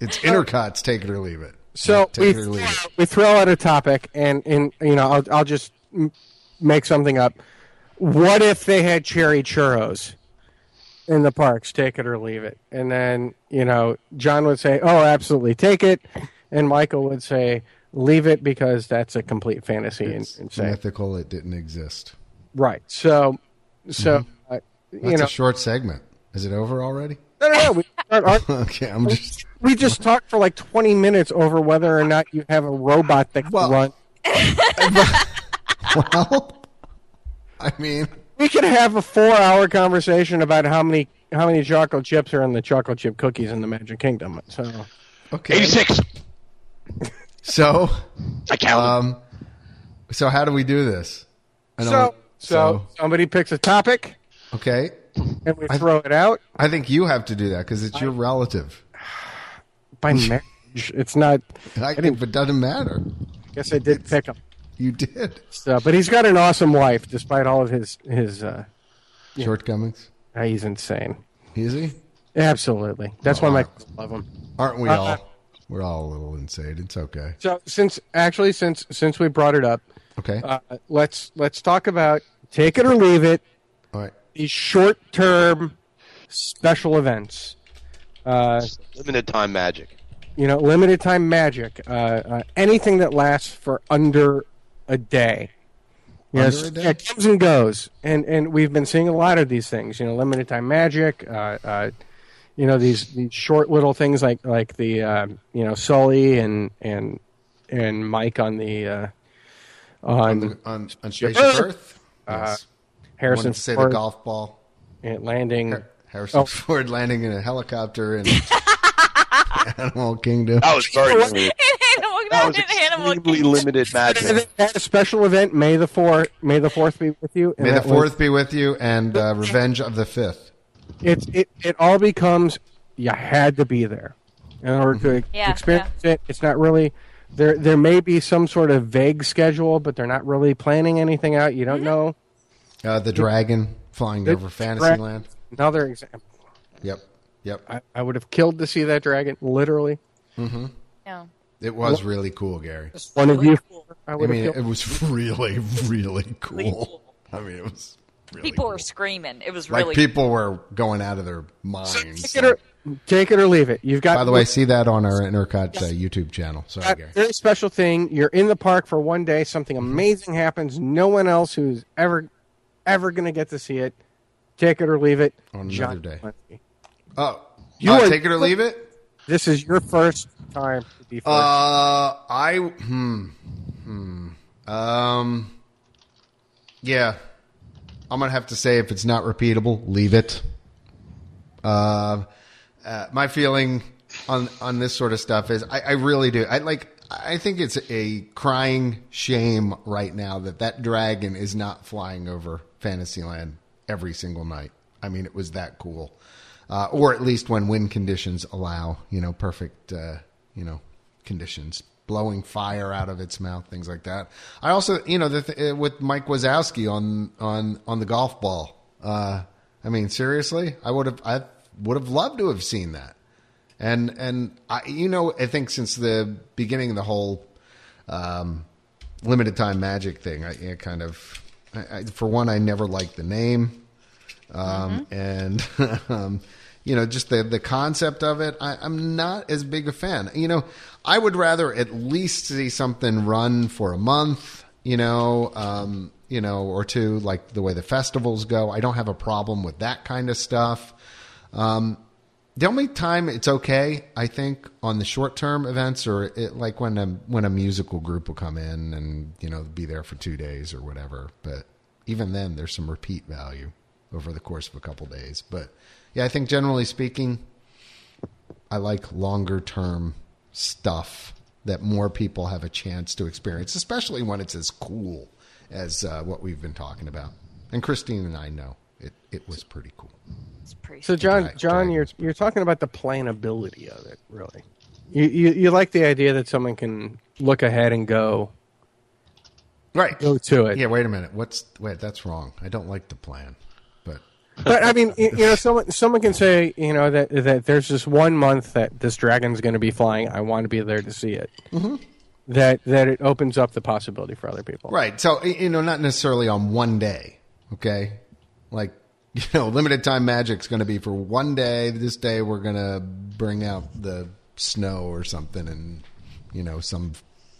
it's intercots. Take it or leave it.
So
Not
we,
take it or leave it.
we throw out a topic, and, and you know, I'll, I'll just m- make something up. What if they had cherry churros in the parks? Take it or leave it. And then you know, John would say, "Oh, absolutely, take it," and Michael would say, "Leave it because that's a complete fantasy and
It's
insane."
mythical. It didn't exist.
Right. So, so uh,
Mm-hmm. That's
you know,
a short segment. Is it over already?
no, no, no. We, start our-
Okay, I'm just.
we just talked for like twenty minutes over whether or not you have a robot that can
Well-
run.
Well, I mean,
We could have a four-hour conversation about how many how many chocolate chips are in the chocolate chip cookies in the Magic Kingdom. So,
okay.
Eighty-six.
So,
I count.
um, so how do we do this? I don't-
so, so somebody picks a topic
so okay.
and we throw it out
I think you have to do that because it's your relative.
by marriage. It's not.
I think it doesn't matter.
I guess I did pick him.
You did.
So, but he's got an awesome wife, despite all of his his. Uh,
Shortcomings.
Uh, He's insane.
Is he?
Absolutely. That's why my kids love him.
Aren't we
Uh,
all? We're all a little insane. It's okay.
So since actually since since we brought it up,
Okay.
uh, let's let's talk about take it or leave it.
all right.
These short term special events. Uh,
Limited time magic.
you know, limited time magic. Uh, uh, anything that lasts for under a day. Yes,
Under a day?
yeah, it comes and goes, and and we've been seeing a lot of these things. You know, limited time magic. Uh, uh, you know these these short little things like like the uh, you know Sully and and and Mike on the uh, on
On on Spaceship Earth. Yes. I
Uh, Harrison
wanted to say the
Ford
golf ball.
and landing.
Harrison
Oh.
Ford landing in a helicopter in Animal Kingdom.
Oh,
That was very limited.
Animal
That was
Kingdom, Animal
extremely
Kingdom.
limited magic.
At a special event, May the fourth. May the fourth be with you. and
May the
that was-
fourth be with you, and uh, Revenge of the Fifth.
it's it, it all becomes you had to be there in order to
Yeah,
experience it. It's not really there. There may be some sort of vague schedule, but they're not really planning anything out. You
Mm-hmm.
don't know
Uh, the dragon flying over Fantasyland.
another example.
Yep, yep.
I, I would have killed to see that dragon. Literally,
No.
It was really cool, Gary.
one of you. I
I
would
mean,
have
it
killed.
was really, really cool. I mean, it was. Really
People
cool.
were screaming. It was
like
really
people were going out of their minds.
Take it, or, take it or leave it. You've got.
By the way, see that on our Intercut uh, YouTube channel. Sorry,
a
Gary.
very special thing. You're in the park for one day. Something
Mm-hmm.
amazing happens. No one else who's ever, ever going to get to see it. Take it or leave it.
On another
John
day.
Mulaney.
Oh,
You
uh,
are-
take it or leave it.
This is your first time to be first.
Uh, I hmm hmm um yeah. I'm gonna have to say if it's not repeatable, leave it. Uh, uh my feeling on on this sort of stuff is I, I really do. I like. I think it's a crying shame right now that that dragon is not flying over Fantasyland every single night. I mean, it was that cool, uh, or at least when wind conditions allow, you know, perfect, uh, you know, conditions, blowing fire out of its mouth, things like that. I also, you know, the th- uh, with Mike Wazowski on on on the golf ball. Uh, I mean, seriously, I would have I would have loved to have seen that. And and I, you know, I think since the beginning of the whole um, limited time magic thing, I, I kind of, I, I, for one, I never liked the name, um, and um, you know, just the the concept of it. I, I'm not as big a fan. You know, I would rather at least see something run for a month. You know, um, you know, or two, like the way the festivals go. I don't have a problem with that kind of stuff. Um, The only time it's okay, I think, on the short term events or it, like when a when a musical group will come in and you know be there for two days or whatever. But even then, there's some repeat value over the course of a couple days. But yeah, I think generally speaking, I like longer term stuff that more people have a chance to experience, especially when it's as cool as uh, what we've been talking about. And Christine and I know it. It was pretty cool.
It's pretty
so, John,
Right,
John,
right.
you're you're talking about the planability of it, really. You, you you like the idea that someone can look ahead and go
Right.
go to it.
Yeah, wait a minute. What's wait? That's wrong. I don't like the plan, but
But I mean, you, you know, someone someone can say, you know, that that there's this one month that this dragon's going to be flying. I want to be there to see it. That that it opens up the possibility for other people.
right. So y- you know, not necessarily on one day. Okay, like you know, limited time magic's going to be for one day. This day we're going to bring out the snow or something, and you know, some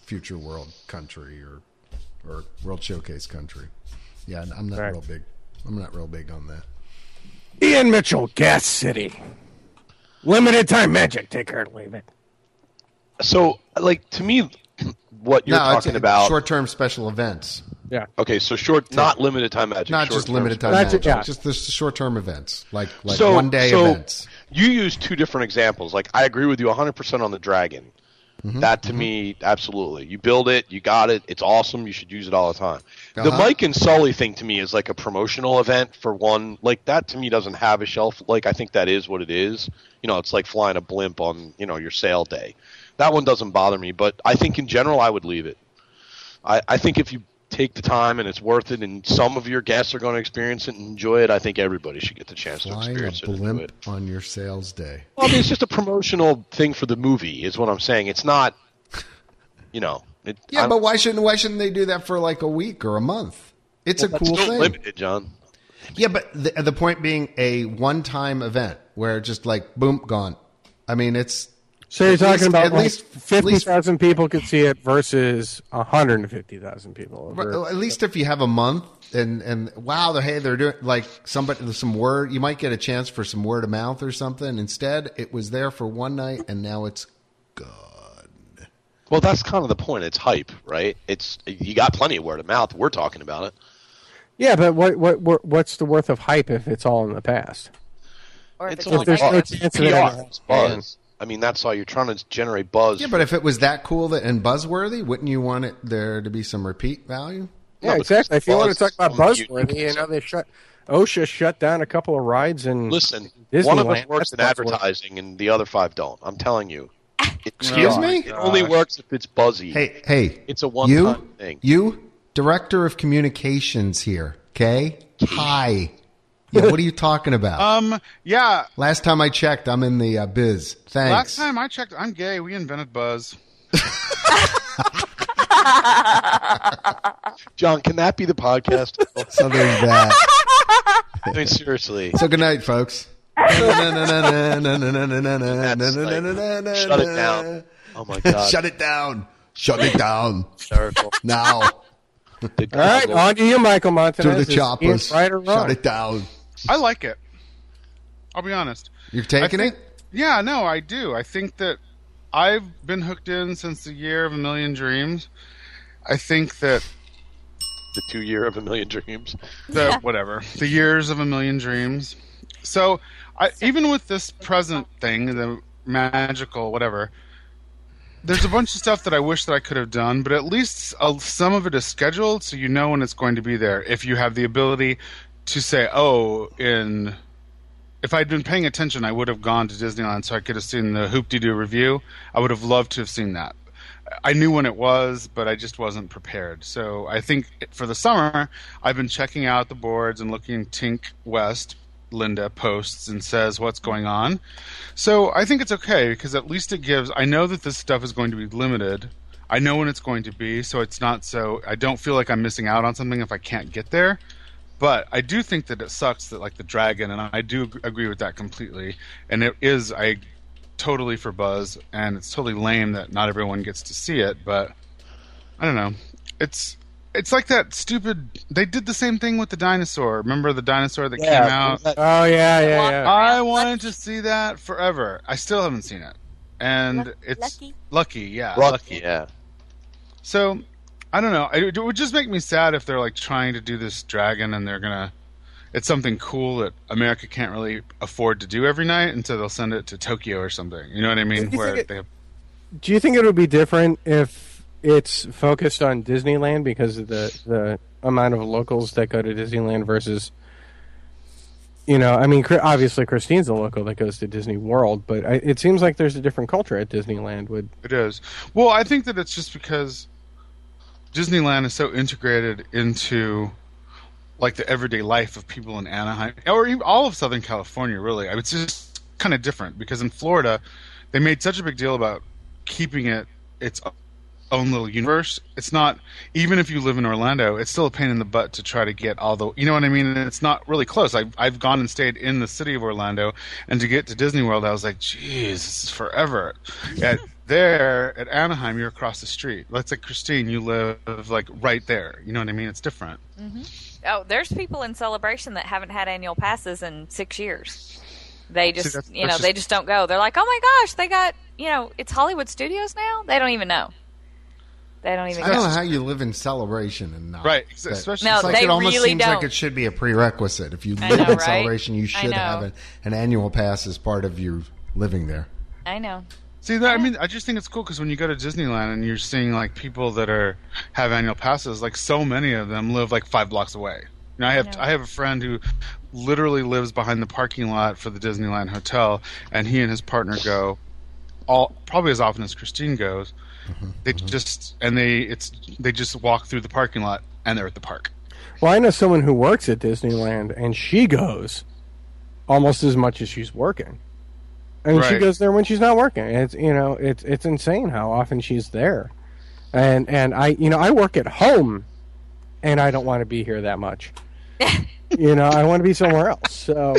future world country or or world showcase country. Yeah, I'm not
Right.
real big. I'm not real big on that.
Ian Mitchell, Gas City, limited time magic. Take her, leave it.
So, like to me, what you're
no, it's-
talking about.
short-term special events,
Yeah.
Oh,
okay, so short, not limited time magic.
not just
short-term
limited time
That's it,
magic,
yeah.
just the short-term events, like like
so,
one-day
so
events.
You use two different examples. Like I agree with you 100% on the dragon.
Mm-hmm.
That to me, absolutely. You build it, you got it, it's awesome. You should use it all the time. The
Uh-huh.
Mike and Sully thing to me is like a promotional event for one. Like that to me doesn't have a shelf. Like I think that is what it is. You know, it's like flying a blimp on you know your sale day. That one doesn't bother me, but I think in general I would leave it. I, I think if you take the time and it's worth it. And some of your guests are going to experience it and enjoy it. I think everybody should get the chance to
Flying a
experience it. and enjoy
blimp
it.
on your sales day.
Well, I mean, it's just a promotional thing for the movie, is what I'm saying. It's not, you know. It,
Yeah,
I'm-
but why shouldn't why shouldn't they do that for like a week or a month? It's a
that's
cool
still
thing.
limited, John.
Yeah, but the, the point being a one-time event where it's just like boom gone. I mean, it's
So you're
At
talking
least-
about
at
like
least- at
fifty
least-
thousand people could see it versus hundred and fifty thousand people.
But
over-
at least if you have a month and and wow, they're, hey, they're doing like somebody some word. You might get a chance for some word of mouth or something. Instead, it was there for one night and now it's
Well, that's kind of the point. It's hype, right? It's you got plenty of word of mouth. We're talking about it.
yeah, but what, what what what's the worth of hype if it's all in the past?
Or if
It's
it's,
all
like
there's
that.
no
buzz.
chance of it
PR.
ever
It's buzz. I mean, that's all you're trying to generate buzz.
yeah. But if it was that cool that and buzzworthy, wouldn't you want it there to be some repeat value?
Yeah,
but
exactly. If you want to
buzz-
talk about
only you-
buzzworthy, you know they shut OSHA shut down a couple of rides and
Listen,
Disneyland,
one of us works
that's
in
buzzworthy.
advertising, and the other five don't. I'm telling you.
Excuse me?
It only works if it's buzzy.
Hey, hey,
It's a
you
one-time thing.
you director of communications here. Okay, hi. Yeah, what are you talking about?
Um, yeah.
Last time I checked, I'm in the uh, biz. Thanks.
Last time I checked, I'm gay. We invented buzz.
John, can that be the podcast?
So there's that.
I mean, seriously.
So good night, folks. Shut
Shut it down. Oh my god.
Shut it down. Shut it down
Hysterical.
now.
The
All right,
goggle.
on to you, Michael
To
Montanez.
the
Is
choppers.
Ian Right or wrong?
Shut it down.
I like it. I'll be honest.
You're taking
think-
it.
Yeah, no, I do. I think that I've been hooked in since the year of a million dreams. I think that
the two year of a million dreams.
the whatever the years of a million dreams. So, I, even with this present thing, the magical whatever, there's a bunch of stuff that I wish that I could have done, but at least uh, some of it is scheduled, so you know when it's going to be there. If you have the ability to say, "Oh, in," if I'd been paying attention, I would have gone to Disneyland, so I could have seen the Hoop Dee Doo review. I would have loved to have seen that. I knew when it was, but I just wasn't prepared. So I think for the summer, I've been checking out the boards and looking Tink West Linda posts and says what's going on. So I think it's okay because at least it gives. I know that this stuff is going to be limited. I know when it's going to be, so it's not so. I don't feel like I'm missing out on something if I can't get there. But I do think that it sucks that like the dragon, and I do ag- agree with that completely. And it is I totally for buzz, and it's totally lame that not everyone gets to see it. But I don't know. It's it's like that stupid. They did the same thing with the dinosaur. Remember the dinosaur that came out?
Oh yeah, yeah, yeah.
I wanted to see that forever. I still haven't seen it, and
Lu-
it's
Lucky?
lucky, yeah,
Lucky, yeah.
So I don't know. I- It would just make me sad if they're like trying to do this dragon and they're gonna. It's something cool that America can't really afford to do every night, and so they'll send it to Tokyo or something. You know what I mean?
you
Where
think it-
they have,
Do you think it would be different if it's focused on Disneyland because of the the amount of locals that go to Disneyland versus you know, I mean, Chri- obviously Christine's a local that goes to Disney World, but I, it seems like there's a different culture at Disneyland. Would
it is. Well, I think that it's just because Disneyland is so integrated into like the everyday life of people in Anaheim or even all of Southern California, really. I mean, It's just kind of different because in Florida, they made such a big deal about keeping it its own little universe. It's not even if you live in Orlando, it's still a pain in the butt to try to get all the you know what I mean. And it's not really close. I've I've gone and stayed in the city of Orlando, and to get to Disney World, I was like, jeez, this is forever. at there at Anaheim, you're across the street. Let's say Christine, you live like right there. You know what I mean? It's different.
Oh, there's people in celebration that haven't had annual passes in six years. They just,
that's-
you know,
that's
they
just-
just don't go. They're like, oh my gosh, they got, you know, it's Hollywood Studios now. They don't even know. They don't even.
I don't know
Know.
how you live in celebration and not
Right,
But
especially-
No,
it's like
they
it almost
really
seems like
don't.
it should be a prerequisite. If you
I
live
know,
in
right?
celebration, you
I
should have
know.
an, an annual pass as part of your living there.
I know.
See that? I mean, I just think it's cool because when you go to Disneyland and you're seeing like people that are have annual passes, like so many of them live like five blocks away. You know, I have
Yeah.
I have a friend who literally lives behind the parking lot for the Disneyland hotel, and he and his partner go all probably as often as Christine goes. They just and they it's they just walk through the parking lot and they're at the park.
Well, I know someone who works at Disneyland, and she goes almost as much as she's working. And she
Right.
goes there when she's not working. It's you know, it's it's insane how often she's there. And and I you know, I work at home and I don't want to be here that much. you know, I want to be somewhere else. So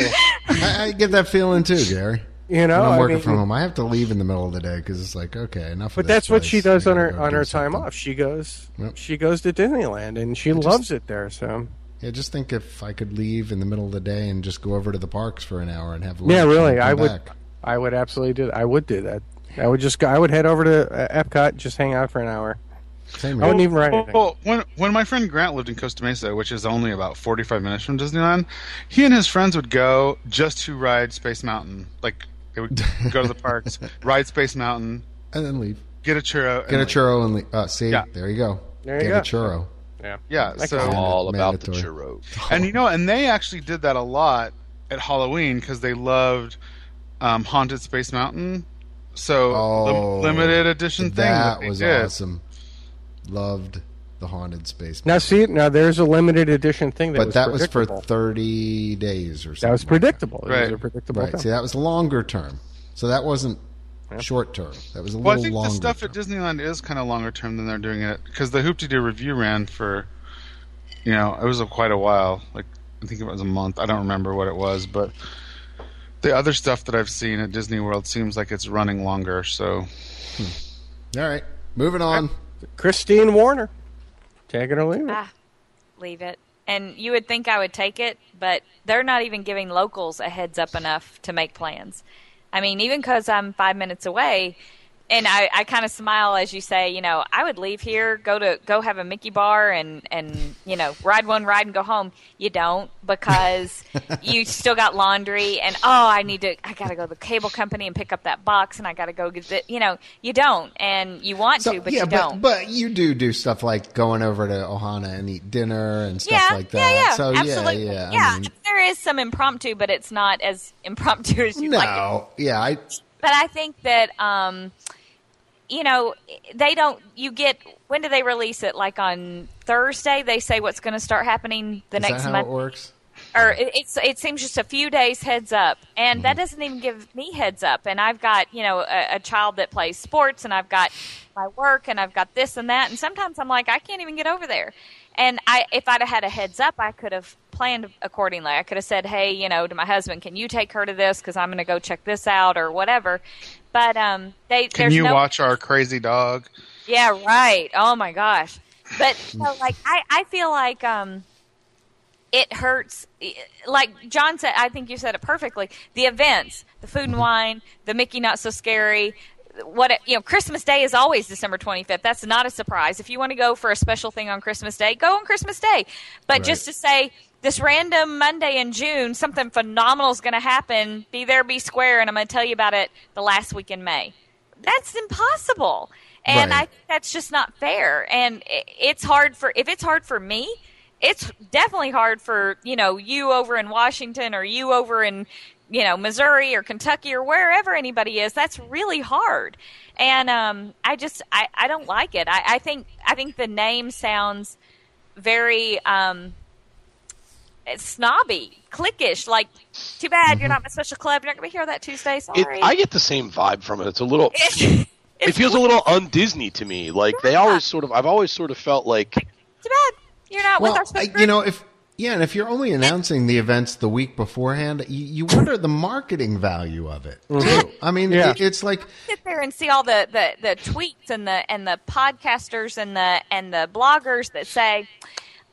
I, I get that feeling too, Gary.
you know
when I'm
Oh, I
working
mean,
from home, I have to leave in the middle of the day because it's like, okay, enough.
But
of this
that's what she
place.
does
I
on
gotta
her
go
on
do
her
something.
time off. She goes
Yep.
she goes to Disneyland and she loves it there, so
Yeah, just think if I could leave in the middle of the day and just go over to the parks for an hour and have lunch.
Yeah,
and
really.
come
I would.
back.
I would absolutely do. That. I would do that. I would just. Go, I would head over to uh, Epcot, just hang out for an hour.
Same
I
here.
wouldn't even write anything.
Well, when when my friend Grant lived in Costa Mesa, which is only about forty five minutes from Disneyland, he and his friends would go just to ride Space Mountain. Like they would go to the parks, ride Space Mountain,
and then leave.
get a churro, and
Get a
leave.
churro and leave. Uh, see,
Yeah.
there you go.
There
Get
you go.
a churro.
Yeah.
Yeah, so
all about the
mandatory.
churros.
and you know, and they actually did that a lot at Halloween because they loved um, haunted Space Mountain. So lim-
Oh,
limited edition thing that,
that
they
was
did.
awesome. Loved the haunted space.
Now see, now there's a limited edition thing that
but
was
that was for
predictable.
30 days or something.
that was predictable. It was
Right.
a predictable
Right.
thing.
See, that was longer term. So that wasn't short term. That was a
Well, I
little
think
longer.
the stuff at
term.
Disneyland is kind of longer term than they're doing it because the Hoopty Doo review ran for, you know, it was a, quite a while. Like I think it was a month. I don't remember what it was, but the other stuff that I've seen at Disney World seems like it's running longer. So
All right. Moving on.
Christine Warner, take it or leave it.
Ah, leave it. And you would think I would take it, but they're not even giving locals a heads up enough to make plans. I mean, even because I'm five minutes away, and I, I kind of smile as you say, you know, I would leave here, go to go have a Mickey bar, and and you know, ride one ride and go home. You don't because you still got laundry, and oh, I need to, I gotta go to the cable company and pick up that box, and I gotta go get, the, you know, you don't, and you want
So-
to, but
yeah,
you
but,
don't.
but you do do stuff like going over to Ohana and eat dinner and stuff
yeah,
like
Yeah,
that.
yeah,
so
absolutely.
yeah, yeah. I mean,
there is some impromptu, but it's not as impromptu as you would like. It.
no, yeah, I
But I think that um, you know they don't. You get when do they release it? Like on Thursday, they say what's going to start happening the
is
next
that how
month,
it works?
or it, it's it seems just a few days heads up, and
Mm-hmm.
that doesn't even give me heads up. And I've got you know a, a child that plays sports, and I've got my work, and I've got this and that, and sometimes I'm like I can't even get over there. And I, if I'd have had a heads up, I could have planned accordingly. I could have said, "Hey, you know, to my husband, can you take her to this? Because I'm going to go check this out or whatever." But um, they
can
there's
you
no,
watch our crazy dog?
yeah, right. Oh my gosh. But so, like I, I feel like um it hurts e, like John said I think you said it perfectly. The events, the food and wine, the Mickey not so scary what you know Christmas Day is always December 25th. That's not a surprise. If you want to go for a special thing on Christmas Day, go on Christmas Day. But just to say this random Monday in June, something phenomenal is going to happen. Be there, be square, and I'm going to tell you about it the last week in May. That's impossible. And
Right.
I think that's just not fair. And i- it's hard for if it's hard for me, it's definitely hard for you know you over in Washington or you over in you know Missouri or Kentucky or wherever anybody is. That's really hard. And um, I just I, I don't like it. I, I think I think the name sounds very um, snobby, cliquish. Like, too bad you're not my special club. You're not gonna be here that Tuesday. Sorry.
Mm-hmm. It, I get the same vibe from it. It's a little. it
It's
feels a little un-Disney to me. Like they always sort of. I've always sort of felt like
too bad you're not with
Well,
our special
I- you know, if yeah, and if you're only announcing the events the week beforehand, you, you wonder the marketing value of it. Too.
Mm-hmm.
I mean,
Yeah.
it- it's like
sit there and see all the, the, the tweets and the and the podcasters and the and the bloggers that say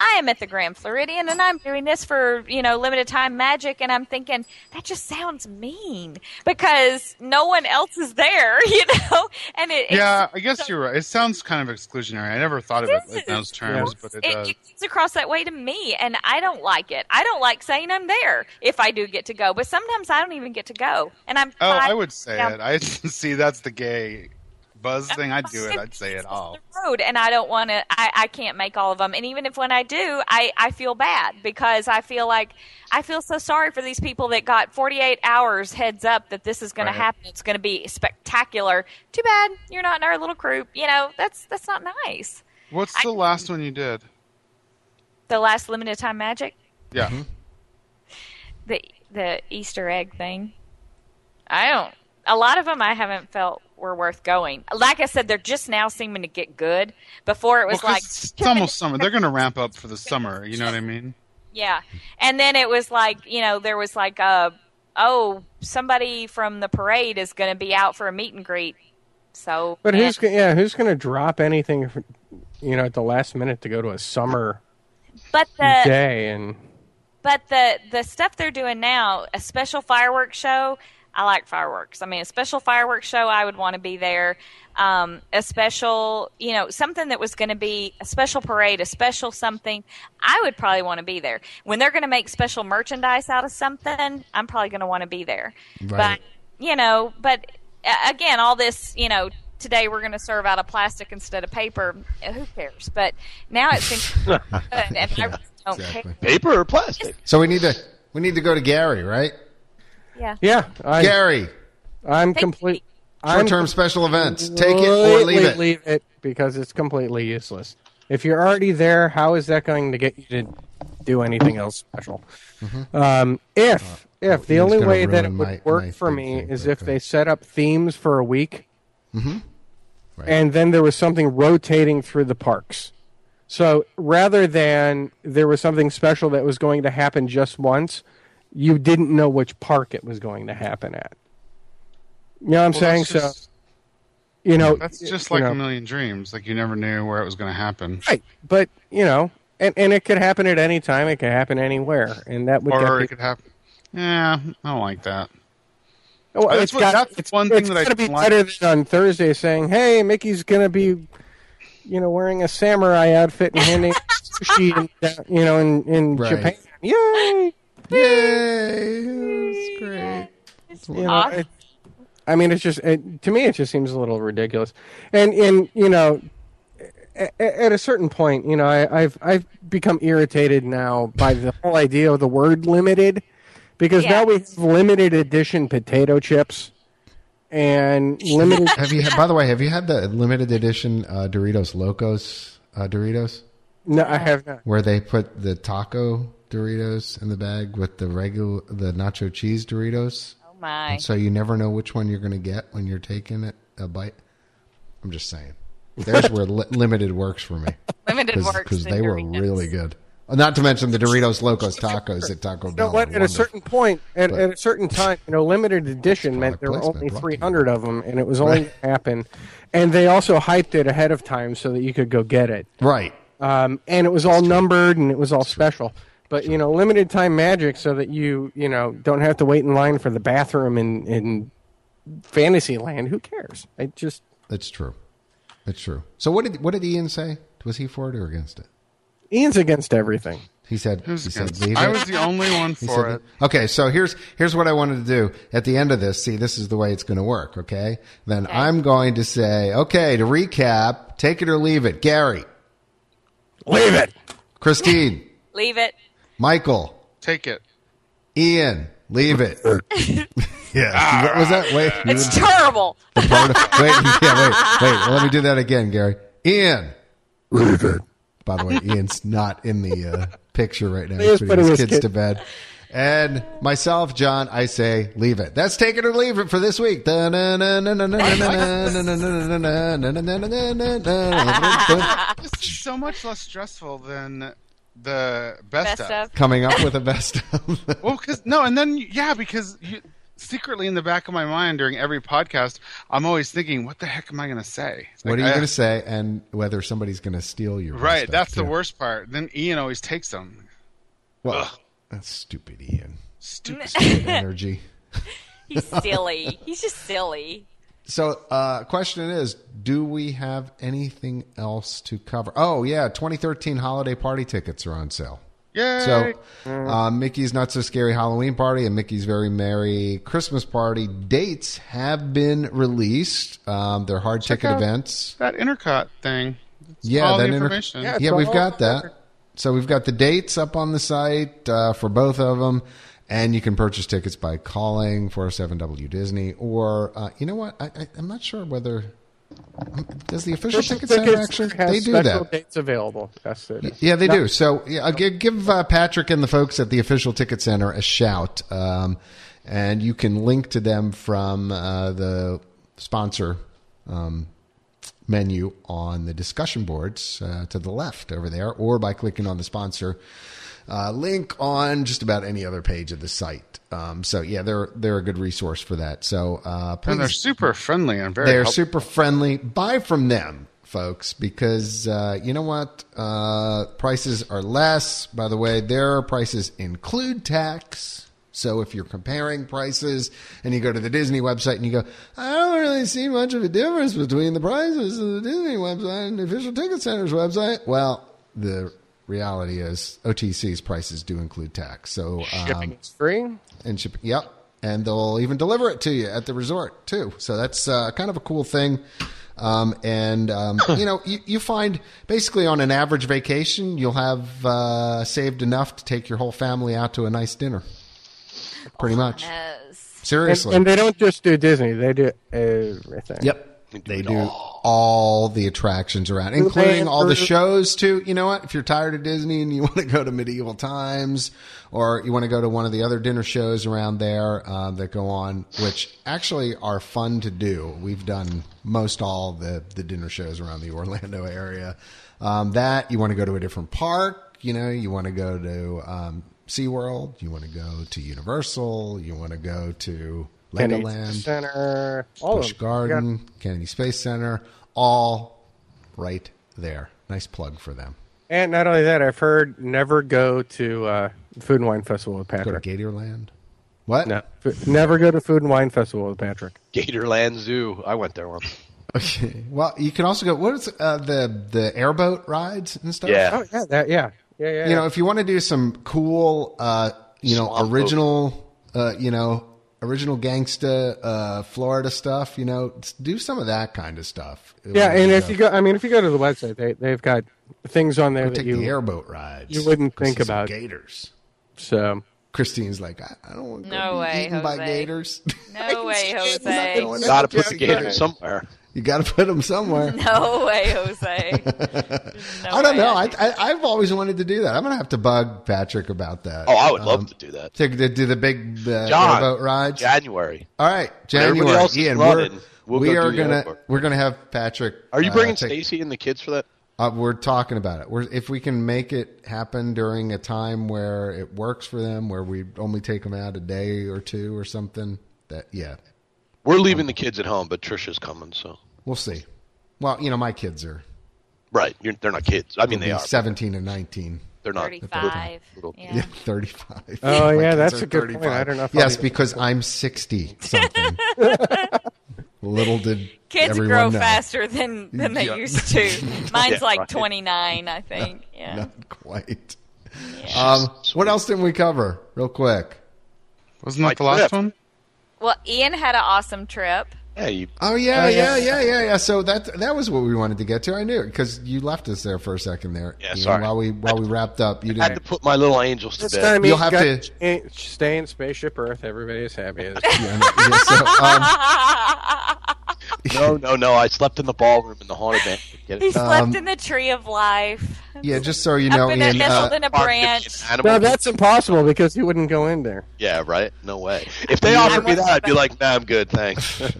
I am at the Grand Floridian and I'm doing this for, you know, limited time magic and I'm thinking that just sounds mean because no one else is there, you know? And it it's-
Yeah, I guess you're right. It sounds kind of exclusionary. I never thought of it in those terms, but it
it,
does.
it comes across that way to me, and I don't like it. I don't like saying I'm there if I do get to go, but sometimes I don't even get to go, and I'm.
Oh,
five
I would say
down-
it. I see that's the gay buzz thing, I'd do it. I'd say it all.
the road and i don't want to I, I can't make all of them and even if when i do I, I feel bad because i feel like i feel so sorry for these people that got 48 hours heads up that this is going
Right.
to happen it's going to be spectacular too bad you're not in our little group you know that's that's not nice
What's the last one you did?
the last limited time magic
Yeah.
Mm-hmm.
the the easter egg thing i don't a lot of them i haven't felt were worth going like i said they're just now seeming to get good before it
Well,
was
'cause
like
it's it's almost summer. They're going to ramp up for the summer. You know what I mean?
Yeah. And then it was like, you know, there was like uh oh, somebody from the parade is going to be out for a meet and greet. So
But
and
who's go- yeah who's going to drop anything, for, you know, at the last minute to go to a summer
but the
day and
but the the stuff they're doing now, a special fireworks show, I like fireworks. I mean, a special fireworks show, I would want to be there. Um, a special, you know, something that was going to be a special parade, a special something, I would probably want to be there. When they're going to make special merchandise out of something, I'm probably going to want to be there.
Right.
But you know, but uh, again, all this, you know. Today we're going to serve out of plastic instead of paper. Who cares? But now it seems good, and I really don't
Exactly.
care.
Paper or plastic?
So we need to we need to go to Gary, right?
Yeah.
yeah, I,
Gary,
I'm
Take-
complete. I'm
short-term special events. Take it or leave
completely
it.
Leave it because it's completely useless. If you're already there, how is that going to get you to do anything else special? Um, if if
Mm-hmm. Uh,
the
Ian's
only
gonna
way that it
ruin
would
my-
work
my
for
big
me
thing,
is
but
if
go
they
ahead.
set up themes for a week,
Mm-hmm. Right.
and then there was something rotating through the parks. So rather than there was something special that was going to happen just once, you didn't know which park it was going to happen at. You know what I'm
Well,
saying?
that's
so
just,
you know
that's
y-
just
you
like
know.
a million dreams. Like you never knew where it was going to happen,
right but you know and, and it could happen at any time it could happen anywhere and that would
or
get
it could happen. Yeah, I don't like that.
Oh,
that's
it's
what-
got-
that's
it's-
one thing
it's
that I
gotta be
don't like.
better than on thursday saying hey mickey's gonna be you know wearing a samurai outfit and handing sushi in, down- you know in, in
Right.
japan yay
Yay! That's great.
You know,
Awesome.
it- I mean, it's just it, to me, it just seems a little ridiculous. And and you know, a- a- at a certain point, you know, I, I've I've become irritated now by the whole idea of the word limited, because
Yeah.
now we have limited edition potato chips, and limited.
Have you? Had, by the way, have you had the limited edition uh, Doritos Locos uh, Doritos,
no, I have not.
where they put the taco Doritos in the bag with the regular the nacho cheese Doritos,
Oh my.
so you never know which one you're going to get when you're taking it a bite. I'm just saying, there's where li- limited works for me
Limited works
because
and
they were
Doritos.
really good. Not to mention the Doritos Locos tacos at Taco
You
Bell.
know what?
are
At a
Oh, wonderful.
certain point, at,
But-
at a certain time, you know, limited edition
product
meant there were
placement
only
brought to you.
300 of them, and it was only going to happen. And they also hyped it ahead of time so that you could go get it.
right?
um, and it was all numbered and it was all special. But you know, limited time magic, so that you you know don't have to wait in line for the bathroom in in Fantasyland. Who cares? I just
That's true. That's true. So what did what did Ian say? Was he for it or against it?
Ian's against everything.
He said he
Who's
said
against-
leave
I
it.
was the only one
He
for
said-
it.
Okay, so here's here's what I wanted to do at the end of this. See, this is the way it's going to work. Okay, then I'm going to say, okay, to recap, take it or leave it. Gary,
Leave it.
Christine,
Leave it.
Michael,
Take it.
Ian, leave it. yeah,
Ah.
what was that? Wait,
It's terrible.
part of- wait, yeah, wait, wait. Let me do that again, Gary. Ian, By the way, Ian's not in the uh, picture right now.
He
He's
is
putting his
putting his
kids
kid-
to bed. And myself, John, I say leave it. That's take it or leave it for this week. Coming
This is so much less stressful than the best,
Best
of.
of.
up with a best of.
Well, because no, and then yeah, because you, secretly in the back of my mind during every podcast, I'm always thinking, what the heck am I going to say? It's
What
like,
are you
I-
going to say and whether somebody's going to steal your best
Right,
of,
that's the
too.
worst part. Then Ian always takes them.
Well, that's stupid, Ian.
Stupid.
Energy.
He's silly. He's just silly.
So, uh, question is, do we have anything else to cover? Oh yeah, 2013 holiday party tickets are on sale.
Yay!
So, uh, Mickey's Not So Scary Halloween Party and Mickey's Very Merry Christmas Party dates have been released. Um, they're hard ticket
out-
events.
that intercot thing. It's
Yeah,
all the
that inter-
information.
Yeah.
yeah,
it's
we've
all
got
there.
that. So we've got the dates up on the site uh, for both of them, and you can purchase tickets by calling 407W Disney or uh, you know what? I, I, I'm not sure whether does the official ticket center actually
has
they do
special
that.
dates available. That's it.
Yeah, they do. So yeah, I'll give, give uh, Patrick and the folks at the official ticket center a shout, um, and you can link to them from uh, the sponsor um, menu on the discussion boards uh, to the left over there, or by clicking on the sponsor uh, link on just about any other page of the site. Um, so yeah, they're they're a good resource for that. So uh,
And they're
please
super friendly and very.
they're
helpful.
super friendly. Buy from them, folks, because uh, you know what? Uh, prices are less. By the way, their prices include tax. So if you're comparing prices and you go to the Disney website and you go, I don't really see much of a difference between the prices of the Disney website and the official ticket center's website. Well, the reality is OTC's prices do include tax. So um,
Shipping is free.
and ship. Yep, and they'll even deliver it to you at the resort too. So that's uh, kind of a cool thing. Um, and um, you know, you, you find basically on an average vacation, you'll have uh, saved enough to take your whole family out to a nice dinner. Pretty much,
Yes.
And,
seriously.
and they don't just do Disney; they do everything.
Yep. They do all the attractions around, including all the shows too. You know what? If you're tired of Disney and you want to go to medieval times, or you want to go to one of the other dinner shows around there um, that go on, which actually are fun to do. We've done most all the the dinner shows around the Orlando area. Um, that you want to go to a different park. You know, you want to go to um, SeaWorld. You want to go to Universal. You want to go to
Kennedy
Legoland.
Center, all
Bush
of them. You got-
Garden, Kennedy Space Center, all right there. Nice plug for them.
And not only that, I've heard never go to uh, Food and Wine Festival with
Go to
Patrick.
Gatorland. What?
No, F- never go to Food and Wine Festival with Patrick.
Gatorland Zoo. I went there once.
Okay. Well, you can also go. What is uh, the the airboat rides and stuff? Oh,
Yeah.
Oh yeah, that yeah, yeah, yeah.
You know, if you want to do some cool, uh, you know,
Swamp boat.
original, uh, you know, original gangsta uh, Florida stuff, you know, s- do some of that kind of stuff.
yeah. And if you go, I mean, if you go to the website, they they've got things on there that
take
you
the airboat rides,
you wouldn't
go see
think
some
about.
gators.
so.
Christine's like, I, I don't want to
No
be
way,
eaten by
Jose.
gators.
No way,
Not
Jose.
going
Got to
out.
put the gator somewhere.
You got to put them somewhere.
No way, Jose. No
I don't
way.
know. I, I, I've always wanted to do that. I'm gonna have to bug Patrick about that.
Oh, I would
Um,
love to do that.
to, to do the big uh,
John,
airboat rides.
January.
All right,
everybody
January.
else is
Ian,
running,
we're,
we'll
we
go
are
do the
gonna
airport.
we're gonna have Patrick.
Are you
uh,
bringing
take-
Stacy and the kids for that?
Uh, we're talking about it. We're, if we can make it happen during a time where it works for them, where we only take them out a day or two or something. That yeah,
We're leaving the kids at home, but Trisha's coming. So
we'll see. Well, you know, my kids are
right, You're, they're not kids. I mean, they are. but
17 and 19.
They're not.
Thirty-five.
Little-
Yeah,
Yeah.
35.
Oh,
My
yeah,
kids
that's
are
a good point. I don't know if I'll
yes,
be-
because I'm 60 something. Little did
Kids
everyone
grow
know.
faster than than they
Yeah.
used to. Mine's
Yeah,
like
right.
29, I think. Yeah.
Not quite. Um, what else didn't we cover? Real quick.
Wasn't that
My
the last
trip.
one?
Well, Ian had an awesome trip.
Yeah, you,
Oh yeah, yeah,
Oh, yeah.
yeah, yeah, yeah. So that that was what we wanted to get to. I knew it because you left us there for a second there.
Yeah,
Ian,
sorry.
While we while we wrapped up, you
I had to
didn't.
put my little angels to
This
bed.
time
You'll
you
have
got
to-
ch- stay in spaceship Earth. Everybody is happy.
Yeah, I know. Yeah, so, um,
No, no, no. I slept in the ballroom in the haunted mansion. Get
He
it?
slept
Um,
in the tree of life.
yeah, just so you know,
up in a,
Ian.
nestled
Uh,
in a
Farm to be
branch.
an animal.
no, that's impossible because you wouldn't go in there.
yeah, right. No way. If they offered me that, I'd be like, "Nah, I'm good, thanks." Have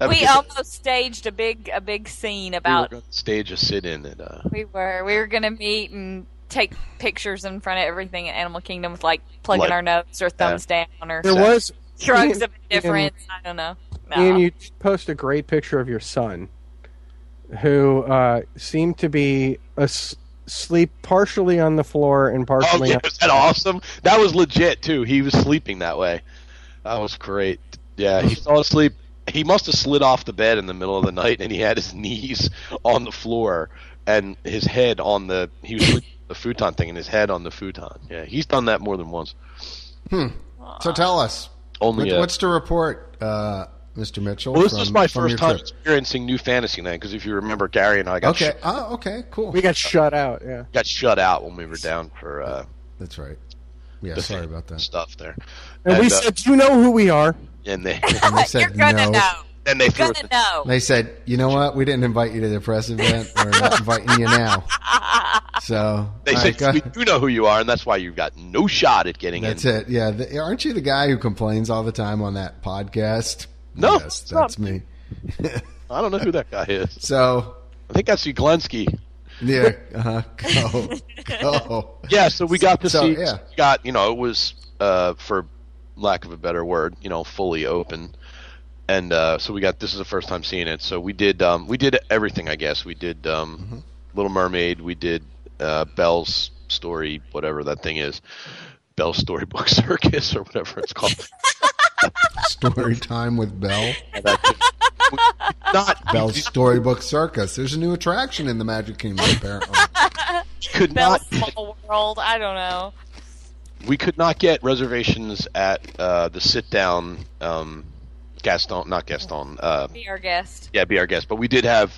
a good
We
day.
almost staged a big a big scene
We were
about
gonna stage a sit-in at uh,
we were we were gonna meet and take pictures in front of everything at Animal Kingdom with like plugging
Like-
our nose or thumbs down or
There was
shrugs
Ian-
of indifference. I don't know. No.
Ian, you did post a great picture of your son, who uh, seemed to be as- asleep partially on the floor and
Oh
partially.
yeah, was that awesome? That was legit too. He was sleeping that way. That was great. Yeah, he fell asleep. He must have slid off the bed in the middle of the night, and he had his knees on the floor and his head on the. He was sleeping with the futon thing and his head on the futon. Yeah, he's done that more than once.
So tell us,
Only
what-
uh,
what's to report, uh, Mr. Mitchell?
Well, this
from-
was my
from your
first time
trip?
experiencing New Fantasyland because if you remember, Gary and I got
Okay.
sh-
Ah, okay. Cool.
We got shut out. Yeah.
got shut out when we were down for uh,
That's right. Yeah.
the
Sorry
fan
about that.
stuff there.
And, we
uh,
said, you know who we are.
and they
And they
You're
said
gonna
no.
know.
then they threw
You're
us
gonna
in-
know.
They said, you know what? We didn't invite you to the press event. We're not inviting you now. So
They
all right,
said
go-
we do know who you are, and that's why you've got no shot at getting
That's
in.
it. Yeah. The, aren't you the guy who complains all the time on that podcast?
No,
Yes,
it's not
that's me.
I don't know who that guy is.
So
I think that's Uglensky.
yeah, uh, go, go.
Yeah, so we got to
So,
see.
yeah.
Got you know it was uh, for lack of a better word, you know, fully open, and uh, so we got this is the first time seeing it. So we did um, we did everything I guess we did um,
Mm-hmm.
Little Mermaid, we did uh, Belle's story, whatever that thing is, Belle's storybook circus or whatever it's called.
Story time with Bell.
Not
Bell's Storybook Circus. There's a new attraction in the Magic Kingdom, apparently.
could
Bell
not
Small World. I don't know.
we could not get reservations at uh, the sit down um, Gaston, not Gaston. Uh,
Be our guest.
yeah, be our guest. But we did have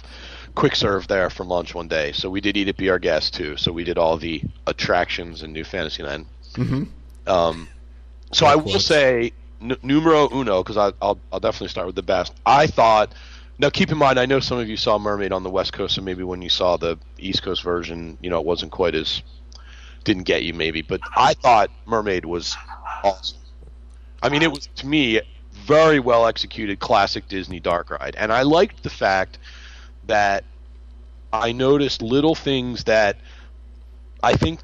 quick serve there for lunch one day, so we did eat at be our guest too. So we did all the attractions in New Fantasyland. Mm-hmm. Um, so I will
quotes.
say n- numero uno because I'll I'll definitely start with the best. I thought. Now keep in mind, I know some of you saw Mermaid on the West Coast, and maybe when you saw the East Coast version, you know it wasn't quite as didn't get you maybe, but I thought Mermaid was awesome. I mean, it was to me very well executed classic Disney dark ride, and I liked the fact that I noticed little things that I think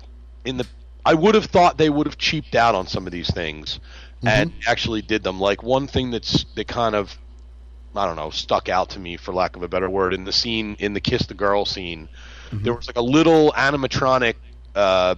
in the I would have thought they would have cheaped out on some of these things and actually did them. Like one thing that's that kind of I don't know stuck out to me for lack of a better word in the scene in the kiss the girl scene. There was like a little animatronic uh,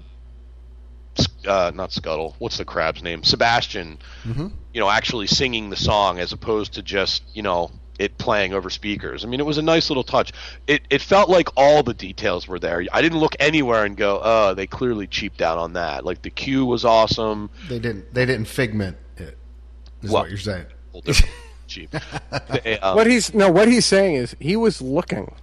sc- uh, not Scuttle. What's the crab's name? Sebastian. You know, actually singing the song as opposed to just you know it playing over speakers. I mean, it was a nice little touch. It it felt like all the details were there. I didn't look anywhere and go, oh, they clearly cheaped out on that. Like the cue was awesome.
They didn't. They didn't figment it. Is
Well-
what you're saying.
Well, they're cheap. They, um,
What he's no, what he's saying is he was looking.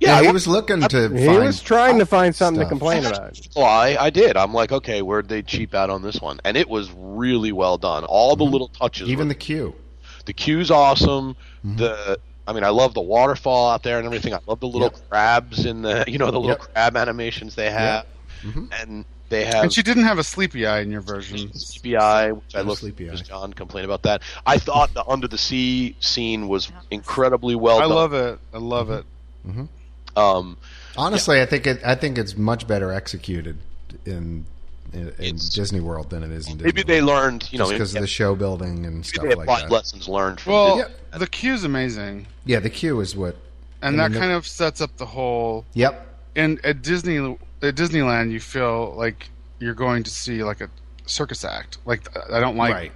Yeah,
I
he
wa-
was looking to.
He
find,
was trying to find something
stuff.
to complain about.
Well, I, I did. I'm like, okay, where'd they cheap out on this one? And it was really well done. All the little touches,
Mhm. even
were
the queue.
The cue's awesome.
Mm-hmm.
The I mean, I love the waterfall out there and everything. I love the little crabs in the you know the little
Yep. Mm-hmm.
crab animations they have, and they have
But you didn't have a sleepy eye in your version.
sleepy eye, which I
No
looked
Sleepy
because
Eye.
John complained about that. I thought the under the sea scene was incredibly well
I
done.
love it. I love it.
Um,
Honestly, I think it. I think it's much better executed in in, in
It's-
Disney World than it is in Disney.
maybe they learned you know
because of the
maybe
show building and stuff
they
like
applied
that.
lessons learned from
Well,
Disney.
the cue's amazing,
Yeah, the queue is what.
and
I mean,
that
the-
kind of sets up the whole.
Yep.
And at Disney, at Disneyland, you feel like you're going to see like a circus act. Like I don't like.
Right.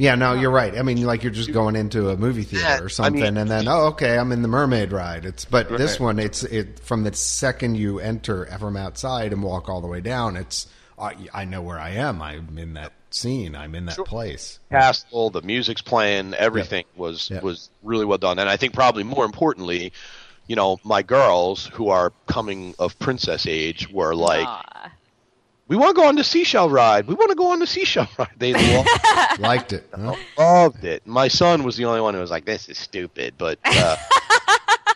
Yeah, no, you're right. I mean, like you're just going into a movie theater
Yeah,
or
I
something,
mean-
and then oh, okay, I'm in the Mermaid ride. It's but this
Right.
one, it's it from the second you enter uh, from outside and walk all the way down. It's I, I know where I am. I'm in that scene. I'm in that place.
castle, the music's playing, everything was
Yep.
was really well done. And I think probably more importantly, you know, my girls who are coming of princess age were like,
Aw.
"We want to go on the seashell ride. We want to go on the seashell ride." They lo-
Liked it. huh?
loved it. My son was the only one who was like, "This is stupid," but uh,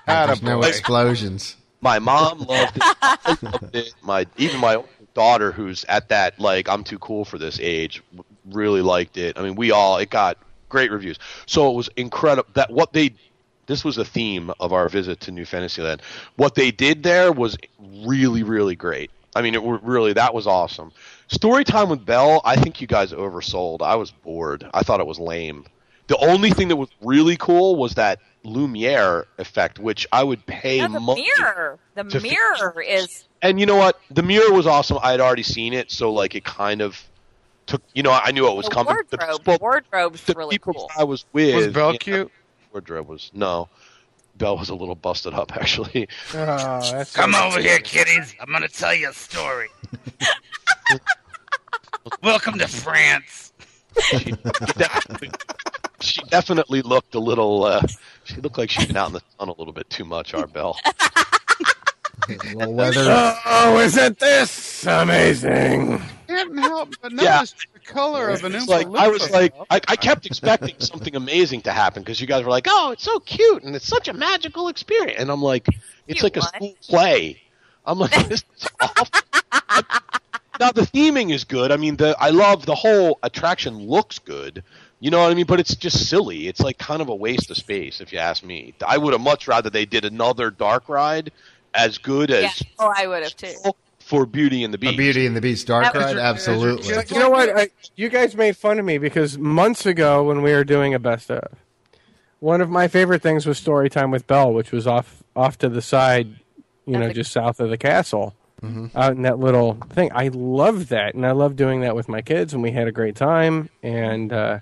There's no
Attaboy.
explosions.
my mom loved it. I loved it. My even my daughter, who's at that like I'm too cool for this age, w- really liked it. I mean, we all it got great reviews. So it was incredible that what they this was the theme of our visit to New Fantasyland. What they did there was really really great. I mean, it were- really that was awesome. Story time with Belle, I think you guys oversold. I was bored. I thought it was lame. The only thing that was really cool was that Lumiere effect, which I would pay
No, Oh, the
money
mirror. The
to fix-
mirror is.
and you know what? The mirror was awesome. I had already seen it, so like it kind of took. You know, I knew it was
The
coming.
wardrobe.
The
the
people,
wardrobe's
the
really
people
cool.
I was with
Was Belle
you know,
cute?
wardrobe was no. Bell was a little busted up, actually.
Oh, that's
Come over here, kiddies. I'm going to tell you a story. Welcome to France.
She definitely, she definitely looked a little. Uh, she looked like she'd been out in the sun a little bit too much. Our Bell.
A little weather.
Oh, isn't this amazing?
Can't help but
Yeah.
notice the color of an Oompa
It's like I was
Loompa.
like I, I kept expecting something amazing to happen because you guys were like, "Oh, it's so cute and it's such a magical experience," and I'm like, "It's
You
like
what?
a school play." I'm like, "This is awful." now the theming is good. I mean, the I love the whole attraction looks good. You know what I mean? But it's just silly. It's like kind of a waste of space, if you ask me. I would have much rather they did another dark ride as good
Yeah.
as
Oh, I would have too.
for Beauty and the
A
Beast.
Beauty and the Beast dark
That was
ride,
your-
absolutely.
You know what? I, you guys made fun of me because months ago when we were doing a best of, one of my favorite things was story time with Belle, which was off off to the side, you know,
the-
just south of the castle, out in that little thing. I love that, and I love doing that with my kids, and we had a great time. And uh,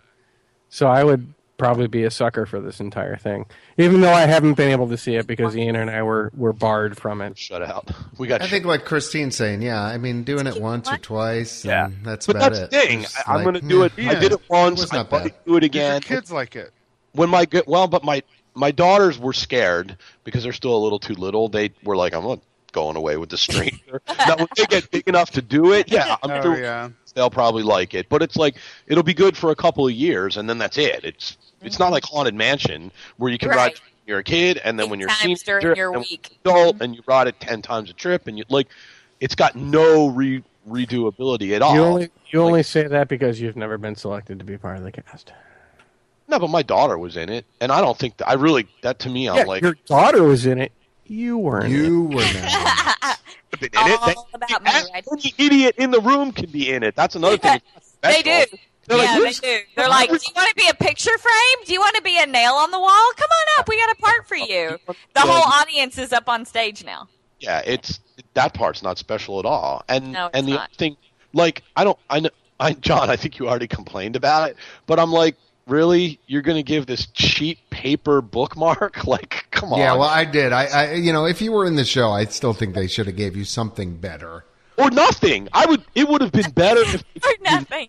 so I would probably be a sucker for this entire thing, even though I haven't been able to see it because Ian and I were were barred from it.
Shut out. We got.
I think like Christine's saying, yeah. I mean, doing it once or twice, yeah. and that's
But
about
that's the
it.
thing.
It's
I, I'm
like,
going to do
meh.
it. eh, I
Yeah.
did it once.
was
I
not
might
bad.
do it
Because
again.
your kids like it.
When my good, well, but my my daughters were scared because they're still a little too little. They were like, "I'm not going away with the stranger." now, when they get big enough to do it, yeah, I'm
Oh
sure
yeah.
they'll probably like it. But it's like it'll be good for a couple of years, and then that's it. It's it's not like Haunted Mansion where you can
Mm-hmm. Right.
ride it when you're a kid, and then
Eight
when you're
times
senior,
during your
and when you're
week. Mm-hmm.
adult, and you ride it ten times a trip, and you like, it's got no re redoability at all.
You only you
Like-
only say that because you've never been selected to be part of the cast.
No, but my daughter was in it, and I don't think that, I really that to me. I'm
yeah,
like,
your daughter was in it. You weren't. in it.
You were not.
"I've been
All
in it. That-
about me,
that
right?
Any idiot in the room can be in it. That's another thing.
They do.
They're like,
yeah,
"Who's-
they do. They're like, do you want to be a picture frame? Do you want to be a nail on the wall? Come on up. We got a part for you. The whole audience is up on stage now.
Yeah, it's that part's not special at all. And
No, it's
and the
not.
other thing, like, I don't. I know. I, John, I think you already complained about it, but I'm like, really? You're going to give this cheap paper bookmark? Like, come on.
Yeah, well, I did. I, I, you know, if you were in the show, I still think they should have gave you something better.
or nothing. I would. It would have been better if
For nothing.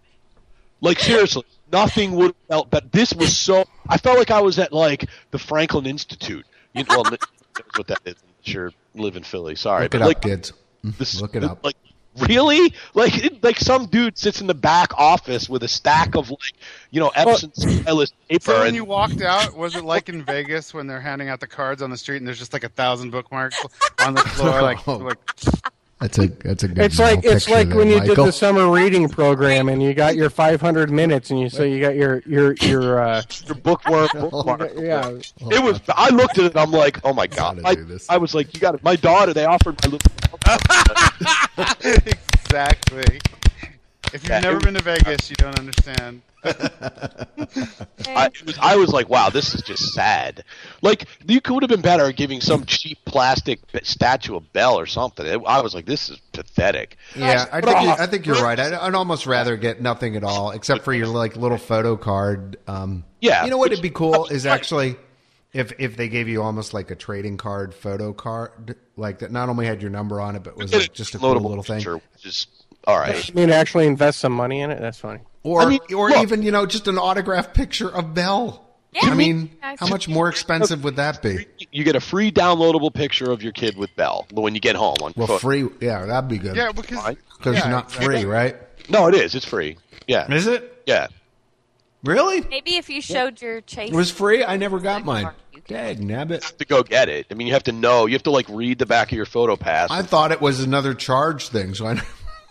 Like seriously, nothing would have felt. But this was so. I felt like I was at like the Franklin Institute. You know, well, that's what that is. Sure, live in Philly. Sorry,
Look
but
it
like
up, kids.
this,
Look it up.
Like really, like it, like some dude sits in the back office with a stack of like you know Epsom stylus paper.
So when
and,
you walked out, was it like in Vegas when they're handing out the cards on the street and there's just like a thousand bookmarks on the floor? Like,
Oh.
like
That's a that's a good.
It's like
mental
it's
picture
like
there,
when you
Michael.
did the summer reading program and you got your 500 minutes and you so you got your your your uh,
your bookworm bookmark.
yeah
It was. I looked at it. I'm like, oh my god.
Gotta
I,
do this.
I was like, you got it. My daughter. They offered my little
exactly. If you've
Yeah,
never
it-
been to Vegas, you don't understand.
I, it was, I was like, wow, this is just sad. Like, you could have been better at giving some cheap plastic b- statue of Bell or something. It- I was like, this is pathetic.
Yeah, I think you, I think you're right. I'd, I'd almost rather get nothing at all except for your like little photo card. Um,
Yeah.
you know what'd be cool is actually if if they gave you almost like a trading card photo card like that not only had your number on it but was like just a cool
Loadable
little thing,
picture, which is all right.
I mean actually invest some money in it that's funny
or
I mean,
or
look.
even you know just an autographed picture of Belle.
Yeah.
I mean,
Nice.
how much more expensive would that be?
You get a free downloadable picture of your kid with Bell when you get home. On
Well,
photo.
free. Yeah, that'd be good.
Yeah, because
because
yeah,
not free, right?
No, it is. It's free. Yeah,
Is it
yeah.
really?
Maybe if you showed your chase.
It was free. I never got mine. Dag nabbit.
To go get it. I mean, you have to know. You have to like read the back of your photo pass.
I thought it was another charge thing, so I.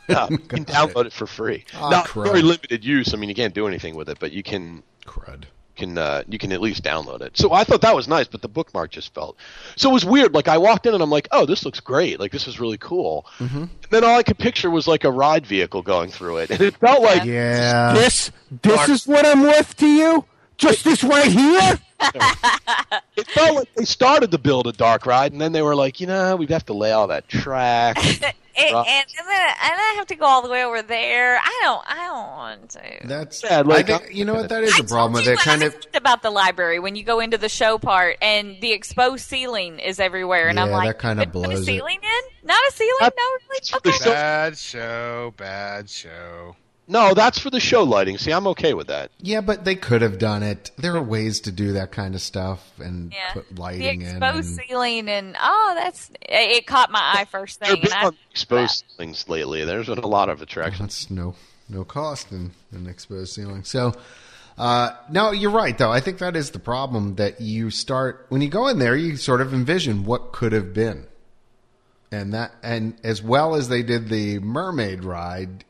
No, you can download it for free.
Ah,
Not
crud.
very limited use. I mean, you can't do anything with it, but you can
Crud.
can uh, you can at least download it. So I thought that was nice, but the bookmark just felt so it was weird. Like I walked in and I'm like, oh, this looks great. Like this is really cool.
Mm-hmm.
And then all I could picture was like a ride vehicle going through it, and it felt like
Yeah.
this this is what I'm worth to you just this right here
it felt like they started to build a dark ride, and then they were like, you know, we'd have to lay all that track.
It,
Right.
and, and then and I have to go all the way over there. I don't. I don't want to.
That's
Yeah, like,
I think, you know what that is
I
a problem
told
with
you
it.
what
Kind
I
of
liked about the library when you go into the show part and the exposed ceiling is everywhere, and I'm
Yeah,
like,
that kinda
"Put- put
blows
a
it.
ceiling in? Not a ceiling?
That's-
no, really?
really
Okay.
so-
Bad show, bad show.
No, that's for the show lighting. See, I'm okay with that.
yeah, but they could have done it. There are ways to do that kind of stuff and
Yeah.
put
The
lighting in.
exposed
and-
ceiling, and oh, that's it, it caught my eye first
There
thing.
have
And
been
I,
on exposed things lately. There's been a lot of attractions.
That's no no cost in an exposed ceiling. So uh, no, you're right though. I think that is the problem that you start when you go in there, you sort of envision what could have been. And that and as well as they did the mermaid ride,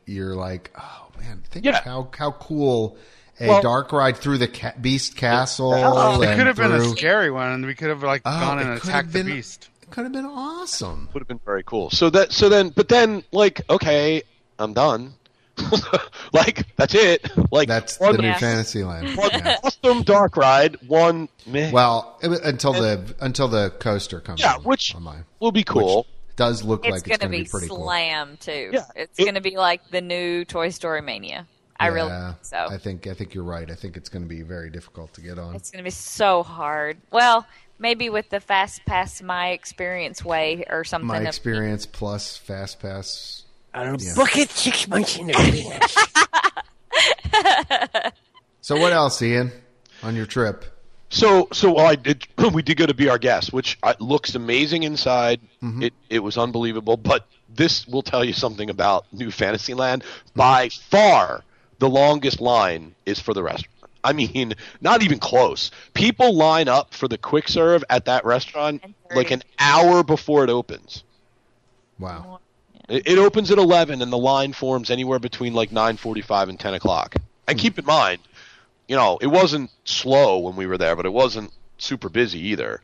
you're like, oh man, think
Yeah.
of how how cool a
Well-
dark ride through the ca- beast castle.
Oh.
It
and
could have been a
through-
scary one, and we could have like
Oh,
gone
it
and
could have
attacked the
been-
beast.
It could have been awesome.
Would have been very cool. So that, so then, but then, like, okay, I'm done. like, that's it. Like,
That's the
one
new
Yeah.
Fantasyland. Yeah.
awesome dark ride, one meh,
Well, it, was- until the until the coaster comes.
Yeah,
on-
which-
online.
will be cool.
does look
it's
like
going
it's
to
going to
be
pretty
slam too.
Yeah,
it's
it-
going to be like the new Toy Story Mania. I
cool.
really
Yeah,
think so.
I think I think you're right. I think it's going to be very difficult to get on.
It's going to be so hard. Well, maybe with the fast pass my experience way or something.
My
of-
experience plus fast pass.
I don't
Yeah.
book it six months in advance.
So what else, Ian, on your trip?
So, so oh, I did. We did go to be our guest, which I, looks amazing inside. It it was unbelievable. But this will tell you something about New Fantasyland. By far, the longest line is for the restaurant. I mean, not even close. People line up for the quick serve at that restaurant
And
like
thirty.
an hour before it opens.
Wow.
It, it opens at eleven, and the line forms anywhere between like nine forty-five and ten o'clock. And keep in mind, you know, it wasn't slow when we were there, but it wasn't super busy either.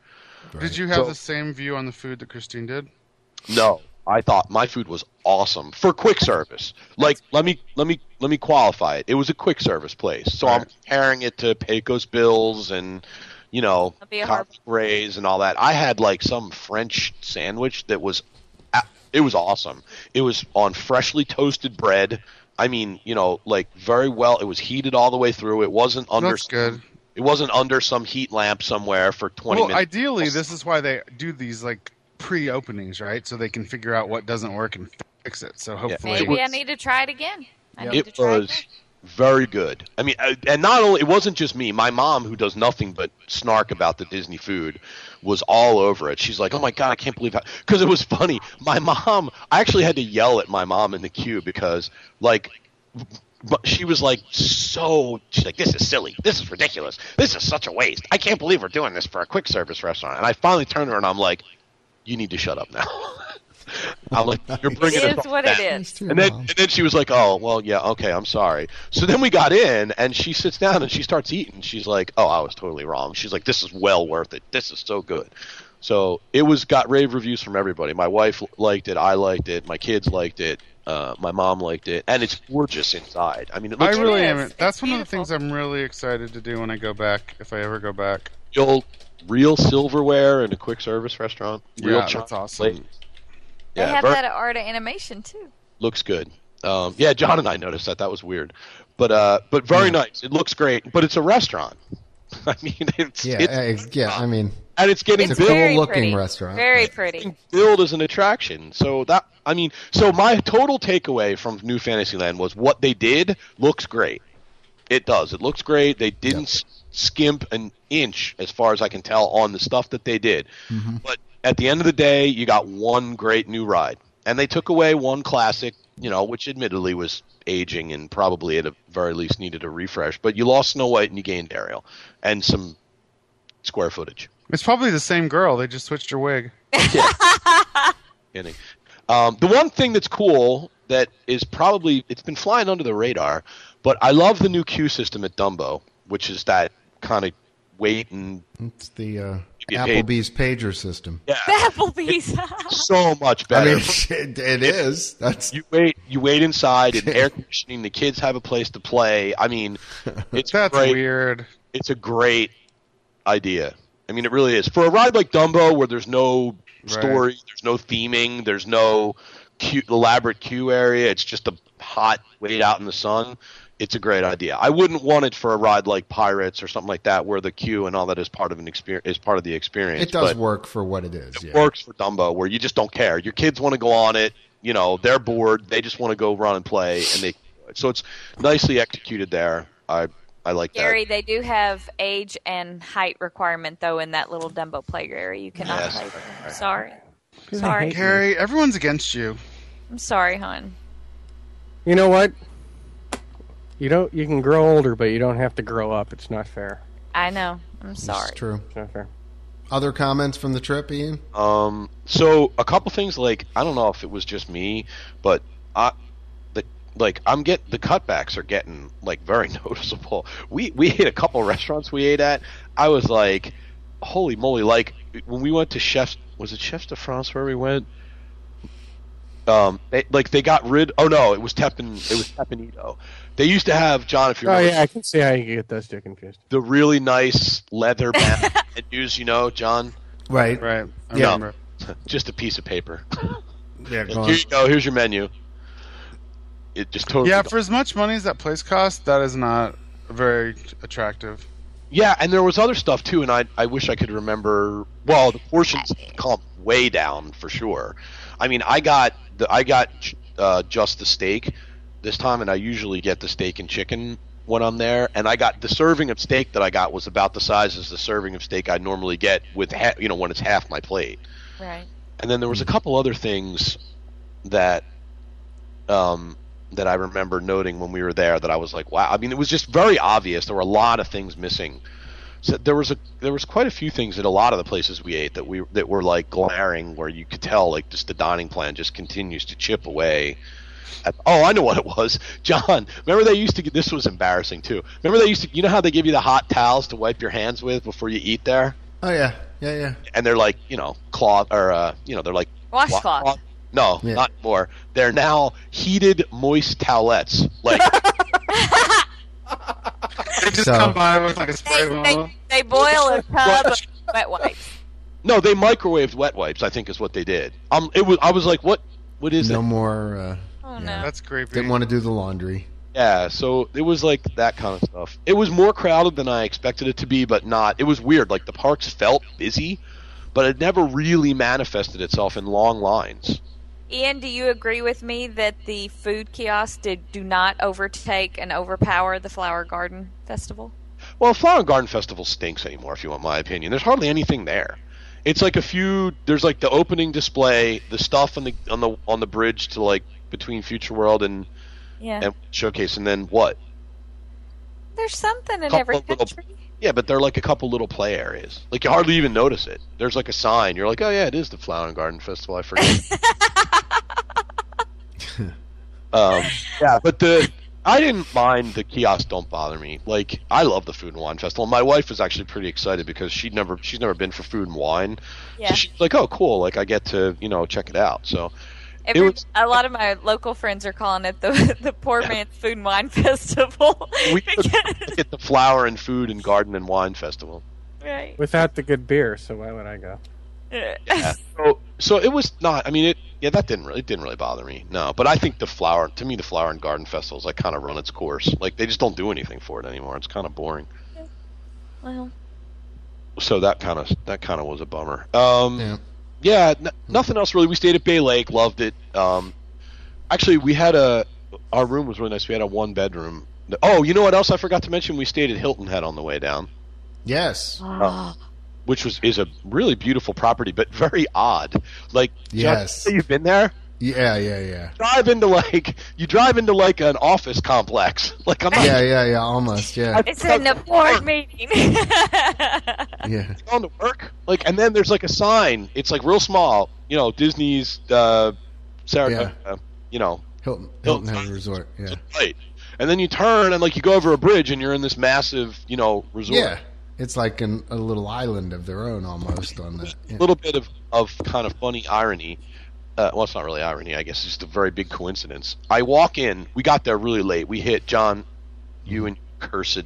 Right.
Did you have
So-
the same view on the food that Christine did?
No, I thought my food was awesome for quick service. Like, let me let me let me qualify it. It was a quick service place, so I'm
Right.
comparing it to Pecos Bills and you know
That'd be a hard-
Rays and all that. I had like some French sandwich that was, a- it was awesome. It was on freshly toasted bread. I mean, you know, like very well. It was heated all the way through. It wasn't under.
That's good.
It wasn't under some heat lamp somewhere for twenty
Well,
minutes.
ideally, this is why they do these like pre-openings, right? So they can figure out what doesn't work and fix it. So hopefully, it
Maybe I
works.
need to try it again. I need to
it
try
was very good. I mean, uh, and not only it wasn't just me. My mom, who does nothing but snark about the Disney food, was all over it. She's like, "Oh my god, I can't believe how!" Because it was funny. My mom, I actually had to yell at my mom in the queue because, like, but she was like so she's like this is silly this is ridiculous this is such a waste i can't believe we're doing this for a quick service restaurant and i finally turned to her and i'm like you need to shut up now i'm like you're bringing
It is
us all
what it
down."
is.
And then, and then she was like, "Oh, well, yeah, okay, I'm sorry." So then we got in, and she sits down and she starts eating. She's like, "Oh, I was totally wrong." She's like, "This is well worth it. This is so good." So it was got rave reviews from everybody. My wife l- liked it. I liked it. My kids liked it. Uh, my mom liked it, and it's gorgeous inside. I mean, it
I
looks
really
It
am.
is.
That's
It's
one
beautiful.
of the things I'm really excited to do when I go back, if I ever go back.
real, real silverware in a quick service restaurant. Real
Yeah,
china
that's awesome.
plate.
They
Yeah,
have
ver-
that at Art of Animation too.
looks good. Um, yeah, John and I noticed that. That was weird, but uh, but very nice. It looks great, but it's a restaurant. I mean, it's,
yeah,
it's-
eh, yeah. I mean,
and it's getting
It's
a cool
built
very
looking
pretty.
restaurant.
Very pretty.
built as an attraction. So that I mean, so my total takeaway from New Fantasyland was what they did looks great. It does. It looks great. They didn't s- skimp an inch, as far as I can tell, on the stuff that they did. But at the end of the day, you got one great new ride, and they took away one classic, you know, which admittedly was aging and probably at a very least needed a refresh. But you lost Snow White and you gained Ariel, and some square footage.
It's probably the same girl. They just switched her wig.
kidding. Um, the one thing that's cool that is probably it's been flying under the radar, but I love the new queue system at Dumbo, which is that kind of wait and
it's the uh,
You get paid.
Applebee's pager system.
Applebee's.
so much
I
better.
mean, it, it is. That's
you wait, you wait inside in air conditioning. The kids have a place to play. I mean, it's
That's
great.
weird.
Mm.
It's a great idea. I mean, it really is for a ride like Dumbo, where there's no
Right.
story, there's no theming, there's no queue, elaborate queue area. It's just a hot wait out in the sun. It's a great idea. I wouldn't want it for a ride like Pirates or something like that, where the queue and all that is part of an experience is part of the experience.
It does
but
work for what it is.
It
yeah.
works for Dumbo, where you just don't care. Your kids want to go on it. You know, they're bored. They just want to go run and play, and they. So it's nicely executed there. I I like
Gary,
that.
they do have age and height requirement though in that little Dumbo play area. You cannot
Yes.
play. with them. I'm sorry,
Because I
Sorry.
hate you.
Gary, everyone's against you.
I'm sorry, hon.
You know what? You don't. You can grow older, but you don't have to grow up. It's not fair.
I know. I'm
This is
sorry.
true.
It's not fair.
Other comments from the trip, Ian?
Um, so a couple things like I don't know if it was just me, but I, the like I'm get the cutbacks are getting like very noticeable. We we hit a couple restaurants we ate at. I was like, holy moly! Like when we went to Chef's, was it Chef's de France where we went? Um, they, like they got rid. Oh no, it was Teppan. It was Teppanito. They used to have John. If you
Oh
remember,
yeah, I can see how you get those two confused.
the really nice leather bound menus. You know, John,
Right.
Right. I
Yeah.
remember.
just a piece of paper.
Yeah,
Like, Here you go. Here's your menu. It just totally.
Yeah, for as much money as that place cost, that is not very attractive.
yeah, and there was other stuff too, and I I wish I could remember. Well, the portions come way down for sure. I mean, I got the I got uh, just the steak this time, and I usually get the steak and chicken when I'm there, and I got the serving of steak that I got was about the size as the serving of steak I normally get with ha- you know when it's half my plate.
Right.
and then there was a couple other things that um that I remember noting when we were there that I was like, wow. I mean, it was just very obvious. There were a lot of things missing. So there was a there was quite a few things at a lot of the places we ate that we that were like glaring, where you could tell like just the dining plan just continues to chip away. At, oh, I know what it was, John. Remember they used to get this was embarrassing too. Remember they used to you know how they give you the hot towels to wipe your hands with before you eat there,
Oh yeah, yeah, yeah.
and they're like you know cloth or uh, you know they're like
Washcloth.
Wa- No,
Yeah.
not more. They're now heated, moist towelettes. Like,
They just
So-
come by with like a spray
They,
bottle.
they, they boil a tub of wet wipes.
no, they microwaved wet wipes. I think is what they did. Um, it was. I was like, what? What is
no
it?
more. Uh,
Oh
yeah.
no.
That's creepy.
Didn't want to do the laundry.
Yeah. So it was like that kind of stuff. It was more crowded than I expected it to be, but not. It was weird. Like the parks felt busy, but it never really manifested itself in long lines.
Ian, do you agree with me that the food kiosks did do not overtake and overpower the flower garden festival?
Well, Flower and Garden Festival stinks anymore, if you want my opinion. There's hardly anything there. It's like a few. There's like the opening display, the stuff on the on the on the bridge to like between Future World and,
Yeah.
and Showcase, and then what?
There's something in
Couple
every
little-
country.
Yeah, but they're like a couple little play areas. Like you hardly even notice it. There's like a sign. You're like, oh yeah, it is the Flower and Garden Festival. I forget. um, yeah, but the I didn't mind the kiosks. Don't bother me. Like I love the Food and Wine Festival. My wife was actually pretty excited because she'd never she's never been for food and wine.
Yeah.
So she's like, oh cool. Like I get to you know check it out. So
Every,
was-
a lot of my local friends are calling it the the poor man's food and wine festival.
we
Because-
get the flower and food and garden and wine festival.
right.
Without the good beer, so why would I go?
Yeah. so, so it was not. I mean, it yeah, that didn't really it didn't really bother me. No, but I think the flower to me the flower and garden festivals like kind of run its course. Like they just don't do anything for it anymore. It's kind of boring.
Well,
So that kind of that kind of was a bummer. Um,
Yeah.
yeah, n- nothing else really. We stayed at Bay Lake, loved it. Um, actually, we had a our room was really nice. We had a one bedroom. Oh, you know what else I forgot to mention? We stayed at Hilton Head on the way down.
Yes.
Which was is a really beautiful property, but very odd. Like, John,
Yes.
you've been there.
Yeah, yeah, yeah.
drive into like you drive into like an office complex. Like I'm not
Yeah, yeah, yeah. Almost. Yeah,
it's in the board meeting.
yeah.
going to work. Like and then there's like a sign. It's like real small. You know Disney's uh, Sarah.
Yeah.
Uh, you know
Hilton Hilton Head Resort. Yeah,
right. And then you turn and like you go over a bridge and you're in this massive you know resort.
yeah. It's like an, a little island of their own, almost on that. Yeah.
little bit of, of kind of funny irony. Uh, well, it's not really irony, I guess. It's just a very big coincidence. I walk in. We got there really late. We hit John, you and cursed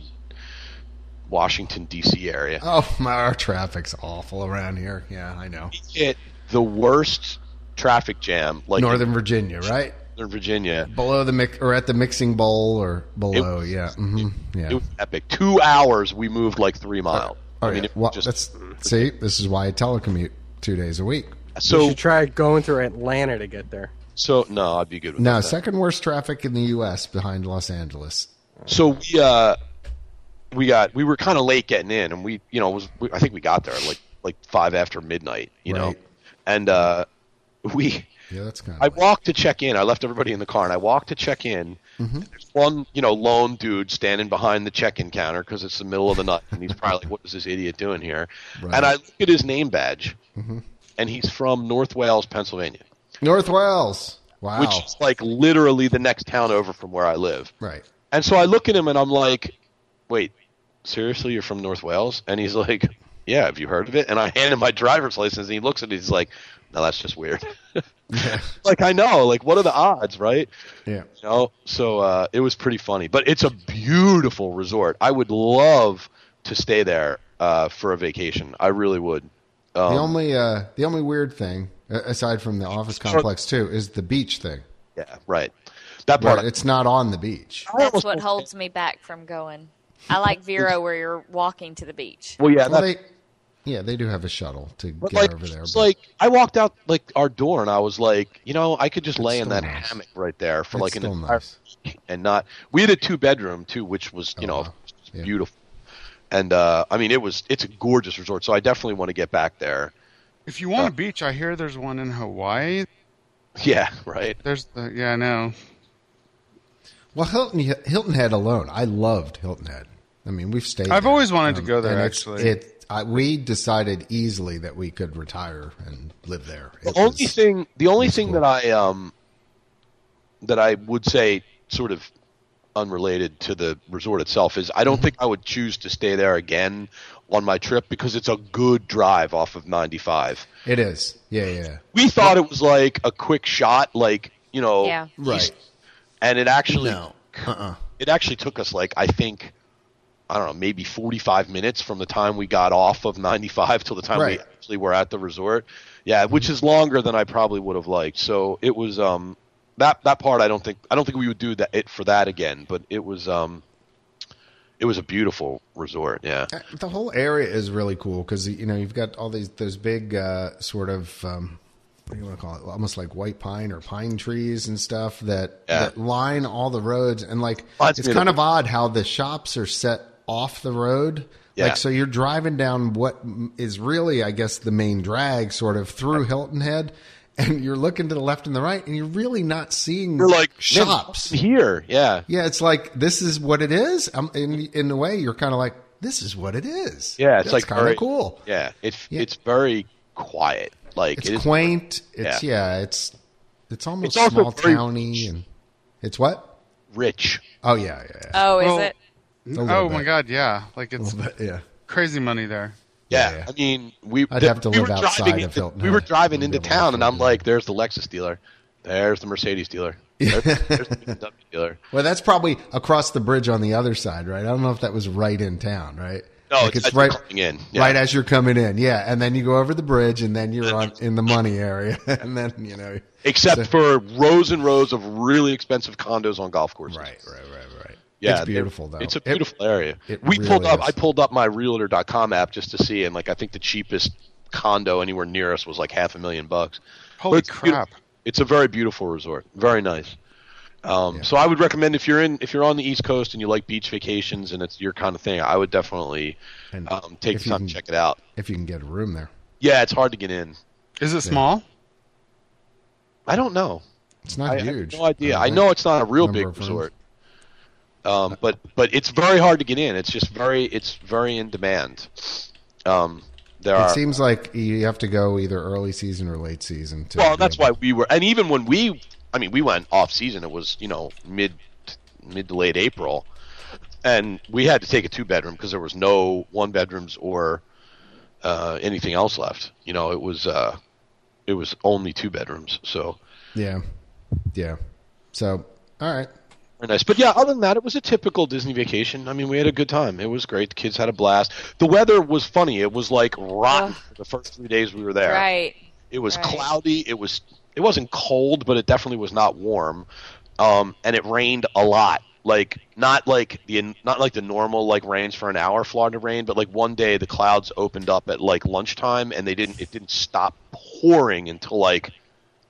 Washington D.C. area.
Oh my! Our traffic's awful around here. Yeah, I know.
hit the worst traffic jam, like
Northern Virginia, right?
Northern Virginia.
Below the mix or at the mixing bowl or below,
was-
yeah, hmm yeah.
It was epic. Two hours, we moved like three miles.
Oh,
I mean,
yeah.
it was
well,
just
that's see, this is why I telecommute two days a week.
So, you
so
should try going through Atlanta to get there.
so. No, I'd be good with
Now,
that.
second worst traffic in the U.S. behind Los Angeles.
So we uh, we got we were kind of late getting in, and we you know it was we, I think we got there like like five after midnight, you know,
Right.
and uh, we
Yeah, that's kind of.
I walked to check in. I left everybody in the car, and I walked to check in.
Mm-hmm.
There's one, you know, lone dude standing behind the check-in counter because it's the middle of the night, and he's probably like, "What is this idiot doing
Right.
here?"
Mm-hmm.
And I look at his name badge, and he's from North Wales, Pennsylvania,
North Wales. Wow.
which is like literally the next town over from where I live.
right.
And so I look at him, and I'm like, "Wait, seriously, you're from North Wales?" And he's like, "Yeah, have you heard of it?" And I hand him my driver's license, and he looks at it, he's like, "No, that's just weird." like I know, like what are the odds, right?
Yeah.
you know so uh, it was pretty funny but it's a beautiful resort i would love to stay there uh, for a vacation i really would um,
The only uh, the only weird thing a- aside from the office complex too is the beach thing.
yeah right that part
Right, it's not on the beach.
That's what holds me back from going. I like Vero where you're walking to the beach.
well yeah
Well,
that-
they, yeah, they do have a shuttle to
but
get
like,
over there.
it's
but-
like i walked out like our door and i was like you know i could just lay in
still
that
nice.
hammock right there for
It's
like an
still
entire
nice.
week and not we had a two bedroom too which was you
Oh,
know
wow. Yeah.
beautiful and uh, i mean it was it's a gorgeous resort so i definitely want to get back there
If you want a beach, I hear there's one in Hawaii.
yeah right
There's the, yeah, I know.
well, Hilton Hilton Head alone, I loved Hilton Head. I mean, we've stayed.
I've
there. um,
always wanted to go there,
and it's-
actually.
it I, we decided easily that we could retire and live there. It
the only
was-
thing the only
was
thing
cool.
that I um that I would say sort of unrelated to the resort itself is I don't
Mm-hmm.
think I would choose to stay there again on my trip because it's a good drive off of 95.
it is, yeah, yeah,
We thought it was like a quick shot like, you know,
Yeah.
right.
and it actually
No, uh-uh.
it actually took us like I think I don't know, maybe 45 minutes from the time we got off of 95 till the time
Right.
we actually were at the resort. Yeah, which is longer than I probably would have liked. So it was um that that part I don't think I don't think we would do that it for that again, but it was um it was a beautiful resort, yeah.
The whole area is really cool because you know you've got all these those big uh, sort of um, what do you want to call it? Almost like white pine or pine trees and stuff that,
Yeah. Oh,
that line all the roads. And like
Lots
it's
of-
kind of odd how the shops are set off the road.
Yeah.
Like so, you're driving down what m- is really, I guess, the main drag, sort of through Hilton Head, and you're looking to the left and the right, and you're really not seeing
You're like "Man,
shops.
here, yeah.
Yeah, it's like this is what it is. Um, in in a way, you're kind of like this is what it is.
Yeah, it's
That's
like
kind
very-
of cool.
Yeah, it's
Yeah.
it's very quiet. Like
it's
it is-
quaint. It's yeah. it's it's almost
It's also
small
very-
towny and it's what?
rich.
Oh yeah, yeah. yeah.
Oh, is
Well,
it?
A little
Oh my
bit.
god, yeah. Like it's
But, yeah.
crazy money there.
Yeah,
Yeah, yeah.
I mean, we.
I'd
th-
have to
we
live
were
outside
driving
of
into-
Hilton
We were
Head.
driving
Wouldn't
into
be able to
town, and I'm
afford it.
like, "There's the Lexus dealer. There's the Mercedes dealer. There's, there's the BMW dealer."
Well, that's probably across the bridge on the other side, right? I don't know if that was right in town, right?
No,
Like,
it's, it's
right
coming in. Yeah.
right as you're coming in. Yeah, and then you go over the bridge, and then you're on in the money area, and then you know.
Except for rows and rows of really expensive condos on golf courses.
right, right, right.
Yeah,
it's
they-
beautiful though.
It's a
It-
beautiful area.
it
we pulled
really
up.
is.
I pulled up my Realtor.com app just to see, and like I think the cheapest condo anywhere near us was like half a million bucks.
Holy
But it's
crap.
beautiful. It's a very beautiful resort. Very nice. Um, So I would recommend if you're in if you're on the East Coast and you like beach vacations and it's your kind of thing, I would definitely
And
um, take
if
the
you
time
can-
to check it out.
if you can get a room there,
Yeah, it's hard to get in.
Is it small?
I don't know.
it's not
I, I have
huge.
no idea.
don't
I
think.
know it's not a real
Number
big
of rooms.
resort, um, but but it's very hard to get in. It's just very it's very in demand. Um, there
It
are
seems like you have to go either early season or late season. To
well,
be
that's
able-
why we were, and even when we, I mean, we went off season. It was you know mid mid to late April, and we had to take a two bedroom because there was no one bedrooms or uh, anything else left. You know, it was uh, it was only two bedrooms. So
Yeah, yeah. So, all right.
Very nice. But yeah, other than that, it was a typical Disney vacation. I mean, we had a good time. It was great. The kids had a blast. The weather was funny. It was like rotten
Ugh.
for the first three days we were there.
Right.
It was
right.
cloudy. It was it wasn't cold, but it definitely was not warm. Um, and it rained a lot. Like not like the not like the normal like rains for an hour Florida rain, but like one day the clouds opened up at like lunchtime and they didn't it didn't stop pouring until like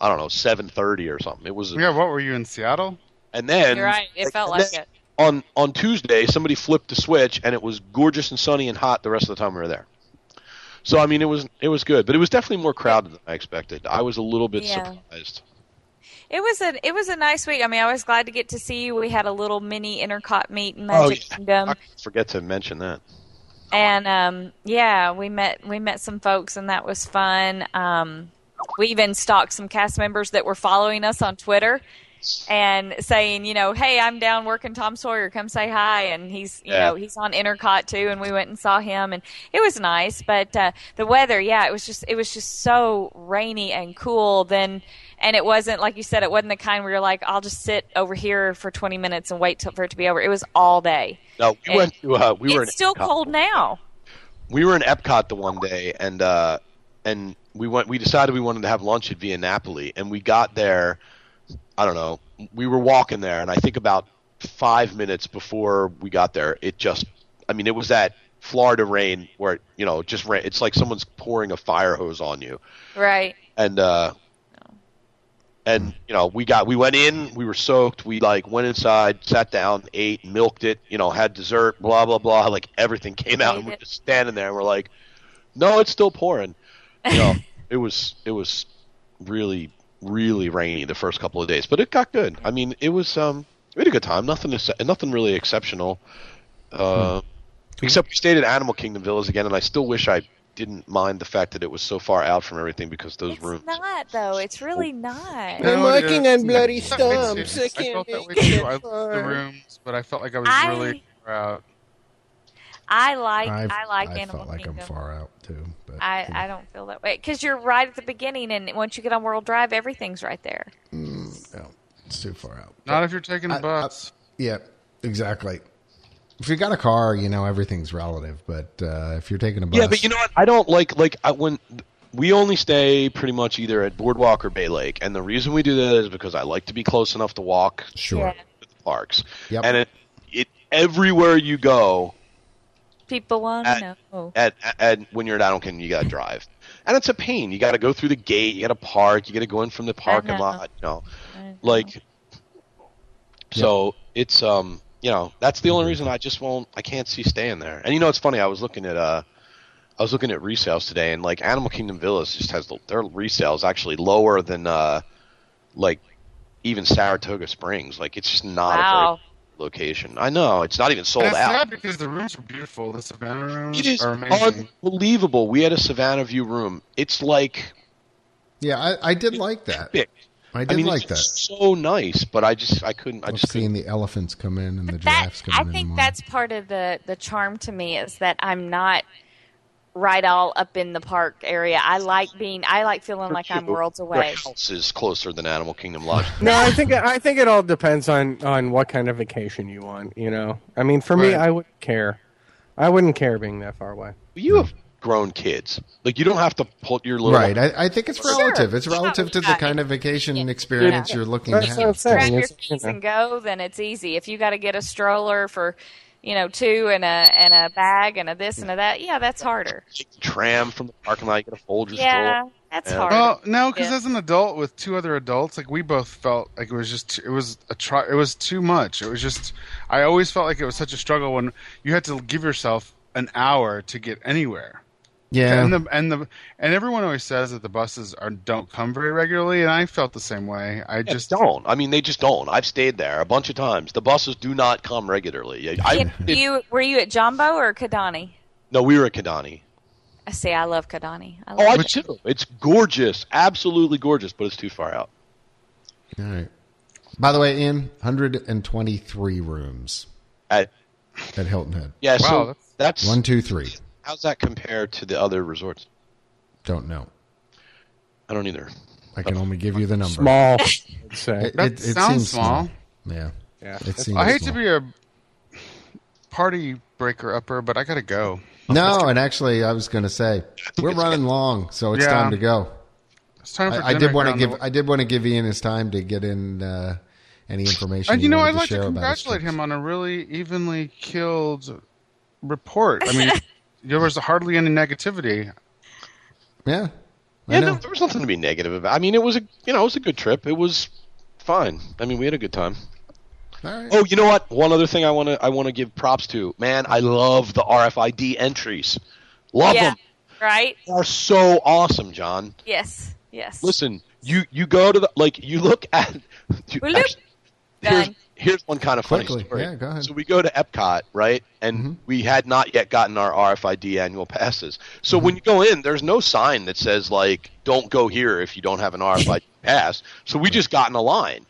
I don't know seven thirty or something. It was
Yeah, what were you in Seattle?
and then
You're right. It felt
and
like
then
it.
on on Tuesday somebody flipped the switch and it was gorgeous and sunny and hot the rest of the time we were there. So I mean it was it was good, but it was definitely more crowded than I expected. I was a little bit
Yeah.
surprised.
It was a it was a nice week. I mean, I was glad to get to see you. We had a little mini intercot meet in Magic
Oh, yeah.
Kingdom,
I forget to mention that.
and um, yeah, we met we met some folks, and that was fun. Um, we even stalked some cast members that were following us on Twitter and saying, you know, hey, I'm down working Tom Sawyer, come say hi. And he's you
Yeah.
know he's on intercot too, and we went and saw him, and it was nice. But uh, the weather, yeah, it was just it was just so rainy and cool. Then and it wasn't like you said, it wasn't the kind where you're like, I'll just sit over here for 20 minutes and wait till, for it to be over. It was all day.
No, we
And
went to uh, we were in
it's still
Epcot.
cold now.
We were in Epcot the one day, and uh, and we went. We decided we wanted to have lunch at Via Napoli, and we got there. I don't know. We were walking there, and I think about five minutes before we got there, it just. I mean, it was that Florida rain where you know it just rain. It's like someone's pouring a fire hose on you,
Right.
and uh, and you know we got we went in we were soaked we like went inside sat down ate milked it you know had dessert blah blah blah like everything came out and
Ate
we're
it.
just standing there and we're like no it's still pouring you know it was it was really really rainy the first couple of days but it got good i mean it was um we had a good time nothing ex- nothing really exceptional uh except we stayed at animal kingdom villas again and i still wish i didn't mind the fact that it was so far out from everything because those
It's
rooms
not though. It's really not.
No,
I'm
it
working
is.
on bloody
That makes
stumps. I
sense. I
can't
felt that
make
way
it
too. I loved the
far.
rooms, but I felt like I was
I-
really far out.
I like
I've-
i like
I
Animal
felt like
Kingdom.
I'm far out too. But
I, I don't feel that way because you're right at the beginning, and once you get on World Drive, everything's right there.
no, Oh, it's too far out.
Not if you're taking a
I- I-
bus.
Yeah, exactly. If you got a car, you know everything's relative. But uh, if you're taking a bus,
Yeah, but you know what? I don't like like I when we only stay pretty much either at Boardwalk or Bay Lake, and the reason we do that is because I like to be close enough to walk
sure.
Yeah.
to the parks,
Yep.
and it it everywhere you go
People want
At-
to know.
at, at when you're at Animal Kingdom, you gotta drive, and it's a pain. You gotta go through the gate, you gotta park, you gotta go in from the parking
know.
lot, you know,
I
like. So it's um you know that's the only reason I just won't I can't see staying there. And you know it's funny I was looking at uh I was looking at resales today, and like Animal Kingdom Villas just has the, their resales actually lower than uh, like even Saratoga Springs. Like it's just not a
Wow.
great location. I know it's not even sold
And it's
out.
not because the rooms are beautiful. The Savannah rooms
It is
are amazing.
unbelievable. We had a Savannah View room. It's like
yeah, I, I did like that.
big.
I did
I mean,
like
it's
that.
just so nice, but I just I couldn't. I
Love
just
seeing
couldn't.
the elephants come in and the
That
giraffes come in.
I
in the
think
morning.
that's part of the the charm to me is that I'm not right all up in the park area. I like being. I like feeling like I'm
Your
worlds away.
house is closer than Animal Kingdom Lodge.
No, I think I think it all depends on on what kind of vacation you want. You know, I mean, for me,
Right.
I wouldn't care. I wouldn't care being that far away.
You have grown kids. Like you don't have to put your little
right. I, I think it's
Sure.
relative. It's
Yeah,
relative to the
yeah.
kind of vacation experience
Yeah.
you're looking
That's
to
what I'm
have.
saying.
grab your
It's, you
keys
know.
and go, then it's easy. If you got to get a stroller for, you know, two and a and a bag and a this and a that, yeah, that's harder.
take the tram from the parking lot, you get a Folgers
Yeah,
roll.
that's
Yeah.
harder.
Well, no, because
Yeah.
as an adult with two other adults, like we both felt like it was just it was a try. It was too much. It was just I always felt like it was such a struggle when you had to give yourself an hour to get anywhere.
Yeah.
And the and the and everyone always says that the buses are don't come very regularly, and I felt the same way. I
They
just
just don't. I mean, they just don't. I've stayed there a bunch of times. The buses do not come regularly. I, I-
Did you were you at Jumbo or Kadani?
no, we were at Kidani.
I see. I love Kadani. I
Oh,
love
I
But-
do. It's gorgeous, absolutely gorgeous, but it's too far out.
All right. By the way, Ian, 123 rooms
At,
at Hilton Head.
yeah,
Wow,
so that's,
One, two, three.
how's that compared to the other resorts?
Don't know.
I don't either.
I can only give you the number.
small. I'd say.
It,
That
it, it
sounds
seems small.
small.
Yeah.
Yeah.
It seems
I hate
small.
to be a party breaker upper, but I gotta go.
No, and actually, I was going to say, we're
it's-
running long, so it's
Yeah.
time to go.
It's time for
I, I did want to give
I,
I did want to give Ian his time to get in uh, any information.
you
he
know,
wanted
I'd like
share
to
about his
congratulate
trip.
him on a really evenly killed report. I mean, there was hardly any negativity.
Yeah, I
Yeah,
know.
there, there was nothing to be negative about. I mean, it was a you know it was a good trip. It was fine. I mean, we had a good time.
All right.
Oh, you know what? One other thing I want to I want to give props to. Man, I love the RFID entries. Love
yeah.
them.
Right?
They are so awesome, John.
Yes. Yes.
Listen, you you go to the like you look at. You,
Well, look.
actually, here's,
Done.
here's one kind of funny
Quickly.
story.
Yeah, go ahead. Mm-hmm.
So we go to Epcot, right? And we had not yet gotten our RFID annual passes. So
Mm-hmm.
when you go in, there's no sign that says like "Don't go here if you don't have an RFID pass." So we just got in a line.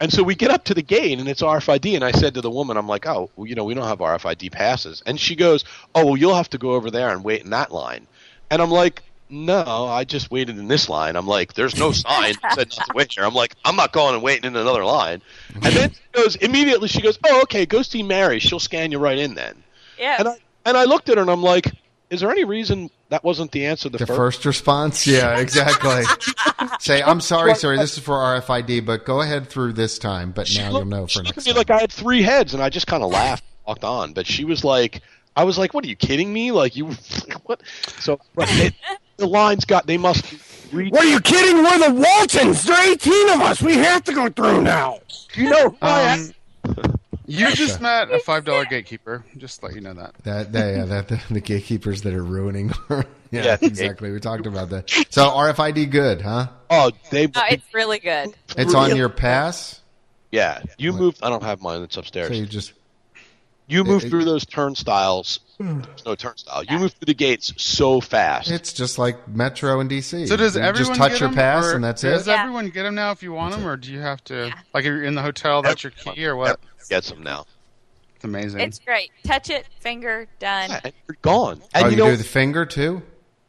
And so we get up to the gate and it's RFID. And I said to the woman, I'm like, oh, well, you know, we don't have RFID passes. And she goes, oh, well, you'll have to go over there and wait in that line. And I'm like, no, I just waited in this line. I'm like, there's no sign that said not to wait here. I'm like, I'm not going and waiting in another line. And then she goes, immediately she goes, oh, okay, go see Mary. She'll scan you right in then.
Yeah.
And I, and I looked at her and I'm like, is there any reason that wasn't the answer the,
The first response, yeah, exactly. Say, I'm sorry, sorry. This is for RFID, but go ahead through this time. But now you'll
looked-
know for
she looked
next
at me
time.
like I had three heads, and I just kind of laughed, and walked on. But she was like, I was like, "What are you kidding me? Like you, what?" So right, it- the lines got they must read.
What are you kidding? We're the Waltons. There are 18 of us. We have to go through now.
you know?
Oh,
Um, you just met a five dollar gatekeeper. Just to let you know that.
That, that, yeah, that the, the gatekeepers that are ruining. yeah,
Yeah.
exactly. We talked about that. So RFID, good, huh?
oh, they.
Oh, it's really good.
It's on your pass.
yeah, you moved. I don't have mine. It's upstairs.
So you just
you moved
it-
through those turnstiles. There's no turnstile. You moved through the gates so fast.
it's just like Metro in DC.
So does
you
everyone
just touch
get
your
'em,
pass
or
and that's
Does
it?
Yeah.
everyone get them now if you want them, or do you have to? Like, if you're in the hotel, that's your key, or what?
Get some now.
It's amazing.
It's great. Touch it, finger, done.
And you're gone. And
Oh,
you,
you
know,
do the finger too.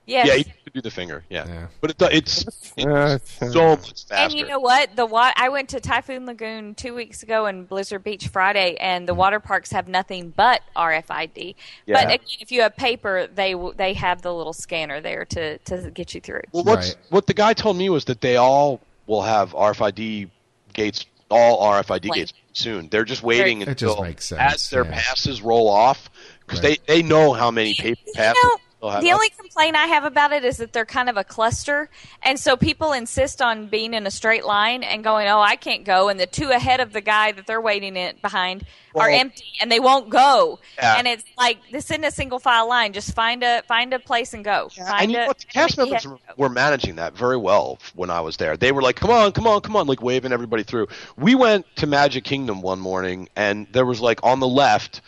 Yes.
yeah, you could do the finger. Yeah,
Yeah.
but it, do- it's,
Uh,
it's so much faster.
And you know what? The wa- I went to Typhoon Lagoon two weeks ago and Blizzard Beach Friday, and the water parks have nothing but RFID.
Yeah.
But again, if you have paper, they w- they have the little scanner there to, to get you through.
Well, what's,
Right.
what the guy told me was that they all will have RFID gates, all RFID
Like-
gates soon. They're just waiting
It just
until
makes sense,
as their
yeah.
passes roll off because
Right.
they, they know how many paper passes.
You know,
they'll have.
the only complaint I have about it is that they're kind of a cluster, and so people insist on being in a straight line and going, "Oh, I can't go," and the two ahead of the guy that they're waiting in behind are
Well-
empty, and they won't go.
Yeah.
And it's like this isn't a single file line. Just find a find a place and go. Find
and you
a,
know what? The cast
find a-
members were, were managing that very well f- when I was there. They were like, "Come on, come on, come on!" Like waving everybody through. We went to Magic Kingdom one morning, and there was like on the left,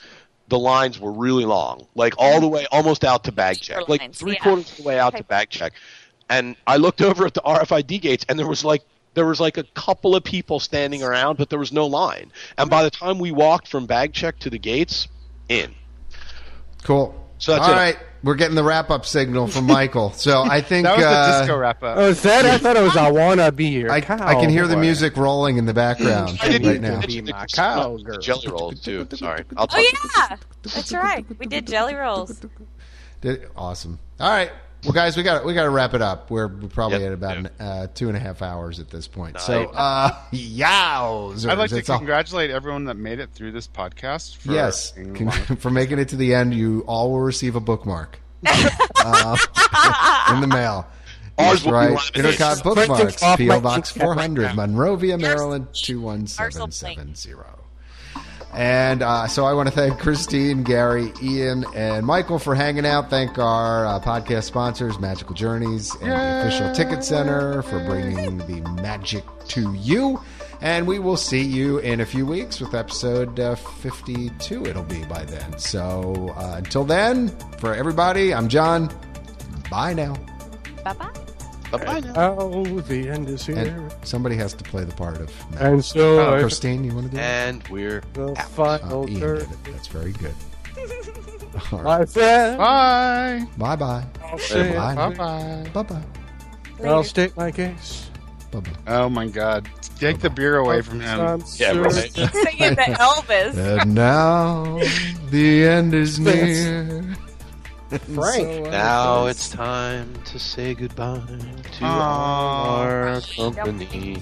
the lines were really long, like all the way almost out to bag check, like
Mm-hmm. lines,
three
yeah.
quarters of the way out to bag check. And I looked over at the RFID gates, and there was like there was like a couple of people standing around, but there was no line. And by the time we walked from bag check to the gates, in.
Cool.
So that's
All
it.
right, we're getting the wrap up signal from Michael. So I think
that was
uh,
the disco wrap up.
Oh, is that? I thought it was I wanna be here.
I, I can hear the
Cowboy.
music rolling in the background
I didn't
right
even
now.
mention
Be my
the, no,
cowgirl.
the jelly rolls too. Sorry, I'll talk.
Oh yeah, that's right. We did jelly rolls.
Did- Awesome. All right. Well, guys, we got we got to wrap it up. We're we're probably
Yep.
at about
Yeah.
an, uh, two and a half hours at this point. So, uh, yowzers!
I'd like to
That's all-
congratulate everyone that made it through this podcast. For
Yes,
being
con-
alive.
for making it to the end, you all will receive a bookmark uh, in the mail.
Ours will be
right.
laminated.
Intercom
Print
bookmarks,
it off
PO
my
Box
inkjet right
400, Monrovia, Maryland two one
Ours
seven
will be.
seven zero. And uh, so I want to thank Christine, Gary, Ian, and Michael for hanging out. Thank our uh, podcast sponsors, Magical Journeys and the Official Ticket Center, for bringing the magic to you. And we will see you in a few weeks with episode uh, 52. It'll be by then. So uh, until then, for everybody, I'm John. Bye now.
Bye bye.
Bye now.
Oh, the end is here.
And
And, Oh,
somebody has to play the part of
so I
Christine. You want to do it?
And we're
the
Oh,
final
Ian did
third.
it. That's very good.
I E. said,
Bye.
Bye bye.
I'll, say it.
Bye.
Bye bye.
Bye bye.
I'll state my case.
Bye bye.
Oh my god. Take the beer away from him.
I'm
Yeah,
sure
right.
that-
Singing the Elvis.
And now the end is near. So,
Frank.
uh,
Now
it's-
it's time to say goodbye to
Aw.
our
Don't
company.